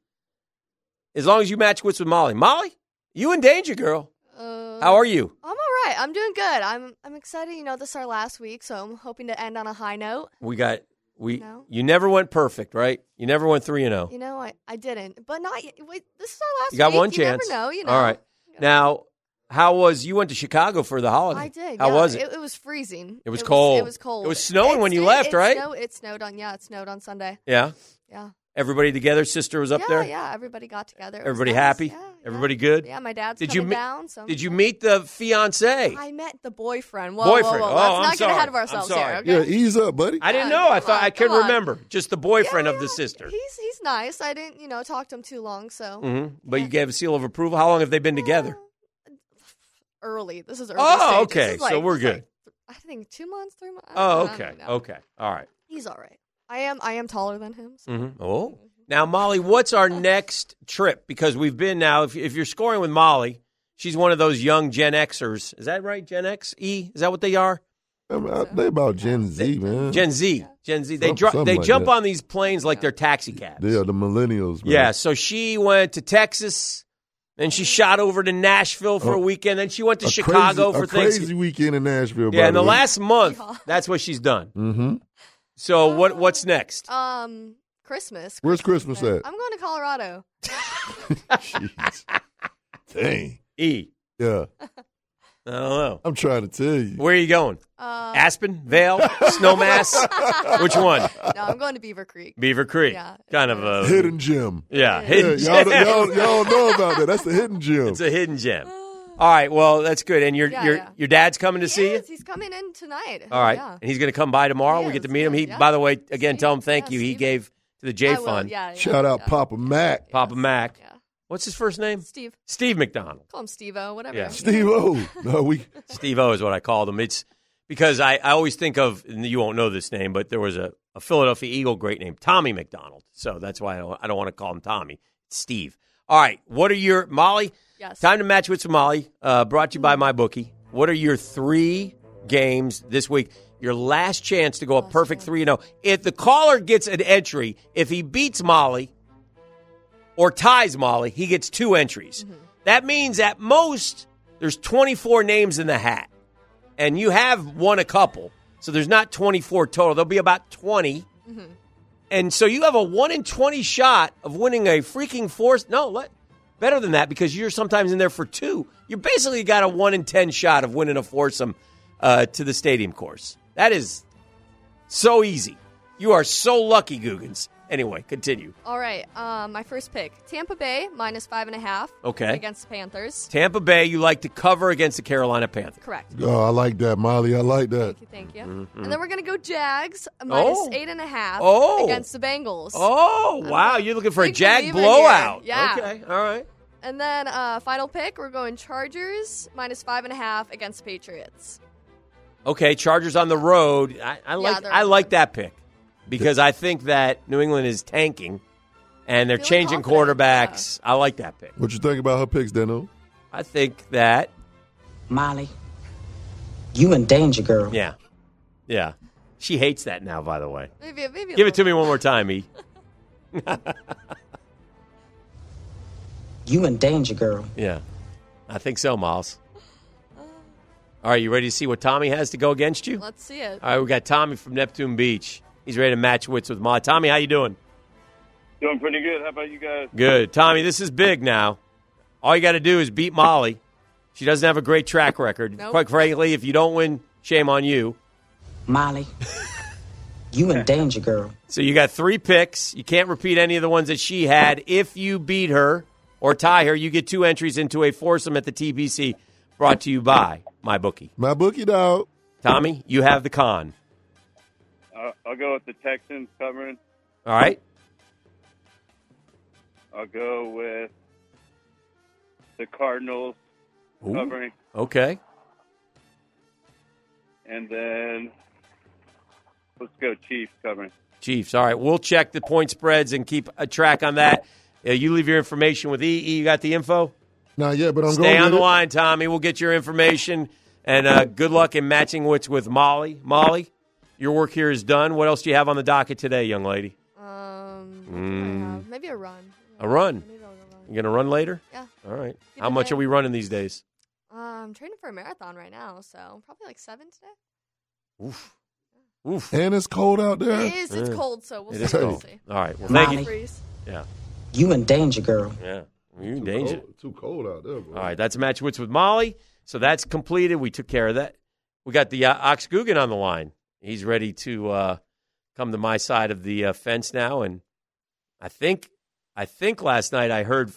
[SPEAKER 2] As long as you match wits with Molly. Molly, you in danger, girl. How are you?
[SPEAKER 17] Uh, I'm all right. I'm doing good. I'm I'm excited. You know, this is our last week, so I'm hoping to end on a high note.
[SPEAKER 2] We got we
[SPEAKER 17] No.
[SPEAKER 2] you never went perfect, right? You never went 3 and 0.
[SPEAKER 17] You know, I, I didn't, but not yet. Wait, this is our last.
[SPEAKER 2] Oh. You got
[SPEAKER 17] week.
[SPEAKER 2] one chance.
[SPEAKER 17] You never know. You know.
[SPEAKER 2] All right. Now, how was you went to Chicago for the holiday?
[SPEAKER 17] I did.
[SPEAKER 2] How
[SPEAKER 17] yeah.
[SPEAKER 2] was it?
[SPEAKER 17] It, was freezing.
[SPEAKER 2] It was cold.
[SPEAKER 17] It was cold.
[SPEAKER 2] It was snowing when you
[SPEAKER 17] snow-
[SPEAKER 2] left,
[SPEAKER 17] it
[SPEAKER 2] right?
[SPEAKER 17] snow- it snowed on yeah. It snowed on Sunday.
[SPEAKER 2] Yeah.
[SPEAKER 17] Yeah.
[SPEAKER 2] Everybody together. Sister was up
[SPEAKER 17] yeah,
[SPEAKER 2] there.
[SPEAKER 17] yeah. Everybody got together. It was
[SPEAKER 2] Everybody
[SPEAKER 17] nice.
[SPEAKER 2] happy.
[SPEAKER 17] Yeah.
[SPEAKER 2] Everybody good.
[SPEAKER 17] Yeah, my dad's
[SPEAKER 2] did you
[SPEAKER 17] coming
[SPEAKER 2] meet-
[SPEAKER 17] down, so I'm
[SPEAKER 2] did you meet the fiance?
[SPEAKER 17] I met the boyfriend. Whoa,
[SPEAKER 2] boyfriend.
[SPEAKER 17] whoa, whoa. Let's
[SPEAKER 2] Oh, I'm
[SPEAKER 17] not
[SPEAKER 2] sorry.
[SPEAKER 17] get ahead of ourselves
[SPEAKER 2] I'm sorry.
[SPEAKER 17] here. Okay?
[SPEAKER 4] ease up, buddy.
[SPEAKER 2] I didn't know. I thought I couldn't
[SPEAKER 17] come on.
[SPEAKER 2] remember. Just the boyfriend of the sister.
[SPEAKER 17] He's he's nice. I didn't, you know, talk to him too long, so
[SPEAKER 2] hmm But you gave a seal of approval. How long have they been together?
[SPEAKER 17] early. This is early.
[SPEAKER 2] Oh,
[SPEAKER 17] stages. This
[SPEAKER 2] okay.
[SPEAKER 17] is like-
[SPEAKER 2] so we're
[SPEAKER 17] this is
[SPEAKER 2] good.
[SPEAKER 17] like, I think two months, three months. I don't
[SPEAKER 2] oh,
[SPEAKER 17] know.
[SPEAKER 2] okay. Okay. All right.
[SPEAKER 17] He's all right. I am I am taller than him. so-
[SPEAKER 2] Mhm. Oh.
[SPEAKER 17] Mm-hmm.
[SPEAKER 2] Now, Molly, what's our next trip? Because we've been now, if, if you're scoring with Molly, she's one of those young Gen Xers. Is that right? Gen X? E? Is that what they are?
[SPEAKER 4] I mean, I- they about Gen Z, man.
[SPEAKER 2] Gen Z. Gen Z. They,
[SPEAKER 4] Uh-huh. Some-
[SPEAKER 2] dr-
[SPEAKER 4] something
[SPEAKER 2] they
[SPEAKER 4] like
[SPEAKER 2] jump
[SPEAKER 4] that.
[SPEAKER 2] on these planes like they're taxi cabs.
[SPEAKER 4] They are the millennials, man.
[SPEAKER 2] Yeah. So she went to Texas. Then
[SPEAKER 17] Mm-hmm.
[SPEAKER 2] she shot over to Nashville for a
[SPEAKER 4] Oh.
[SPEAKER 2] weekend. Then she went to
[SPEAKER 4] A
[SPEAKER 2] Chicago
[SPEAKER 4] crazy,
[SPEAKER 2] for
[SPEAKER 4] a crazy
[SPEAKER 2] Thanksgiving.
[SPEAKER 4] weekend in Nashville.
[SPEAKER 2] Yeah, in the last month, that's what she's done.
[SPEAKER 4] Mm-hmm.
[SPEAKER 2] So what? What's next?
[SPEAKER 17] Um Christmas.
[SPEAKER 4] Where's Christmas at?
[SPEAKER 17] I'm going to Colorado.
[SPEAKER 4] Dang.
[SPEAKER 2] E.
[SPEAKER 4] Yeah.
[SPEAKER 2] I don't know.
[SPEAKER 4] I'm trying to tell you.
[SPEAKER 2] Where are you going?
[SPEAKER 17] Uh,
[SPEAKER 2] Aspen, Vale, Snowmass. Which one?
[SPEAKER 17] No, I'm going to Beaver Creek.
[SPEAKER 2] Beaver Creek.
[SPEAKER 17] Yeah.
[SPEAKER 2] Kind of a
[SPEAKER 4] Hidden gem.
[SPEAKER 2] Yeah, hidden
[SPEAKER 4] yeah, y'all, Y'all,
[SPEAKER 2] gem.
[SPEAKER 4] y'all know about that. That's the hidden gem.
[SPEAKER 2] It's a hidden gem. All right. Well, that's good. And your
[SPEAKER 17] Yeah,
[SPEAKER 2] your
[SPEAKER 17] yeah.
[SPEAKER 2] your dad's coming to see you.
[SPEAKER 17] Yes, he's coming in tonight.
[SPEAKER 2] All right.
[SPEAKER 17] Yeah.
[SPEAKER 2] And he's going to come by tomorrow. we get to meet him. He,
[SPEAKER 17] yeah.
[SPEAKER 2] by the way, again, tell him thank you. He gave to the J
[SPEAKER 17] I will,
[SPEAKER 2] Fund.
[SPEAKER 17] yeah, yeah,
[SPEAKER 4] Shout out Papa Mac.
[SPEAKER 2] Papa Mac. What's his first name?
[SPEAKER 17] Steve.
[SPEAKER 2] Steve McDonald.
[SPEAKER 17] Call him Steve O, whatever.
[SPEAKER 2] Yeah.
[SPEAKER 4] Steve O. No, we
[SPEAKER 2] Steve O is what I called him. It's because I, I always think of, and you won't know this name, but there was a, a Philadelphia Eagle great named Tommy McDonald. So that's why I don't, I don't want to call him Tommy. It's Steve. All right. What are your, Molly?
[SPEAKER 17] Yes.
[SPEAKER 2] Time to match with Molly, uh, brought to you by my bookie. What are your three games this week? Your last chance to go a perfect 3 0. If the caller gets an entry, if he beats Molly or ties Molly, he gets two entries. That means at most there's 24 names in the hat, and you have won a couple. So there's not 24 total. There'll be about 20.
[SPEAKER 17] Mm-hmm.
[SPEAKER 2] And so you have a 1 in 20 shot of winning a freaking force. No, let, better than that because you're sometimes in there for two. You basically got a 1 in 10 shot of winning a foursome uh, to the stadium course. That is so easy. You are so lucky, Googans. Anyway, continue.
[SPEAKER 17] All right. Um, my first pick Tampa Bay, minus five and a half.
[SPEAKER 2] Okay.
[SPEAKER 17] Against the Panthers.
[SPEAKER 2] Tampa Bay, you like to cover against the Carolina Panthers.
[SPEAKER 17] Correct.
[SPEAKER 4] Oh, I like that, Molly. I like that.
[SPEAKER 17] Thank you.
[SPEAKER 2] Mhm.
[SPEAKER 17] And then we're going to go Jags, minus
[SPEAKER 2] Oh.
[SPEAKER 17] eight and a half.
[SPEAKER 2] Oh.
[SPEAKER 17] Against the Bengals.
[SPEAKER 2] Oh,
[SPEAKER 17] Uh-huh.
[SPEAKER 2] wow. You're looking for a
[SPEAKER 17] Big
[SPEAKER 2] Jag
[SPEAKER 17] believer
[SPEAKER 2] blowout.
[SPEAKER 17] here. Yeah.
[SPEAKER 2] Okay. All right.
[SPEAKER 17] And then uh, final pick, we're going Chargers, minus five and a half against the Patriots.
[SPEAKER 2] Okay. Chargers on the road. I, I like
[SPEAKER 17] they're
[SPEAKER 2] I like that pick because I think that New England is tanking and they're changing quarterbacks. I like that pick.
[SPEAKER 4] What you think about her picks, Dano?
[SPEAKER 2] I think that
[SPEAKER 18] Molly, you in danger, girl.
[SPEAKER 2] Yeah. Yeah. She hates that now, by the way.
[SPEAKER 17] Maybe, maybe a
[SPEAKER 2] Give it to
[SPEAKER 17] little-
[SPEAKER 2] me one E. more time, E.
[SPEAKER 18] You in danger, girl.
[SPEAKER 2] Yeah. I think so, Miles. All right, you ready to see what Tommy has to go against you?
[SPEAKER 17] Let's see it.
[SPEAKER 2] All right, we got Tommy from Neptune Beach. He's ready to match wits with Ma. Tommy, how you doing?
[SPEAKER 19] Doing pretty good. How about you guys?
[SPEAKER 2] Good. Tommy, this is big now. All you got to do is beat Molly. She doesn't have a great track record.
[SPEAKER 18] Nope.
[SPEAKER 2] Quite frankly, if you don't win, shame on you.
[SPEAKER 18] Molly, you in danger, girl.
[SPEAKER 2] So you got three picks. You can't repeat any of the ones that she had. If you beat her or tie her, you get two entries into a foursome at the TBC. Brought to you by my bookie.
[SPEAKER 4] My bookie dog.
[SPEAKER 2] Tommy, you have the con.
[SPEAKER 19] Uh, I'll go with the Texans covering.
[SPEAKER 2] All right.
[SPEAKER 19] I'll go with the Cardinals
[SPEAKER 2] Ooh.
[SPEAKER 19] covering,
[SPEAKER 2] Okay.
[SPEAKER 19] and then let's go Chiefs covering.
[SPEAKER 2] Chiefs. All right, we'll check the point spreads and keep a track on that. Uh, you leave your information with E. E, you got the info?
[SPEAKER 4] Not yet, but I'm
[SPEAKER 2] Stay
[SPEAKER 4] going
[SPEAKER 2] on
[SPEAKER 4] with
[SPEAKER 2] the
[SPEAKER 4] it.
[SPEAKER 2] line, Tommy. We'll get your information. And uh, good luck in matching wits with Molly. Molly, your work here is done. What else do you have on the docket today, young lady?
[SPEAKER 17] Um,
[SPEAKER 2] Mm.
[SPEAKER 17] Maybe a run.
[SPEAKER 2] A run. You gonna run later?
[SPEAKER 17] Yeah.
[SPEAKER 2] All right.
[SPEAKER 17] Give
[SPEAKER 2] How
[SPEAKER 17] it a
[SPEAKER 2] much
[SPEAKER 17] day.
[SPEAKER 2] are we running these days?
[SPEAKER 17] Uh, I'm training for a marathon right now, so probably like seven today.
[SPEAKER 2] Oof. Oof.
[SPEAKER 4] And it's cold out there.
[SPEAKER 17] It is. It's cold, so we'll
[SPEAKER 2] It
[SPEAKER 17] see.
[SPEAKER 2] is
[SPEAKER 17] We'll
[SPEAKER 2] cold.
[SPEAKER 17] see.
[SPEAKER 2] All right. Well,
[SPEAKER 17] Might
[SPEAKER 2] thank you.
[SPEAKER 17] freeze.
[SPEAKER 2] Yeah.
[SPEAKER 18] You in danger, girl.
[SPEAKER 2] Yeah. You in danger.
[SPEAKER 4] Too cold out there, bro.
[SPEAKER 2] All right, that's Match Wits with Molly. So that's completed. We took care of that. We got the uh, Ox Guggen on the line. He's ready to uh, come to my side of the uh, fence now. And I think, I think last night I heard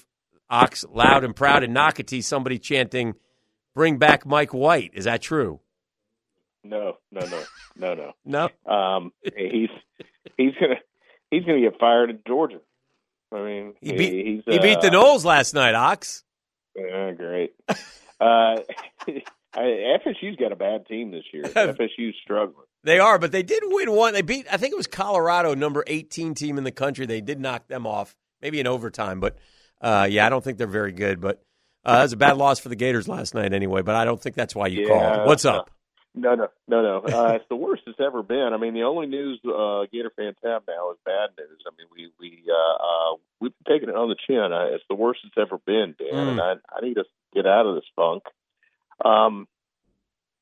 [SPEAKER 2] Ox loud and proud in Nocatee somebody chanting, "Bring back Mike White." Is that true?
[SPEAKER 20] No, no, no, no, no.
[SPEAKER 2] No.
[SPEAKER 20] Um, he's he's gonna he's gonna get fired in Georgia. I mean,
[SPEAKER 2] He beat
[SPEAKER 20] he's,
[SPEAKER 2] he beat the
[SPEAKER 20] uh,
[SPEAKER 2] Knowles last night. Ox.
[SPEAKER 20] Yeah, great. uh, I, FSU's got a bad team this year. FSU's struggling.
[SPEAKER 2] They are, but they did win one. They beat, I think it was Colorado, number 18 team in the country. They did knock them off, maybe in overtime. But uh, yeah, I don't think they're very good. But uh, that was a bad loss for the Gators last night, anyway. But I don't think that's why you
[SPEAKER 20] Yeah. uh,
[SPEAKER 2] called. What's up?
[SPEAKER 20] No, no, no, no. Uh, it's the worst it's ever been. I mean, the only news uh, Gator fans have now is bad news. I mean, we we uh, uh, we've been taking it on the chin. Uh, it's the worst it's ever been, Dan.
[SPEAKER 2] Hmm.
[SPEAKER 21] Mm.
[SPEAKER 20] And I I need us to get out of this funk. Um,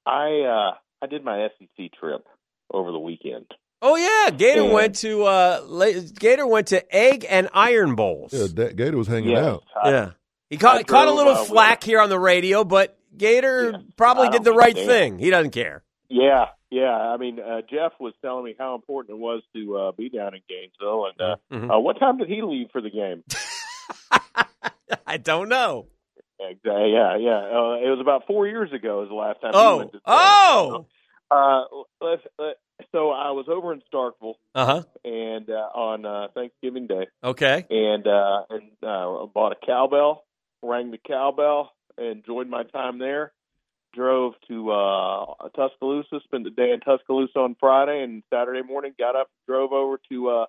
[SPEAKER 20] I uh, I did my SEC trip over the weekend.
[SPEAKER 2] Oh yeah, Gator
[SPEAKER 20] Yeah.
[SPEAKER 2] went to uh, la- Gator went to Egg and Iron Bowls.
[SPEAKER 4] Yeah, that Gator was hanging
[SPEAKER 20] Yes,
[SPEAKER 4] out.
[SPEAKER 20] I-
[SPEAKER 2] yeah, he caught
[SPEAKER 20] I
[SPEAKER 2] caught a
[SPEAKER 20] drove,
[SPEAKER 2] little
[SPEAKER 20] uh,
[SPEAKER 2] flack here on the radio, but Gator probably
[SPEAKER 20] I
[SPEAKER 2] did
[SPEAKER 20] don't
[SPEAKER 2] the right
[SPEAKER 20] understand.
[SPEAKER 2] thing. He doesn't care.
[SPEAKER 20] Yeah, yeah. I mean, uh, Jeff was telling me how important it was to uh, be down in Gainesville. And uh,
[SPEAKER 2] Mhm.
[SPEAKER 20] uh, what time did he leave for the game?
[SPEAKER 2] I don't know.
[SPEAKER 20] Exactly. Yeah, yeah. Uh, it was about four years ago. Was the last time.
[SPEAKER 2] Oh.
[SPEAKER 20] we went to
[SPEAKER 2] Oh!
[SPEAKER 20] Uh, let's, let, so I was over in Starkville,
[SPEAKER 2] Uh huh.
[SPEAKER 20] and uh, on uh, Thanksgiving Day,
[SPEAKER 2] Okay.
[SPEAKER 20] and uh, and uh, bought a cowbell, rang the cowbell, enjoyed my time there. Drove to uh, Tuscaloosa, spent the day in Tuscaloosa on Friday, and Saturday morning got up, drove over to uh, uh,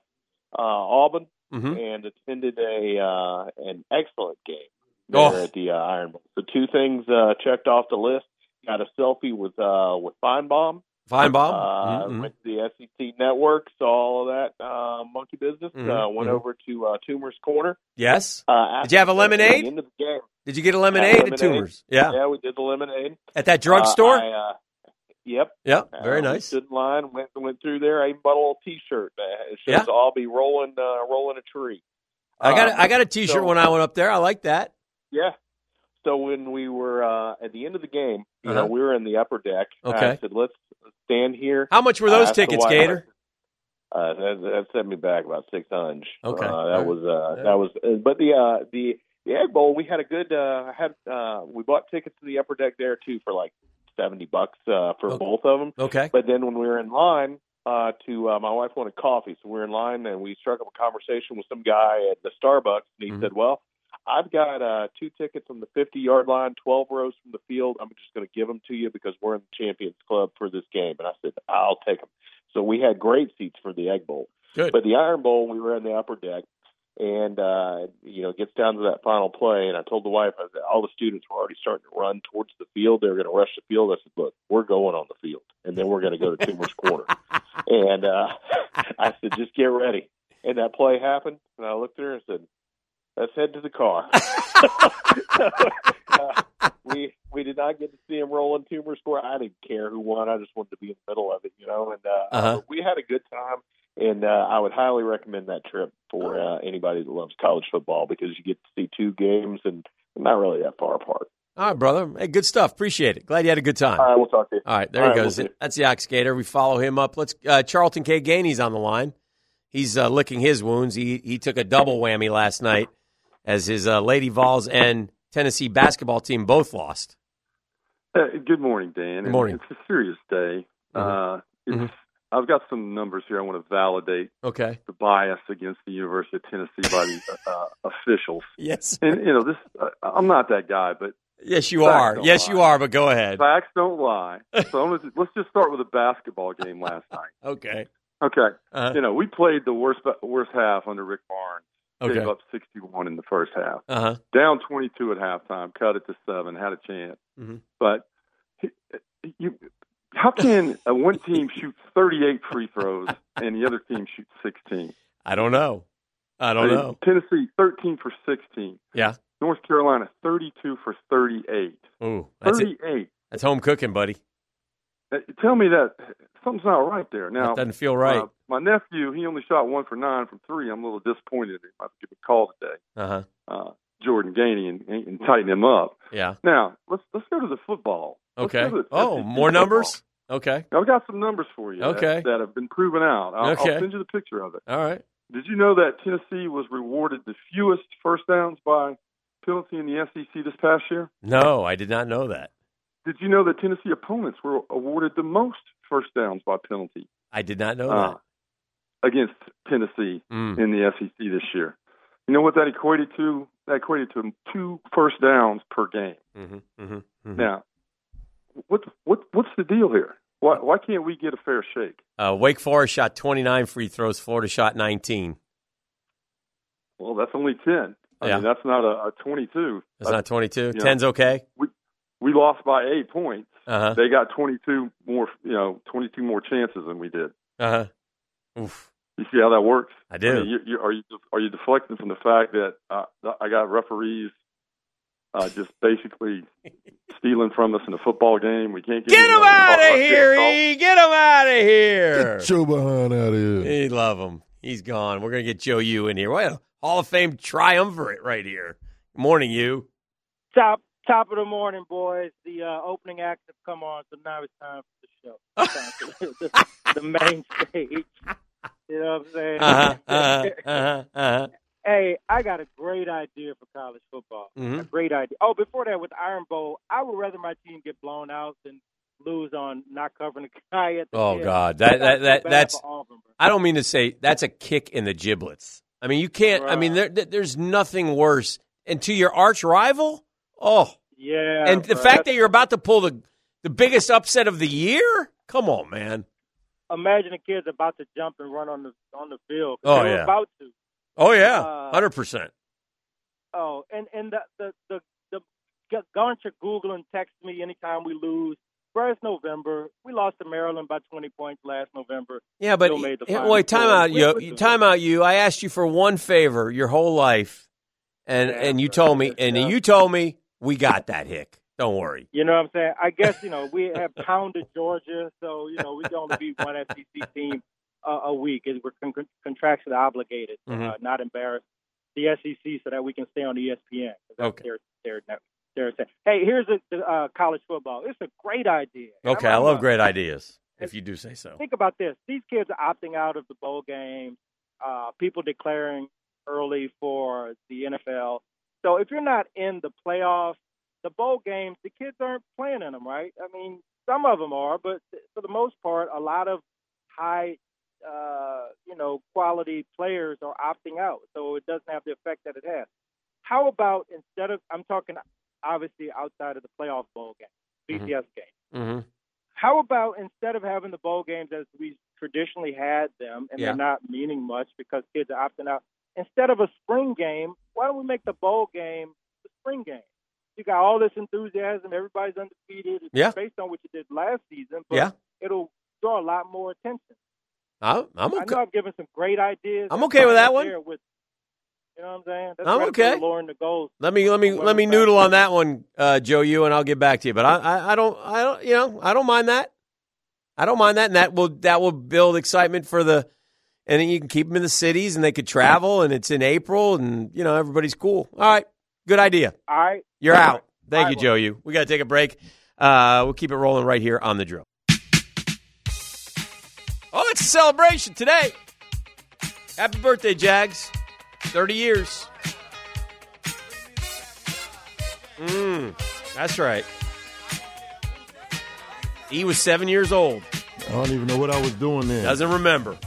[SPEAKER 20] Auburn,
[SPEAKER 3] Mm-hmm.
[SPEAKER 2] Mhm.
[SPEAKER 20] and attended a uh, an excellent game there
[SPEAKER 2] Oh.
[SPEAKER 20] at the uh, Iron Bowl. So two things uh, checked off the list. Got a selfie with uh, with Feinbaum.
[SPEAKER 2] Feinbaum.
[SPEAKER 20] Uh,
[SPEAKER 2] Mhm.
[SPEAKER 20] Went to the SEC network, saw all of that uh, monkey business. Uh,
[SPEAKER 2] Mhm,
[SPEAKER 20] went
[SPEAKER 2] mhm.
[SPEAKER 20] over to uh, Toomer's Corner.
[SPEAKER 2] Yes.
[SPEAKER 20] Uh, after
[SPEAKER 2] Did you have a
[SPEAKER 20] the-
[SPEAKER 2] lemonade?
[SPEAKER 20] the end of the game.
[SPEAKER 2] Did you get a lemonade,
[SPEAKER 20] Had
[SPEAKER 2] at Tumors? Yeah.
[SPEAKER 20] yeah, we did the lemonade
[SPEAKER 2] At that drugstore?
[SPEAKER 20] Uh, I, uh, yep.
[SPEAKER 2] Yep,
[SPEAKER 20] Uh,
[SPEAKER 2] very
[SPEAKER 20] we
[SPEAKER 2] nice.
[SPEAKER 20] Stood in line, went went through there. I even bought a little T-shirt. Uh, It
[SPEAKER 2] Yeah.
[SPEAKER 20] says "I'll be rolling, uh, rolling a tree."
[SPEAKER 2] I got a,
[SPEAKER 20] Um,
[SPEAKER 2] I got a T-shirt
[SPEAKER 20] so-
[SPEAKER 2] when I went up there. I like that.
[SPEAKER 20] Yeah. So when we were uh, at the end of the game, you know,
[SPEAKER 2] Uh-huh.
[SPEAKER 20] we were in the upper deck. and I
[SPEAKER 2] Okay.
[SPEAKER 20] said, "Let's stand here."
[SPEAKER 2] How much were
[SPEAKER 20] I
[SPEAKER 2] those
[SPEAKER 20] asked the
[SPEAKER 2] tickets,
[SPEAKER 20] wife,
[SPEAKER 2] Gator?
[SPEAKER 20] Uh, that, that sent me back about six hundred.
[SPEAKER 2] Okay.
[SPEAKER 20] Uh, that
[SPEAKER 2] All right.
[SPEAKER 20] was uh,
[SPEAKER 2] Yeah.
[SPEAKER 20] that was. uh, But the uh, the the Egg Bowl, we had a good. Uh, had uh, we bought tickets to the upper deck there too for like seventy bucks uh, for both of them.
[SPEAKER 2] Oh, Okay.
[SPEAKER 20] But then when we were in line uh, to, uh, my wife wanted coffee, so we were in line and we struck up a conversation with some guy at the Starbucks, and he
[SPEAKER 2] Mm-hmm.
[SPEAKER 20] said, "Well, I've got uh, two tickets from the 50 yard line, 12 rows from the field. I'm just going to give them to you because we're in the Champions Club for this game." And I said, "I'll take them." So we had great seats for the Egg Bowl.
[SPEAKER 2] Good.
[SPEAKER 20] But the Iron Bowl, we were in the upper deck, and uh, you know, it gets down to that final play. And I told the wife, I said, all the students were already starting to run towards the field. They were going to rush the field. I said, look, we're going on the field, and then we're going to go to Tumor's Corner. And uh, I said, just get ready. And that play happened, and I looked at her and said, let's head to the car. uh, we we did not get to see him rolling Tumor's Corner. I didn't care who won. I just wanted to be in the middle of it, you know. And uh,
[SPEAKER 2] Uh-huh.
[SPEAKER 20] we had a good time. And uh, I would highly recommend that trip for
[SPEAKER 2] Uh-huh.
[SPEAKER 20] uh, anybody that loves college football because you get to see two games and they're not really that far apart.
[SPEAKER 2] All right, brother. Hey, good stuff. Appreciate it. Glad you had a good time.
[SPEAKER 20] All right, we'll talk to you.
[SPEAKER 2] All right, there
[SPEAKER 20] All
[SPEAKER 2] he
[SPEAKER 20] right,
[SPEAKER 2] goes.
[SPEAKER 20] we'll see.
[SPEAKER 2] That's the Ox Gator. We follow him up. Let's uh, Charlton K. Gainey's on the line. He's uh, licking his wounds. He he took a double whammy last night as his uh, Lady Vols and Tennessee basketball team both lost.
[SPEAKER 22] Uh, good morning, Dan.
[SPEAKER 2] Good morning. Mm-hmm.
[SPEAKER 22] It's a serious day. Uh, it's, I've got some numbers here. I want to validate
[SPEAKER 2] Okay.
[SPEAKER 22] the bias against the University of Tennessee by the uh, officials.
[SPEAKER 2] Yes.
[SPEAKER 22] And you know this. Uh, I'm not that guy, but
[SPEAKER 2] Yes, you
[SPEAKER 22] facts
[SPEAKER 2] are.
[SPEAKER 22] don't
[SPEAKER 2] Yes,
[SPEAKER 22] lie.
[SPEAKER 2] you are. But go ahead.
[SPEAKER 22] Facts don't lie. So I'm gonna, let's just start with a basketball game last night.
[SPEAKER 2] Okay.
[SPEAKER 22] Okay.
[SPEAKER 2] Uh-huh.
[SPEAKER 22] You know we played the worst worst half under Rick Barnes. Gave
[SPEAKER 2] Okay.
[SPEAKER 22] up 61 in the first half.
[SPEAKER 2] Uh huh.
[SPEAKER 22] Down 22 at halftime. Cut it to seven. Had a chance.
[SPEAKER 2] Mhm.
[SPEAKER 22] But you, how can uh, one team shoot 38 free throws and the other team shoot 16?
[SPEAKER 2] I don't know. I don't
[SPEAKER 22] mean,
[SPEAKER 2] know.
[SPEAKER 22] Tennessee, 13 for 16.
[SPEAKER 2] Yeah.
[SPEAKER 22] North Carolina, 32 for 38.
[SPEAKER 2] Ooh, that's it.
[SPEAKER 22] 38.
[SPEAKER 2] That's home cooking, buddy.
[SPEAKER 22] Uh, Tell me that something's not right there. Now
[SPEAKER 2] That doesn't feel right.
[SPEAKER 22] uh, my nephew, he only shot one for nine from three. I'm a little disappointed. in him. I have to give him a call today,
[SPEAKER 2] Uh huh.
[SPEAKER 22] uh, Jordan Gainey, and, and tighten him up.
[SPEAKER 2] Yeah.
[SPEAKER 22] Now let's let's go to the football. Let's
[SPEAKER 2] Okay.
[SPEAKER 22] go to the
[SPEAKER 2] Oh,
[SPEAKER 22] SEC
[SPEAKER 2] more
[SPEAKER 22] football.
[SPEAKER 2] numbers. Okay.
[SPEAKER 22] I've got some numbers for you. that-
[SPEAKER 2] Okay.
[SPEAKER 22] That, have been proven out. I'll,
[SPEAKER 2] Okay.
[SPEAKER 22] I'll send you the picture of it.
[SPEAKER 2] All right.
[SPEAKER 22] Did you know that Tennessee was rewarded the fewest first downs by penalty in the SEC this past year?
[SPEAKER 2] No, I did not know that.
[SPEAKER 22] Did you know that Tennessee opponents were awarded the most first downs by penalty
[SPEAKER 2] I did not know
[SPEAKER 22] Uh,
[SPEAKER 2] that.
[SPEAKER 22] against Tennessee
[SPEAKER 2] Mm.
[SPEAKER 22] in the SEC this year? You know what that equated to? That equated to two first downs per game.
[SPEAKER 2] Mm-hmm, mm-hmm,
[SPEAKER 22] Now, what what what's the deal here? Why
[SPEAKER 2] Hmm.
[SPEAKER 22] why can't we get a fair shake?
[SPEAKER 2] uh, Wake Forest shot 29 free throws. Florida shot 19.
[SPEAKER 22] Well, that's only ten. I
[SPEAKER 2] Yeah.
[SPEAKER 22] mean, that's not a, a twenty-two.
[SPEAKER 2] That's not 22.
[SPEAKER 22] yeah.
[SPEAKER 2] 10's okay.
[SPEAKER 22] we lost by eight points.
[SPEAKER 2] Uh-huh.
[SPEAKER 22] They got 22 more, you know, 22 more chances than we did.
[SPEAKER 2] Uh huh. Oof.
[SPEAKER 22] You see how that works?
[SPEAKER 2] I do.
[SPEAKER 22] mean, you, you, are you are you deflecting from the fact that uh, I got referees uh, just basically stealing from us in a football game? We can't get,
[SPEAKER 2] Get him out
[SPEAKER 22] oh,
[SPEAKER 2] of here, E. Get him out of here.
[SPEAKER 4] Get your behind out of here.
[SPEAKER 2] He love him. He's gone. We're gonna get Joe U in here. What a Hall of Fame triumvirate right here. Morning, you.
[SPEAKER 21] Top top of the morning, boys. The uh, opening acts have come on, so now it's time for the show. It's time for the, the main stage. You know what I'm saying?
[SPEAKER 2] Uh-huh, uh-huh, uh-huh, uh-huh.
[SPEAKER 21] Hey, I got a great idea for college football.
[SPEAKER 2] Mhm.
[SPEAKER 21] A great idea. Oh, before that, with Iron Bowl, I would rather my team get blown out than lose on not covering the guy at the
[SPEAKER 2] Oh
[SPEAKER 21] end.
[SPEAKER 2] God,
[SPEAKER 21] I
[SPEAKER 2] that
[SPEAKER 21] feel
[SPEAKER 2] that, that
[SPEAKER 21] bad
[SPEAKER 2] that's.
[SPEAKER 21] for Auburn.
[SPEAKER 2] I don't mean to say that's a kick in the giblets. I mean you can't. I mean there, there- there's nothing worse. And to your arch rival, oh
[SPEAKER 21] Yeah,
[SPEAKER 2] and the
[SPEAKER 21] bro.
[SPEAKER 2] fact that you're about to pull the the biggest upset of the year. Come on, man.
[SPEAKER 21] Imagine the kids about to jump and run on the on the field.
[SPEAKER 2] Oh,
[SPEAKER 21] They were
[SPEAKER 2] yeah.
[SPEAKER 21] about to.
[SPEAKER 2] Oh yeah,
[SPEAKER 21] Uh,
[SPEAKER 2] hundred percent.
[SPEAKER 21] Oh, and and the the the, the G- Goncha Google and text me anytime we lose. Bro, it's November. We lost to Maryland by 20 points last November.
[SPEAKER 2] Yeah, but
[SPEAKER 21] Still made the
[SPEAKER 2] yeah,
[SPEAKER 21] Final
[SPEAKER 2] wait, time
[SPEAKER 21] Four.
[SPEAKER 2] out,
[SPEAKER 21] We-
[SPEAKER 2] you,
[SPEAKER 21] we-
[SPEAKER 2] you time out, you. I asked you for one favor your whole life, and and you told me, and you told me we got that hick. Don't worry.
[SPEAKER 21] You know what I'm saying? I guess you know we have pounded Georgia, so you know we can only beat one SEC team uh, a week. And We're con- con- contractually obligated, to, uh,
[SPEAKER 2] Mhm.
[SPEAKER 21] not embarrass the SEC, so that we can stay on E ESPN. 'cause That's
[SPEAKER 2] Okay.
[SPEAKER 21] their, their, net- their, thing. hey, here's a, the, uh, college football. It's a great idea.
[SPEAKER 2] Okay, I love great ideas. If you do say so.
[SPEAKER 21] Think about this: these kids are opting out of the bowl game. Uh, people declaring early for the NFL. So if you're not in the playoffs, the bowl games, the kids aren't playing in them, right? I mean, some of them are, but for the most part, a lot of high, uh, you know, quality players are opting out, so it doesn't have the effect that it has. How about instead of I'm talking obviously outside of the playoff bowl game, BCS
[SPEAKER 2] Mhm.
[SPEAKER 21] game.
[SPEAKER 2] Mm-hmm.
[SPEAKER 21] How about instead of having the bowl games as we traditionally had them, and
[SPEAKER 2] Yeah.
[SPEAKER 21] they're not meaning much because kids are opting out, instead of a spring game, why don't we make the bowl game the spring game? You got all this enthusiasm, everybody's undefeated. It's
[SPEAKER 2] Yeah.
[SPEAKER 21] based on what you did last season, but
[SPEAKER 2] Yeah.
[SPEAKER 21] it'll draw a lot more attention.
[SPEAKER 2] I'm, I'm
[SPEAKER 21] I know
[SPEAKER 2] okay.
[SPEAKER 21] I've given some great ideas.
[SPEAKER 2] I'm okay with that one.
[SPEAKER 21] There With, you know what I'm saying? That's
[SPEAKER 2] I'm
[SPEAKER 21] right up there
[SPEAKER 2] okay.
[SPEAKER 21] with Lowering the goals.
[SPEAKER 2] Let me let me let me noodle on that one, uh, Joe. You and I'll get back to you. But I, I I don't I don't you know I don't mind that. I don't mind that, and that will that will build excitement for the, and then you can keep them in the cities, and they could travel, and it's in April, and you know everybody's cool. All right, good idea.
[SPEAKER 21] All right.
[SPEAKER 2] You're out. Thank
[SPEAKER 21] All
[SPEAKER 2] you,
[SPEAKER 21] right,
[SPEAKER 2] Joe. You. We got to take a break. Uh, we'll keep it rolling right here on the drill. Oh, it's a celebration today. Happy birthday, Jags. 30 years. Mm, that's right. He was seven years old.
[SPEAKER 4] I don't even know what I was doing then.
[SPEAKER 2] Doesn't remember.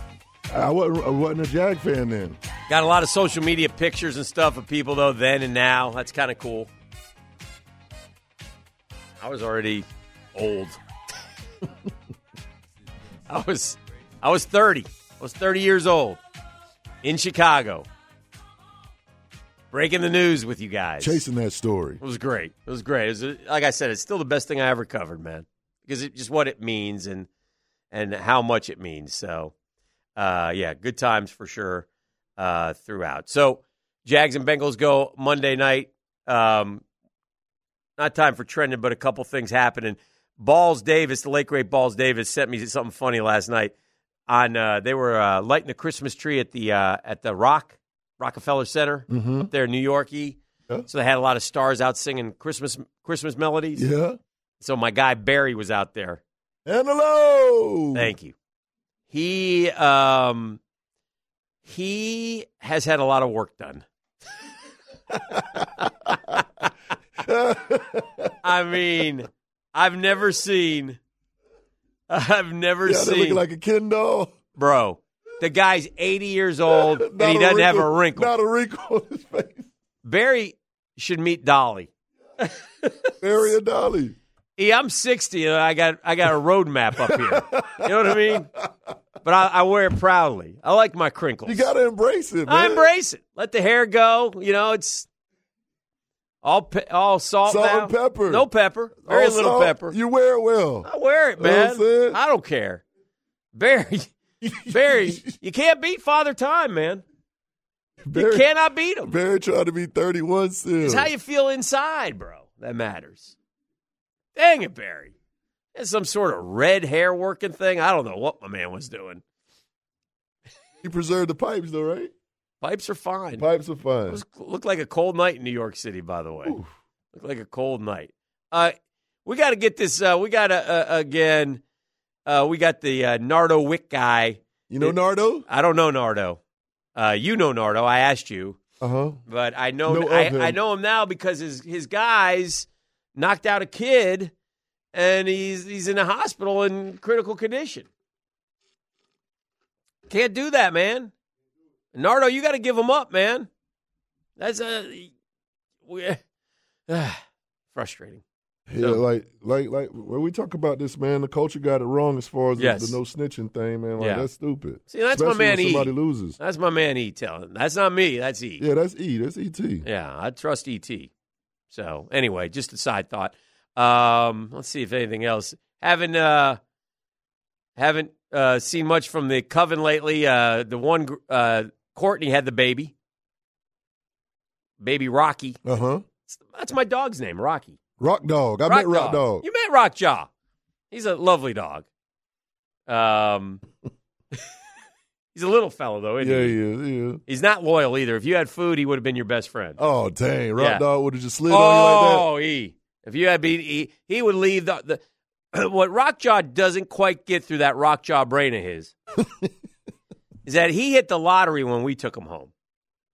[SPEAKER 4] I wasn't, I wasn't a Jag fan then.
[SPEAKER 2] Got a lot of social media pictures and stuff of people, though, then and now. That's kind of cool. I was already old. I was I was 30. I was 30 years old in Chicago. Breaking the news with you guys.
[SPEAKER 4] Chasing that story.
[SPEAKER 2] It was great. It was great. It was, like I said, it's still the best thing I ever covered, man, because it just what it means and and how much it means. So, uh, yeah, good times for sure. uh, throughout. So Jags and Bengals go Monday night. Um, not time for trending, but a couple things happening. Balls Davis, the late great Balls Davis, sent me something funny last night. On uh, they were uh, lighting a Christmas tree at the uh, at the Rock Rockefeller Center
[SPEAKER 4] Mhm.
[SPEAKER 2] up there, in New Yorkie.
[SPEAKER 4] Yeah.
[SPEAKER 2] So they had a lot of stars out singing Christmas Christmas melodies.
[SPEAKER 4] Yeah.
[SPEAKER 2] So my guy Barry was out there.
[SPEAKER 4] And hello.
[SPEAKER 2] Thank you. He um he has had a lot of work done. I mean, I've never seen I've never
[SPEAKER 4] Yeah, they
[SPEAKER 2] seen
[SPEAKER 4] look like a Ken doll.
[SPEAKER 2] bro. The guy's 80 years old and
[SPEAKER 4] Not
[SPEAKER 2] he
[SPEAKER 4] a
[SPEAKER 2] doesn't have a
[SPEAKER 4] wrinkle.
[SPEAKER 2] wrinkle.
[SPEAKER 4] Not a wrinkle on his face.
[SPEAKER 2] Barry should meet Dolly.
[SPEAKER 4] Barry and Dolly.
[SPEAKER 2] Yeah, I'm 60 and I got I got a roadmap up here. you know what I mean? But I, I wear it proudly. I like my crinkles.
[SPEAKER 4] You got to embrace it, man.
[SPEAKER 2] I embrace it. Let the hair go. You know, it's all pe- all salt,
[SPEAKER 4] Salt
[SPEAKER 2] now.
[SPEAKER 4] and pepper.
[SPEAKER 2] No pepper. Very
[SPEAKER 4] Also,
[SPEAKER 2] little pepper.
[SPEAKER 4] You wear it well.
[SPEAKER 2] I wear it,
[SPEAKER 4] You know what
[SPEAKER 2] man.
[SPEAKER 4] I'm saying?
[SPEAKER 2] I don't care. Barry, Barry, you can't beat Father Time, man.
[SPEAKER 4] Barry-
[SPEAKER 2] you cannot beat him.
[SPEAKER 4] Barry trying to be 31 still.
[SPEAKER 2] It's how you feel inside, bro. That matters. Dang it, Barry. That's some sort of red hair working thing. I don't know what my man was doing.
[SPEAKER 4] You preserve the pipes, though, right?
[SPEAKER 2] Pipes are fine.
[SPEAKER 4] Pipes are fine.
[SPEAKER 2] It looked like a cold night in New York City, by the way. Looked like a cold night. Uh, we got to get this. Uh, we got to, uh, again, uh, we got the uh, Nardo Wick guy. Uh,
[SPEAKER 4] You know Nardo?
[SPEAKER 2] I don't know Nardo. Uh, you know Nardo. I asked you,
[SPEAKER 4] Uh huh.
[SPEAKER 2] but I know,
[SPEAKER 4] Know of him.
[SPEAKER 2] I, I know him now because his his guys knocked out a kid, and he's he's in the hospital in critical condition. Can't do that, man. Nardo, you got to give him up, man. That's a we, frustrating.
[SPEAKER 4] Yeah, like, like, like when we talk about this, man, the culture got it wrong as far as the-
[SPEAKER 2] Yes.
[SPEAKER 4] the, no snitching thing, man. Like,
[SPEAKER 2] Yeah.
[SPEAKER 4] that's stupid.
[SPEAKER 2] See, that's
[SPEAKER 4] Especially
[SPEAKER 2] my man
[SPEAKER 4] when
[SPEAKER 2] E.
[SPEAKER 4] somebody loses.
[SPEAKER 2] That's my man E telling. That's not me. That's E.
[SPEAKER 4] Yeah, that's E. That's ET.
[SPEAKER 2] Yeah, I trust ET. So anyway, just a side thought. Um, let's see if anything else. Haven't uh, haven't uh, seen much from the coven lately. Uh, the one gr- uh, Courtney had the baby, baby Rocky.
[SPEAKER 4] Uh huh.
[SPEAKER 2] That's my dog's name, Rocky.
[SPEAKER 4] Rock Dog. I met Rock Dog.
[SPEAKER 2] You met Rock Jaw. He's a lovely dog. Um, he's a little fellow though, isn't
[SPEAKER 4] Yeah,
[SPEAKER 2] he?
[SPEAKER 4] yeah, yeah.
[SPEAKER 2] He's not loyal either. If you had food, he would have been your best friend.
[SPEAKER 4] Oh, dang. Rock
[SPEAKER 2] Yeah.
[SPEAKER 4] Dog would have just slid
[SPEAKER 2] oh,
[SPEAKER 4] on you like that.
[SPEAKER 2] E. If you had beat E, he would leave the, the what Rockjaw doesn't quite get through that Rockjaw brain of his is that he hit the lottery when we took him home.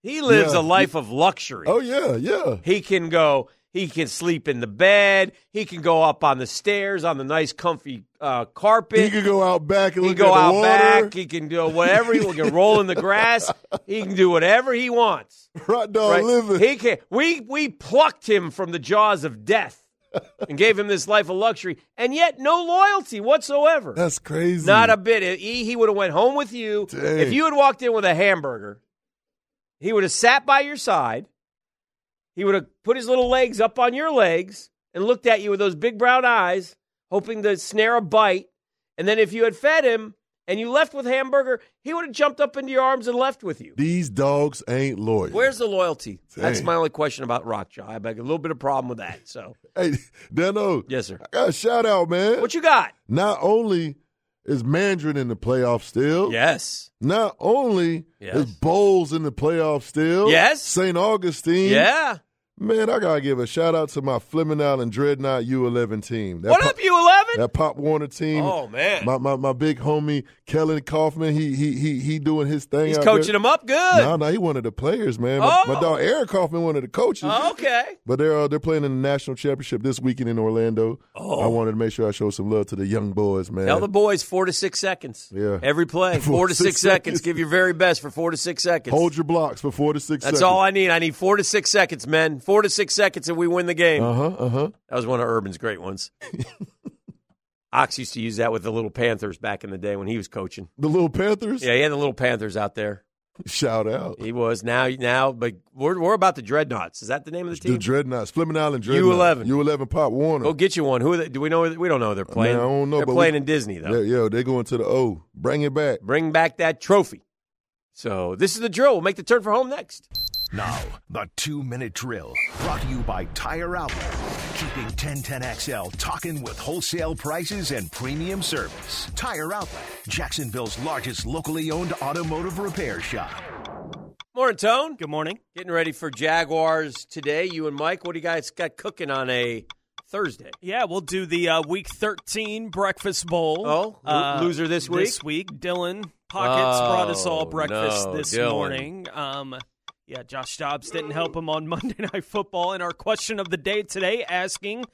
[SPEAKER 2] He lives
[SPEAKER 4] Yeah.
[SPEAKER 2] a life of luxury.
[SPEAKER 4] Oh, yeah, yeah.
[SPEAKER 2] He can go. He can sleep in the bed. He can go up on the stairs on the nice, comfy uh, carpet.
[SPEAKER 4] He could go out back and
[SPEAKER 2] He
[SPEAKER 4] look
[SPEAKER 2] can go
[SPEAKER 4] at the
[SPEAKER 2] out
[SPEAKER 4] water.
[SPEAKER 2] back. He can do whatever. He can roll in the grass. He can do whatever he wants.
[SPEAKER 4] Rock Dog living.
[SPEAKER 2] He can. We we plucked him from the jaws of death and gave him this life of luxury, and yet no loyalty whatsoever.
[SPEAKER 4] That's crazy.
[SPEAKER 2] Not a bit. He, he would have went home with you.
[SPEAKER 4] Dang.
[SPEAKER 2] If you had walked in with a hamburger, he would have sat by your side. He would have put his little legs up on your legs and looked at you with those big brown eyes, hoping to snare a bite. And then if you had fed him and you left with hamburger, he would have jumped up into your arms and left with you.
[SPEAKER 4] These dogs ain't loyal.
[SPEAKER 2] Where's the loyalty? That's
[SPEAKER 4] Dang.
[SPEAKER 2] my only question about Rockjaw. I have a little bit of problem with that. So
[SPEAKER 4] Hey, Dano.
[SPEAKER 2] Yes, sir.
[SPEAKER 4] I got a shout out, man.
[SPEAKER 2] what you got?
[SPEAKER 4] Not only is Mandarin in the playoffs still.
[SPEAKER 2] Yes.
[SPEAKER 4] Not only
[SPEAKER 2] Yes.
[SPEAKER 4] is Bowles in the playoffs still.
[SPEAKER 2] Yes.
[SPEAKER 4] St. Augustine.
[SPEAKER 2] Yeah.
[SPEAKER 4] Man, I gotta give a shout out to my Fleming Island Dreadnought U11 team. That
[SPEAKER 2] What
[SPEAKER 4] pop-
[SPEAKER 2] up, you eleven?
[SPEAKER 4] That Pop Warner team.
[SPEAKER 2] Oh, man.
[SPEAKER 4] my, my my big homie Kellen Kaufman. He he he he doing his thing.
[SPEAKER 2] He's
[SPEAKER 4] out
[SPEAKER 2] coaching
[SPEAKER 4] there.
[SPEAKER 2] him up good.
[SPEAKER 4] No, no, he one of the players, man. My, my
[SPEAKER 2] Oh.
[SPEAKER 4] dog Eric Kaufman, one of the coaches.
[SPEAKER 2] Okay.
[SPEAKER 4] But they're uh, they're playing in the national championship this weekend in Orlando.
[SPEAKER 2] Oh.
[SPEAKER 4] I wanted to make sure I show some love to the young boys, man.
[SPEAKER 2] Tell the boys four to six seconds.
[SPEAKER 4] Yeah.
[SPEAKER 2] Every play, four, to six, seconds. Give your very best for four to six seconds.
[SPEAKER 4] Hold your blocks for four to six
[SPEAKER 2] That's
[SPEAKER 4] seconds.
[SPEAKER 2] all I need. I need four to six seconds, men. Four to six seconds, and we win the game.
[SPEAKER 4] Uh huh. Uh huh.
[SPEAKER 2] That was one of Urban's great ones. Ox used to use that with the little Panthers back in the day when he was coaching.
[SPEAKER 4] The little Panthers.
[SPEAKER 2] Yeah, he had the little Panthers out there.
[SPEAKER 4] Shout out
[SPEAKER 2] He was now, now, but we're, we're about the Dreadnoughts. Is that the name of the
[SPEAKER 4] the
[SPEAKER 2] team?
[SPEAKER 4] Dreadnoughts, Fleming Island Dreadnoughts.
[SPEAKER 2] U11.
[SPEAKER 4] U11 Pop Warner.
[SPEAKER 2] Go get you one. Who are they, do we know? We don't know who they're playing.
[SPEAKER 4] Man, I don't know.
[SPEAKER 2] They're
[SPEAKER 4] but
[SPEAKER 2] playing
[SPEAKER 4] we-
[SPEAKER 2] in Disney though.
[SPEAKER 4] Yeah, yeah, they going to the O. Bring it back.
[SPEAKER 2] Bring back that trophy. So this is the drill. We'll make the turn for home next.
[SPEAKER 3] Now, the two minute drill brought to you by Tire Outlet, keeping 1010XL talking with wholesale prices and premium service. Tire Outlet, Jacksonville's largest locally owned automotive repair shop.
[SPEAKER 2] Morning, Tone.
[SPEAKER 14] Good morning.
[SPEAKER 2] Getting ready for Jaguars today. You and Mike, what do you guys got cooking on a Thursday?
[SPEAKER 14] Yeah, we'll do the uh, Week 13 Breakfast Bowl. Uh,
[SPEAKER 2] Oh, lo- loser this week?
[SPEAKER 14] This week, Dylan Pockets
[SPEAKER 2] Oh,
[SPEAKER 14] brought us all breakfast
[SPEAKER 2] no,
[SPEAKER 14] this
[SPEAKER 2] Dylan.
[SPEAKER 14] morning. Um, yeah, Josh Dobbs didn't help him on Monday Night Football. And our question of the day today asking,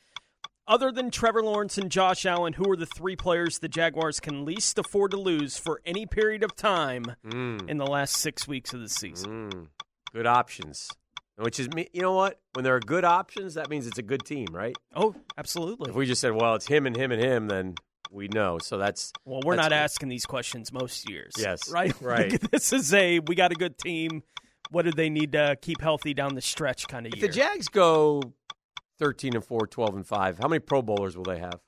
[SPEAKER 14] other than Trevor Lawrence and Josh Allen, who are the three players the Jaguars can least afford to lose for any period of time in the last six weeks of the season?
[SPEAKER 2] Mm. Good options. Which is, me- you know what? When there are good options, that means it's a good team, right?
[SPEAKER 14] Oh, absolutely.
[SPEAKER 2] If we just said, well, it's him and him and him, then we know. So that's.
[SPEAKER 14] Well, we're
[SPEAKER 2] that's
[SPEAKER 14] not
[SPEAKER 2] good.
[SPEAKER 14] asking these questions most years.
[SPEAKER 2] Yes,
[SPEAKER 14] Right?
[SPEAKER 2] right.
[SPEAKER 14] Like, this is a we got a good team. What do they need to keep healthy down the stretch kind of
[SPEAKER 2] If
[SPEAKER 14] year?
[SPEAKER 2] the Jags go 13 and 4, 12 and 5, how many Pro Bowlers will they have?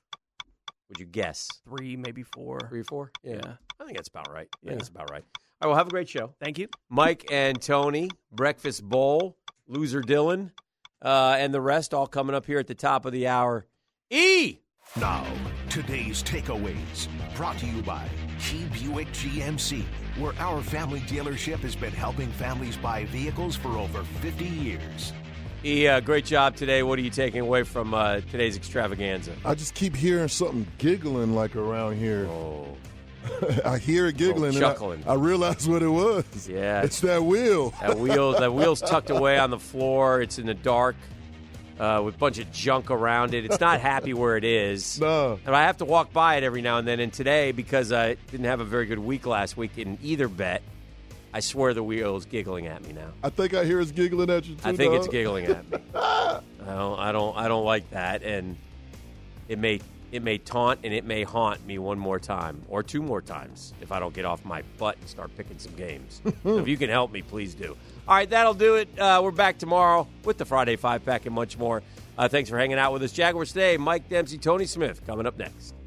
[SPEAKER 2] Would you guess?
[SPEAKER 14] Three, maybe four.
[SPEAKER 2] Three or four? Yeah.
[SPEAKER 14] Yeah.
[SPEAKER 2] I think that's about right. I
[SPEAKER 14] Yeah.
[SPEAKER 2] think that's about right. All right, well, have a great show.
[SPEAKER 14] Thank you.
[SPEAKER 2] Mike and Tony, Breakfast Bowl, Loser Dylan, uh, and the rest all coming up here at the top of the hour. E!
[SPEAKER 3] Now, today's takeaways brought to you by Key Buick GMC, where our family dealership has been helping families buy vehicles for over 50 years.
[SPEAKER 2] E, uh, great job today. What are you taking away from uh, today's extravaganza?
[SPEAKER 4] I just keep hearing something giggling like around here.
[SPEAKER 2] Oh.
[SPEAKER 4] I hear it giggling. and I-
[SPEAKER 2] chuckling.
[SPEAKER 4] I, realize what it was.
[SPEAKER 2] Yeah.
[SPEAKER 4] It's that wheel.
[SPEAKER 2] That wheel, that wheel's tucked away on the floor. It's in the dark, uh, with a bunch of junk around it. It's not happy where it is.
[SPEAKER 4] No.
[SPEAKER 2] And I have to walk by it every now and then. And today, because I didn't have a very good week last week in either bet, I swear the wheel's giggling at me now.
[SPEAKER 4] I think I hear it's giggling at you too.
[SPEAKER 2] I think it's
[SPEAKER 4] dog.
[SPEAKER 2] giggling at me. I don't, I don't, I don't like that, and it may, it may taunt and it may haunt me one more time or two more times if I don't get off my butt and start picking some games. So if you can help me, please do. All right, that'll do it. Uh, we're back tomorrow with the Friday Five Pack and much more. Uh, thanks for hanging out with us, Jaguars today. Mike Dempsey, Tony Smith, coming up next.